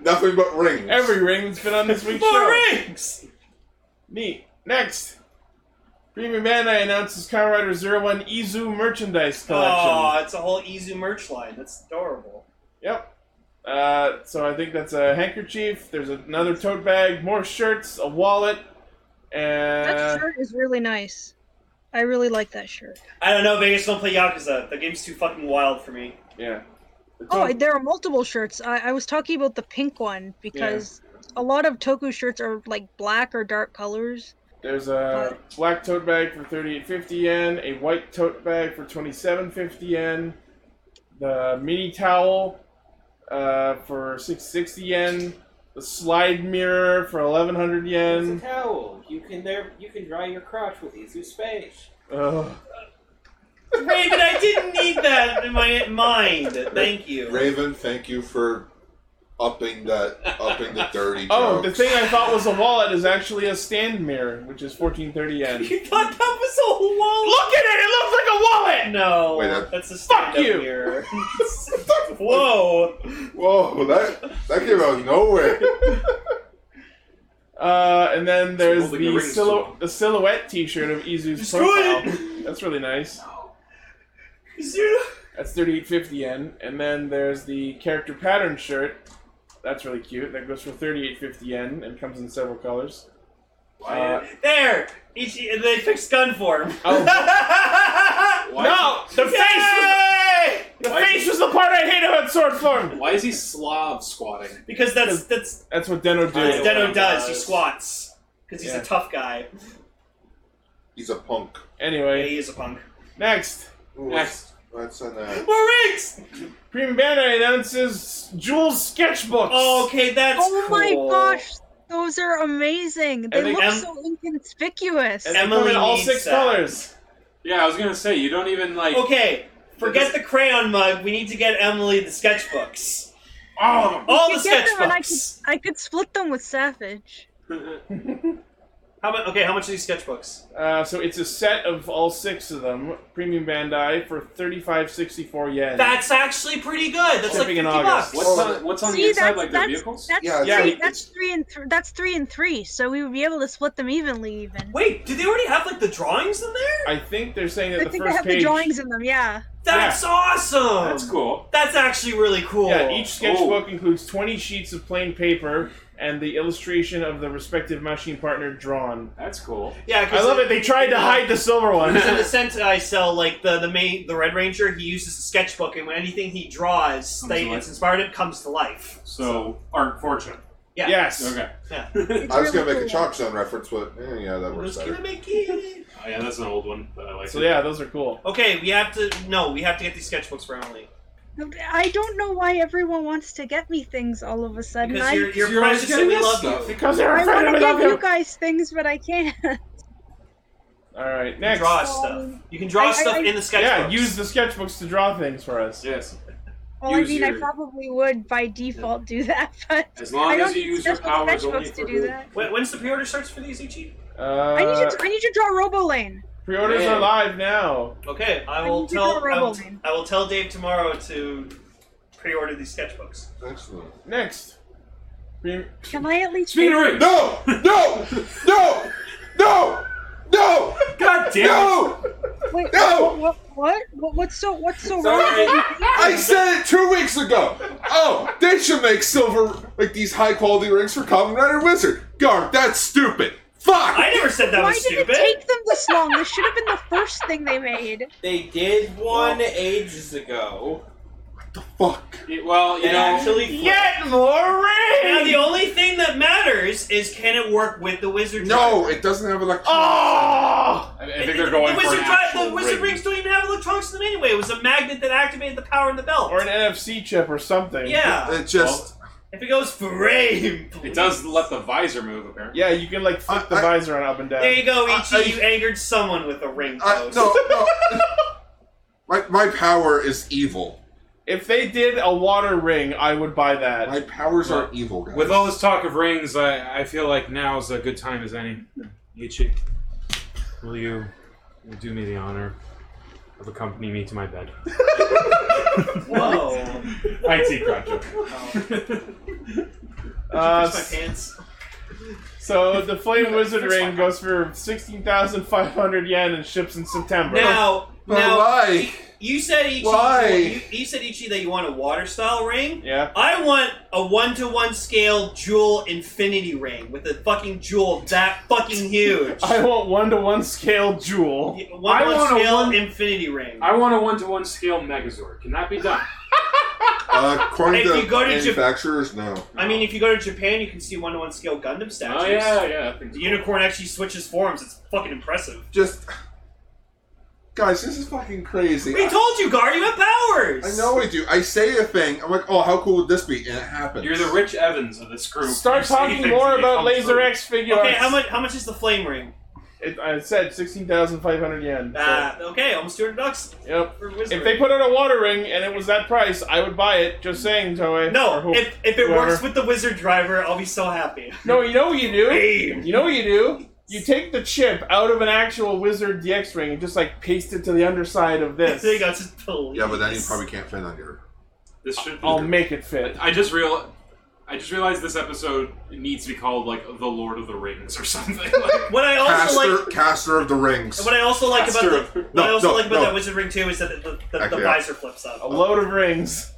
[SPEAKER 5] Nothing but rings.
[SPEAKER 2] Every ring that's been on this week's
[SPEAKER 4] More
[SPEAKER 2] show.
[SPEAKER 4] rings.
[SPEAKER 2] Neat. Next. Premium Bandai announces Kamen Rider Zero One Izu merchandise collection.
[SPEAKER 4] Oh, it's a whole Izu merch line. That's adorable.
[SPEAKER 2] Yep. Uh, so I think that's a handkerchief. There's another tote bag, more shirts, a wallet,
[SPEAKER 7] That
[SPEAKER 2] and
[SPEAKER 7] shirt is really nice. I really like that shirt.
[SPEAKER 4] I don't know, Vegas don't play Yakuza. The game's too fucking wild for me.
[SPEAKER 2] yeah. The
[SPEAKER 7] Oh,
[SPEAKER 2] tote-
[SPEAKER 7] there are multiple shirts. I, I was talking about the pink one because a lot of Toku shirts are like black or dark colors.
[SPEAKER 2] there's a black tote bag for 38.50 yen, a white tote bag for 27.50 yen, the mini towel uh, for 660 yen, the slide mirror for 1100
[SPEAKER 3] It's a
[SPEAKER 2] yen.
[SPEAKER 3] towel. You can there. You can dry your crotch with easy space.
[SPEAKER 2] Ugh.
[SPEAKER 4] Raven, I didn't need that in my mind. Thank you.
[SPEAKER 5] Raven, thank you for upping that, upping the dirty.
[SPEAKER 2] Oh, the
[SPEAKER 5] jokes.
[SPEAKER 2] thing I thought was a wallet is actually a stand mirror, which is 14.30 yen.
[SPEAKER 4] You thought that was a wall?
[SPEAKER 2] Look at it! It looks like a wallet!
[SPEAKER 4] No,
[SPEAKER 5] Wait, that-
[SPEAKER 4] that's a
[SPEAKER 2] Fuck
[SPEAKER 4] stand-up
[SPEAKER 2] you!
[SPEAKER 4] mirror. Whoa!
[SPEAKER 5] Whoa, that that came out of nowhere.
[SPEAKER 2] Uh, and then there's
[SPEAKER 6] holding the
[SPEAKER 2] the,
[SPEAKER 6] rings
[SPEAKER 2] silhou-
[SPEAKER 6] too long.
[SPEAKER 2] the silhouette T-shirt of Izu's
[SPEAKER 4] Destroy
[SPEAKER 2] profile. That's really nice.
[SPEAKER 3] Zero.
[SPEAKER 2] That's 38.50 yen. And then there's the character pattern shirt. That's really cute. That goes for 38.50 yen and comes in several colors. Uh,
[SPEAKER 4] there! Ichi, and they fixed gun form.
[SPEAKER 2] Oh.
[SPEAKER 6] Why,
[SPEAKER 2] no, the face. Was
[SPEAKER 4] Yay!
[SPEAKER 2] the, the
[SPEAKER 6] Why-
[SPEAKER 2] face was the part I hate about sword form.
[SPEAKER 6] why is he Slav squatting?
[SPEAKER 4] Because that's that's
[SPEAKER 2] That's what Deno
[SPEAKER 4] what
[SPEAKER 3] I-
[SPEAKER 2] did.
[SPEAKER 4] Deno
[SPEAKER 3] Deno
[SPEAKER 4] does. He
[SPEAKER 3] does.
[SPEAKER 4] squats because he's
[SPEAKER 2] Yeah.
[SPEAKER 4] a tough guy.
[SPEAKER 5] He's a punk.
[SPEAKER 4] Yeah,
[SPEAKER 2] Anyway,
[SPEAKER 4] he is a punk.
[SPEAKER 2] next,
[SPEAKER 5] Ooh,
[SPEAKER 6] Next.
[SPEAKER 5] That's an. Uh,
[SPEAKER 4] More rings.
[SPEAKER 2] Premium Bandai announces Jules sketchbooks.
[SPEAKER 4] Oh, okay, that's
[SPEAKER 7] Oh my
[SPEAKER 4] cool.
[SPEAKER 7] gosh, those are amazing. They
[SPEAKER 2] And they-
[SPEAKER 7] look
[SPEAKER 4] and-
[SPEAKER 7] so inconspicuous.
[SPEAKER 2] and they come
[SPEAKER 4] Emily
[SPEAKER 2] in all
[SPEAKER 4] needs
[SPEAKER 2] six
[SPEAKER 4] that.
[SPEAKER 2] colors.
[SPEAKER 6] Yeah, I was gonna say you don't even like.
[SPEAKER 4] Okay, forget the crayon mug. We need to get Emily the sketchbooks.
[SPEAKER 2] All of them.
[SPEAKER 4] All
[SPEAKER 7] You
[SPEAKER 4] the
[SPEAKER 7] could get them and I
[SPEAKER 4] sketchbooks.
[SPEAKER 7] I could split them with Savage.
[SPEAKER 4] How much? Okay, how much are these sketchbooks?
[SPEAKER 2] Uh, so it's a set of all six of them. Premium Bandai for 35.64 yen.
[SPEAKER 4] That's actually pretty good. That's
[SPEAKER 2] Shipping in
[SPEAKER 4] like fifty
[SPEAKER 2] August.
[SPEAKER 4] bucks.
[SPEAKER 6] What's on, what's on the
[SPEAKER 7] Oh. See,
[SPEAKER 6] inside,
[SPEAKER 7] that's
[SPEAKER 6] like their
[SPEAKER 7] that's
[SPEAKER 6] vehicles?
[SPEAKER 7] that's,
[SPEAKER 5] Yeah,
[SPEAKER 2] yeah,
[SPEAKER 7] three,
[SPEAKER 2] he-
[SPEAKER 7] that's three and th- that's three and three. So we would be able to split them evenly. Even
[SPEAKER 4] Wait, do they already have like the drawings in there?
[SPEAKER 2] I think they're saying that
[SPEAKER 7] I
[SPEAKER 2] the
[SPEAKER 7] think they
[SPEAKER 2] first
[SPEAKER 7] have the
[SPEAKER 2] page.
[SPEAKER 7] drawings in them. Yeah.
[SPEAKER 4] That's awesome.
[SPEAKER 6] That's cool.
[SPEAKER 4] That's actually really cool.
[SPEAKER 2] Yeah, each sketchbook includes 20 sheets of plain paper and the illustration of the respective machine partner drawn.
[SPEAKER 6] That's cool.
[SPEAKER 4] Yeah, 'cause
[SPEAKER 2] I love it. They tried to hide the silver one.
[SPEAKER 4] So the sentai I sell, like the the main the Red Ranger, he uses a sketchbook, and when anything he draws,
[SPEAKER 6] Comes
[SPEAKER 4] they
[SPEAKER 6] to life.
[SPEAKER 4] it's inspired it comes to life.
[SPEAKER 6] So art fortune.
[SPEAKER 4] Yeah.
[SPEAKER 2] Yes.
[SPEAKER 6] Okay. Oh,
[SPEAKER 4] Yeah.
[SPEAKER 7] It's
[SPEAKER 5] I was
[SPEAKER 7] really
[SPEAKER 5] gonna make a
[SPEAKER 7] cool.
[SPEAKER 5] Chalk Zone reference, but eh, yeah, that
[SPEAKER 4] I'm
[SPEAKER 5] works
[SPEAKER 4] just
[SPEAKER 5] better.
[SPEAKER 4] gonna make it.
[SPEAKER 6] Oh, yeah, that's an old one, but I like
[SPEAKER 2] So
[SPEAKER 6] it.
[SPEAKER 2] yeah, those are cool.
[SPEAKER 4] Okay, we have to no, we have to get these sketchbooks for Emily
[SPEAKER 7] I don't know why everyone wants to get me things all of a sudden.
[SPEAKER 4] because
[SPEAKER 7] I
[SPEAKER 4] you're you're,
[SPEAKER 6] You're always
[SPEAKER 4] precious and we
[SPEAKER 6] getting
[SPEAKER 4] love
[SPEAKER 6] us
[SPEAKER 4] you.
[SPEAKER 6] stuff.
[SPEAKER 2] Because they're
[SPEAKER 7] I
[SPEAKER 2] afraid
[SPEAKER 7] want
[SPEAKER 2] of
[SPEAKER 7] to
[SPEAKER 2] it.
[SPEAKER 7] give
[SPEAKER 2] love
[SPEAKER 7] you
[SPEAKER 2] you.
[SPEAKER 7] guys things, but I can't.
[SPEAKER 2] All right,
[SPEAKER 4] You can
[SPEAKER 2] next.
[SPEAKER 4] draw us
[SPEAKER 7] Um,
[SPEAKER 4] stuff. You can draw
[SPEAKER 7] I-
[SPEAKER 4] us stuff
[SPEAKER 7] I-
[SPEAKER 4] in the sketchbooks.
[SPEAKER 2] Yeah, use the sketchbooks to draw things for us.
[SPEAKER 6] Yes.
[SPEAKER 7] Well, I
[SPEAKER 6] Use
[SPEAKER 7] mean, I
[SPEAKER 6] your-
[SPEAKER 7] probably would by default do that, but
[SPEAKER 6] As
[SPEAKER 7] I
[SPEAKER 6] long
[SPEAKER 7] don't
[SPEAKER 6] as you
[SPEAKER 7] need
[SPEAKER 6] use your
[SPEAKER 7] special
[SPEAKER 6] powers only
[SPEAKER 7] sketchbooks
[SPEAKER 6] for
[SPEAKER 7] to do
[SPEAKER 6] who-
[SPEAKER 7] that.
[SPEAKER 4] When, when's the pre-order starts for these, Ichi?
[SPEAKER 2] Uh,
[SPEAKER 7] I need to. I need to draw Robo Lane.
[SPEAKER 2] pre-orders
[SPEAKER 6] Man.
[SPEAKER 2] are live now.
[SPEAKER 4] Okay, I
[SPEAKER 7] I
[SPEAKER 4] will
[SPEAKER 7] need to
[SPEAKER 4] tell.
[SPEAKER 7] draw
[SPEAKER 4] I will,
[SPEAKER 7] Rebel.
[SPEAKER 4] I will tell Dave tomorrow to pre-order these sketchbooks.
[SPEAKER 5] Excellent.
[SPEAKER 2] Next. Pre-
[SPEAKER 7] Can I at least?
[SPEAKER 6] Speaking of rings,
[SPEAKER 5] No! No! No! No! No!
[SPEAKER 6] God damn it!
[SPEAKER 5] No!
[SPEAKER 7] Wait,
[SPEAKER 5] No!
[SPEAKER 7] What, what, what? What- What's so? What's so wrong?
[SPEAKER 6] Sorry.
[SPEAKER 7] with these?
[SPEAKER 5] I said it two weeks ago. Oh, they should make silver like these high quality rings for Common Rider Wizard. Garb, that's stupid. Fuck.
[SPEAKER 4] I never said that
[SPEAKER 7] Why
[SPEAKER 4] was
[SPEAKER 7] did it
[SPEAKER 4] stupid.
[SPEAKER 7] take them this long? This should have been the first thing they made.
[SPEAKER 3] They did one ages ago.
[SPEAKER 5] Fuck.
[SPEAKER 6] It- well, you
[SPEAKER 3] It
[SPEAKER 6] know,
[SPEAKER 3] actually flipped.
[SPEAKER 2] Get more
[SPEAKER 4] Now the
[SPEAKER 2] rings.
[SPEAKER 4] only thing that matters is can it work with the wizard?
[SPEAKER 5] No,
[SPEAKER 4] drive?
[SPEAKER 5] it doesn't have electronics.
[SPEAKER 2] Oh!
[SPEAKER 6] I, I think they're going
[SPEAKER 4] the
[SPEAKER 6] for
[SPEAKER 4] wizard
[SPEAKER 6] an
[SPEAKER 4] drive-
[SPEAKER 6] actual
[SPEAKER 4] The wizard
[SPEAKER 6] ring.
[SPEAKER 4] rings don't even have electronics in them anyway. It was a magnet that activated the power in the belt.
[SPEAKER 2] Or an NFC chip or something.
[SPEAKER 4] yeah,
[SPEAKER 5] It just
[SPEAKER 4] if it goes frame,
[SPEAKER 6] It does let the visor move apparently.
[SPEAKER 2] Yeah, you can like flip the
[SPEAKER 5] I- I-
[SPEAKER 2] visor on up and down.
[SPEAKER 4] There you go,
[SPEAKER 5] I-
[SPEAKER 4] Ichi.
[SPEAKER 5] I-
[SPEAKER 4] you angered someone with a ring
[SPEAKER 5] I,
[SPEAKER 4] post.
[SPEAKER 5] no, no. my my power is evil.
[SPEAKER 2] If they did a water ring, I would buy that.
[SPEAKER 5] My powers are evil, guys.
[SPEAKER 6] With all this talk of rings, I, I feel like now is a good time as any. Ichi, will you will you do me the honor of accompanying me to my bed?
[SPEAKER 4] Whoa!
[SPEAKER 6] I see, crowd joke.
[SPEAKER 2] Uh,
[SPEAKER 4] Fix my pants.
[SPEAKER 2] so the flame wizard
[SPEAKER 4] Fix my
[SPEAKER 2] ring goes for sixteen thousand five hundred yen and ships in September.
[SPEAKER 4] Now,
[SPEAKER 5] But
[SPEAKER 4] now,
[SPEAKER 5] why?
[SPEAKER 4] you said Ichi.
[SPEAKER 5] Why?
[SPEAKER 4] You, you said Ichi that you want a water style ring.
[SPEAKER 2] yeah,
[SPEAKER 4] I want a one to one scale jewel infinity ring with a fucking jewel that fucking huge.
[SPEAKER 2] I want one to one scale jewel.
[SPEAKER 4] One
[SPEAKER 6] I
[SPEAKER 4] to one
[SPEAKER 6] want a
[SPEAKER 4] scale
[SPEAKER 6] one-
[SPEAKER 4] infinity ring.
[SPEAKER 6] I want a one-to-one scale Megazord. Can that be done?
[SPEAKER 5] Uh, according
[SPEAKER 4] If
[SPEAKER 5] to
[SPEAKER 4] you go to Jap-
[SPEAKER 5] manufacturers, no.
[SPEAKER 4] I mean, if you go to Japan, you can see one to one scale Gundam statues.
[SPEAKER 6] Oh yeah, yeah. that thing's
[SPEAKER 4] The
[SPEAKER 6] cool.
[SPEAKER 4] unicorn actually switches forms. It's fucking impressive.
[SPEAKER 5] Just guys, this is fucking crazy.
[SPEAKER 4] We told you, Gar, you have powers.
[SPEAKER 5] I know I do. I say a thing. I'm like, oh, how cool would this be? And it happens.
[SPEAKER 6] You're the Rich Evans of this group.
[SPEAKER 2] Start
[SPEAKER 6] You say
[SPEAKER 2] talking
[SPEAKER 6] things
[SPEAKER 2] more
[SPEAKER 6] and they
[SPEAKER 2] about
[SPEAKER 6] come
[SPEAKER 2] Laser
[SPEAKER 6] true.
[SPEAKER 2] X figure
[SPEAKER 4] Okay,
[SPEAKER 2] arts.
[SPEAKER 4] how much? How much is the flame ring?
[SPEAKER 2] It, I said sixteen thousand five hundred yen. so-
[SPEAKER 4] Uh, okay, almost two hundred bucks
[SPEAKER 2] yep.
[SPEAKER 4] for wizard.
[SPEAKER 2] If they put out a water ring and it was that price, I would buy it. Just saying, Toei. Or
[SPEAKER 4] no,
[SPEAKER 2] who-
[SPEAKER 4] if, if it
[SPEAKER 2] whoever.
[SPEAKER 4] works with the wizard driver, I'll be so happy.
[SPEAKER 2] no, you know what you do.
[SPEAKER 4] Aim.
[SPEAKER 2] You know what you do? You take the chip out of an actual Wizard DX ring and just like paste it to the underside of this.
[SPEAKER 4] There you go. Just police.
[SPEAKER 5] yeah, but then you probably can't fit on your.
[SPEAKER 2] Oh,
[SPEAKER 6] This should be.
[SPEAKER 2] I'll make it fit.
[SPEAKER 6] I just real.
[SPEAKER 1] I just realized this episode needs to be called like the Lord of the Rings or something. Like,
[SPEAKER 4] What I also
[SPEAKER 5] Caster,
[SPEAKER 4] like,
[SPEAKER 5] caster of the rings.
[SPEAKER 4] what I also like about
[SPEAKER 1] Caster
[SPEAKER 4] the,
[SPEAKER 1] of-
[SPEAKER 4] what
[SPEAKER 5] No,
[SPEAKER 4] I also
[SPEAKER 5] no,
[SPEAKER 4] like about
[SPEAKER 5] no.
[SPEAKER 4] that Wizard Ring too is that the, the, the,
[SPEAKER 5] Actually, yeah.
[SPEAKER 4] visor flips up.
[SPEAKER 2] A load of rings.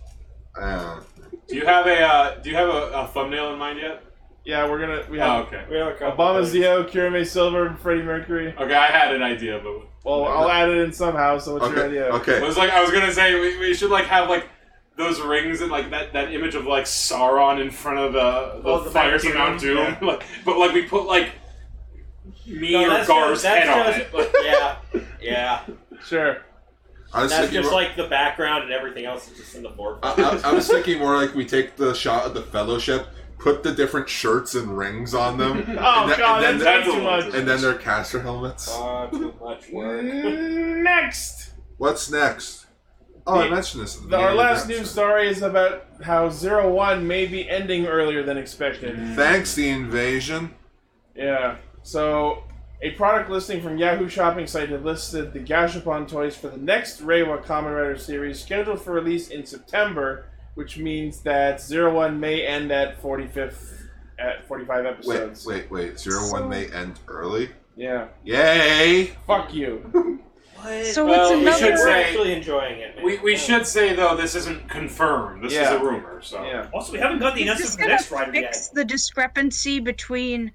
[SPEAKER 5] Uh,
[SPEAKER 1] do you have a uh, Do you have a, a thumbnail in mind yet?
[SPEAKER 2] Yeah, we're gonna we
[SPEAKER 1] Oh,
[SPEAKER 2] have
[SPEAKER 1] okay.
[SPEAKER 3] We have a couple
[SPEAKER 2] Obama
[SPEAKER 3] things.
[SPEAKER 2] Zio, Kirame Silver, and Freddie Mercury.
[SPEAKER 1] Okay, I had an idea, but
[SPEAKER 2] Well, I'll add it in somehow. So what's your
[SPEAKER 5] okay.
[SPEAKER 2] idea?
[SPEAKER 1] I
[SPEAKER 5] Okay.
[SPEAKER 1] was like, I was gonna say we, we should like have like those rings and like that, that image of like Sauron in front of the the
[SPEAKER 4] Oh, the
[SPEAKER 1] fires of Mount
[SPEAKER 4] Mount
[SPEAKER 1] Doom,
[SPEAKER 4] Doom,
[SPEAKER 1] like, but like we put like me
[SPEAKER 3] No,
[SPEAKER 1] or
[SPEAKER 3] that's
[SPEAKER 1] Gar's
[SPEAKER 3] just- that's
[SPEAKER 1] head on
[SPEAKER 3] just-
[SPEAKER 1] it. Like,
[SPEAKER 3] yeah, yeah.
[SPEAKER 2] Sure.
[SPEAKER 5] I was
[SPEAKER 3] That's
[SPEAKER 5] thinking
[SPEAKER 3] just
[SPEAKER 5] more-
[SPEAKER 3] like the background and everything else is just in the forefront.
[SPEAKER 1] Uh-uh.
[SPEAKER 5] I, I, I was thinking more like we take the shot of the fellowship, put the different shirts and rings on them, and,
[SPEAKER 2] Oh
[SPEAKER 5] then-
[SPEAKER 2] god, that's, way
[SPEAKER 5] and then,
[SPEAKER 1] that's
[SPEAKER 2] too
[SPEAKER 1] a lot.
[SPEAKER 2] much.
[SPEAKER 5] and then their caster helmets.
[SPEAKER 3] Ah, too much work.
[SPEAKER 2] Next,
[SPEAKER 5] What's next? Oh, I
[SPEAKER 2] The-
[SPEAKER 5] mentioned this. In the
[SPEAKER 2] The- our
[SPEAKER 5] beginning of the
[SPEAKER 2] last news
[SPEAKER 5] episode.
[SPEAKER 2] story is about how Zero One may be ending earlier than expected.
[SPEAKER 5] Thanks, the invasion.
[SPEAKER 2] Yeah. So, a product listing from Yahoo Shopping site had listed the Gashapon toys for the next Reiwa Kamen Rider series, scheduled for release in September, which means that Zero One may end at 45th at 45
[SPEAKER 5] Wait,
[SPEAKER 2] episodes.
[SPEAKER 5] wait, wait. Zero
[SPEAKER 7] So-
[SPEAKER 5] one may end early.
[SPEAKER 2] Yeah.
[SPEAKER 5] Yay!
[SPEAKER 2] Fuck you.
[SPEAKER 4] What?
[SPEAKER 7] So
[SPEAKER 1] Well, we
[SPEAKER 7] it's
[SPEAKER 1] should
[SPEAKER 7] another.
[SPEAKER 3] We're
[SPEAKER 1] say-
[SPEAKER 3] actually enjoying it. Man.
[SPEAKER 1] we we
[SPEAKER 3] Yeah.
[SPEAKER 1] should say though this isn't confirmed. This
[SPEAKER 2] Yeah.
[SPEAKER 1] is a rumor. So
[SPEAKER 2] Yeah.
[SPEAKER 4] Also, we haven't got the
[SPEAKER 7] It's
[SPEAKER 4] announcement
[SPEAKER 7] just
[SPEAKER 4] for the
[SPEAKER 7] gonna
[SPEAKER 4] next rider
[SPEAKER 7] fix
[SPEAKER 4] yet.
[SPEAKER 7] the discrepancy between.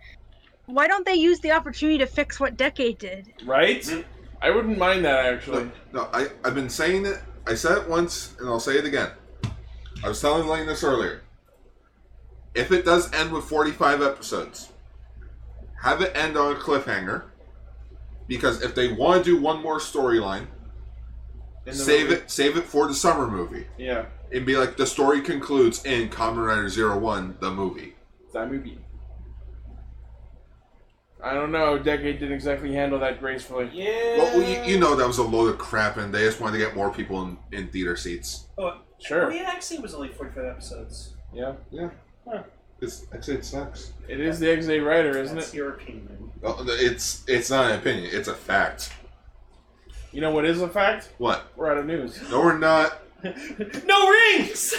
[SPEAKER 7] Why don't they use the opportunity to fix what Decade did?
[SPEAKER 2] Right?
[SPEAKER 5] Hmm?
[SPEAKER 1] Mm.
[SPEAKER 2] I wouldn't mind that actually.
[SPEAKER 5] No, no, I, I've been saying it. I said it once, and I'll say it again. I was telling Lane this earlier. If it does end with 45 episodes, have it end on a cliffhanger. Because if they want to do one more
[SPEAKER 2] In
[SPEAKER 5] storyline,
[SPEAKER 2] the
[SPEAKER 5] save
[SPEAKER 2] movie.
[SPEAKER 5] it, save it for the summer movie,
[SPEAKER 2] Yeah.
[SPEAKER 5] and be like, the story concludes in Kamen Rider Zero One, the movie.
[SPEAKER 2] That movie. I don't know. Decade didn't exactly handle that gracefully.
[SPEAKER 3] Yeah.
[SPEAKER 5] Well, you, you know that was a load of crap, and they just wanted to get more people in, in theater seats.
[SPEAKER 4] Well,
[SPEAKER 2] Sure.
[SPEAKER 4] it Oh, actually was only 45 episodes.
[SPEAKER 2] Yeah.
[SPEAKER 5] It's actually it sucks.
[SPEAKER 2] It is the X8 writer, isn't
[SPEAKER 4] That's
[SPEAKER 2] it?
[SPEAKER 4] your opinion.
[SPEAKER 5] Oh, It's it's not an opinion. It's a fact.
[SPEAKER 2] You know what is a fact?
[SPEAKER 5] What?
[SPEAKER 2] We're out of news.
[SPEAKER 5] No, we're not.
[SPEAKER 4] No rings!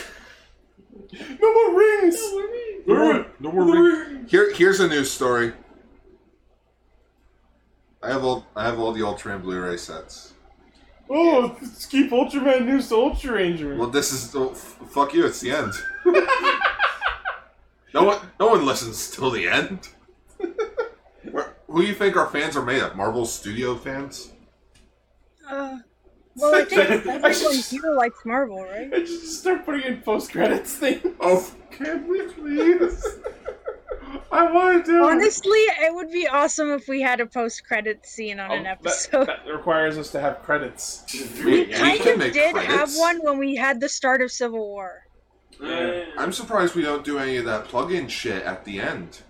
[SPEAKER 2] No more rings!
[SPEAKER 5] No, we're Here, here's a news story. I have all I have all the Ultraman Blu-ray sets.
[SPEAKER 2] Oh, let's keep Ultraman news to Ultra Ranger.
[SPEAKER 5] Well, this is oh, f- fuck you. It's the end. no one, no one listens till the end. Where, who do you think our fans are made of? Marvel Studio fans?
[SPEAKER 7] Uh, well, I think
[SPEAKER 2] I should
[SPEAKER 7] everyone
[SPEAKER 2] just-
[SPEAKER 7] here likes Marvel, right?
[SPEAKER 2] I should just start putting in post credits thing.
[SPEAKER 5] Oh, can we please? I want to do.
[SPEAKER 7] Honestly, it would be awesome if we had a post-credit scene on
[SPEAKER 2] Um,
[SPEAKER 7] an
[SPEAKER 2] that-
[SPEAKER 7] episode.
[SPEAKER 2] That, requires us to have credits.
[SPEAKER 7] we
[SPEAKER 5] we
[SPEAKER 7] kind
[SPEAKER 5] can
[SPEAKER 7] of
[SPEAKER 5] make
[SPEAKER 7] did have
[SPEAKER 5] credits.
[SPEAKER 7] one when we had the start of Civil War.
[SPEAKER 5] I'm surprised we don't do any of that plug-in shit at the end.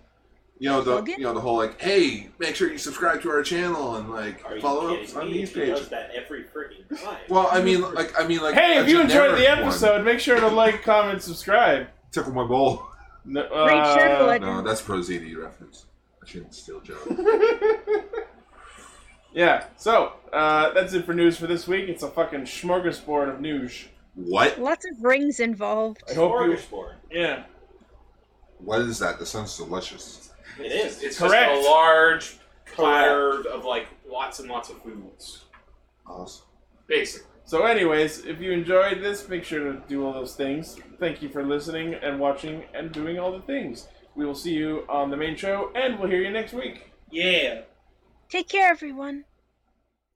[SPEAKER 5] You know the
[SPEAKER 7] Plug-in?
[SPEAKER 5] you know the whole like, hey, make sure you subscribe to our channel and like
[SPEAKER 3] Are you
[SPEAKER 5] follow
[SPEAKER 3] kidding
[SPEAKER 5] up on
[SPEAKER 3] me?
[SPEAKER 5] these
[SPEAKER 3] He
[SPEAKER 5] pages.
[SPEAKER 3] does that every freaking time.
[SPEAKER 5] Well, I mean, like, I mean, like.
[SPEAKER 2] hey,
[SPEAKER 5] a
[SPEAKER 2] if you enjoyed the
[SPEAKER 5] generic one.
[SPEAKER 2] episode, make sure to like, comment, subscribe.
[SPEAKER 5] tickle my bowl.
[SPEAKER 2] No,
[SPEAKER 7] Great
[SPEAKER 2] uh,
[SPEAKER 7] Shadow Legend.
[SPEAKER 5] No, that's pro ZD reference. I shouldn't steal Joe.
[SPEAKER 2] uh, Yeah, so uh, that's it for news for this week. It's a fucking smorgasbord of news.
[SPEAKER 5] what?
[SPEAKER 7] Lots of rings involved.
[SPEAKER 2] I hope you.
[SPEAKER 3] Smorgasbord.
[SPEAKER 2] Yeah,
[SPEAKER 5] What is that? That sounds delicious.
[SPEAKER 3] It is.
[SPEAKER 1] it's
[SPEAKER 2] Correct.
[SPEAKER 1] just a large platter of like lots and lots of foods,
[SPEAKER 5] Awesome.
[SPEAKER 1] basically.
[SPEAKER 2] So, anyways, if you enjoyed this, make sure to do all those things. Thank you for listening and watching and doing all the things. We will see you on the main show, and we'll hear you next week.
[SPEAKER 4] Yeah.
[SPEAKER 7] Take care, everyone.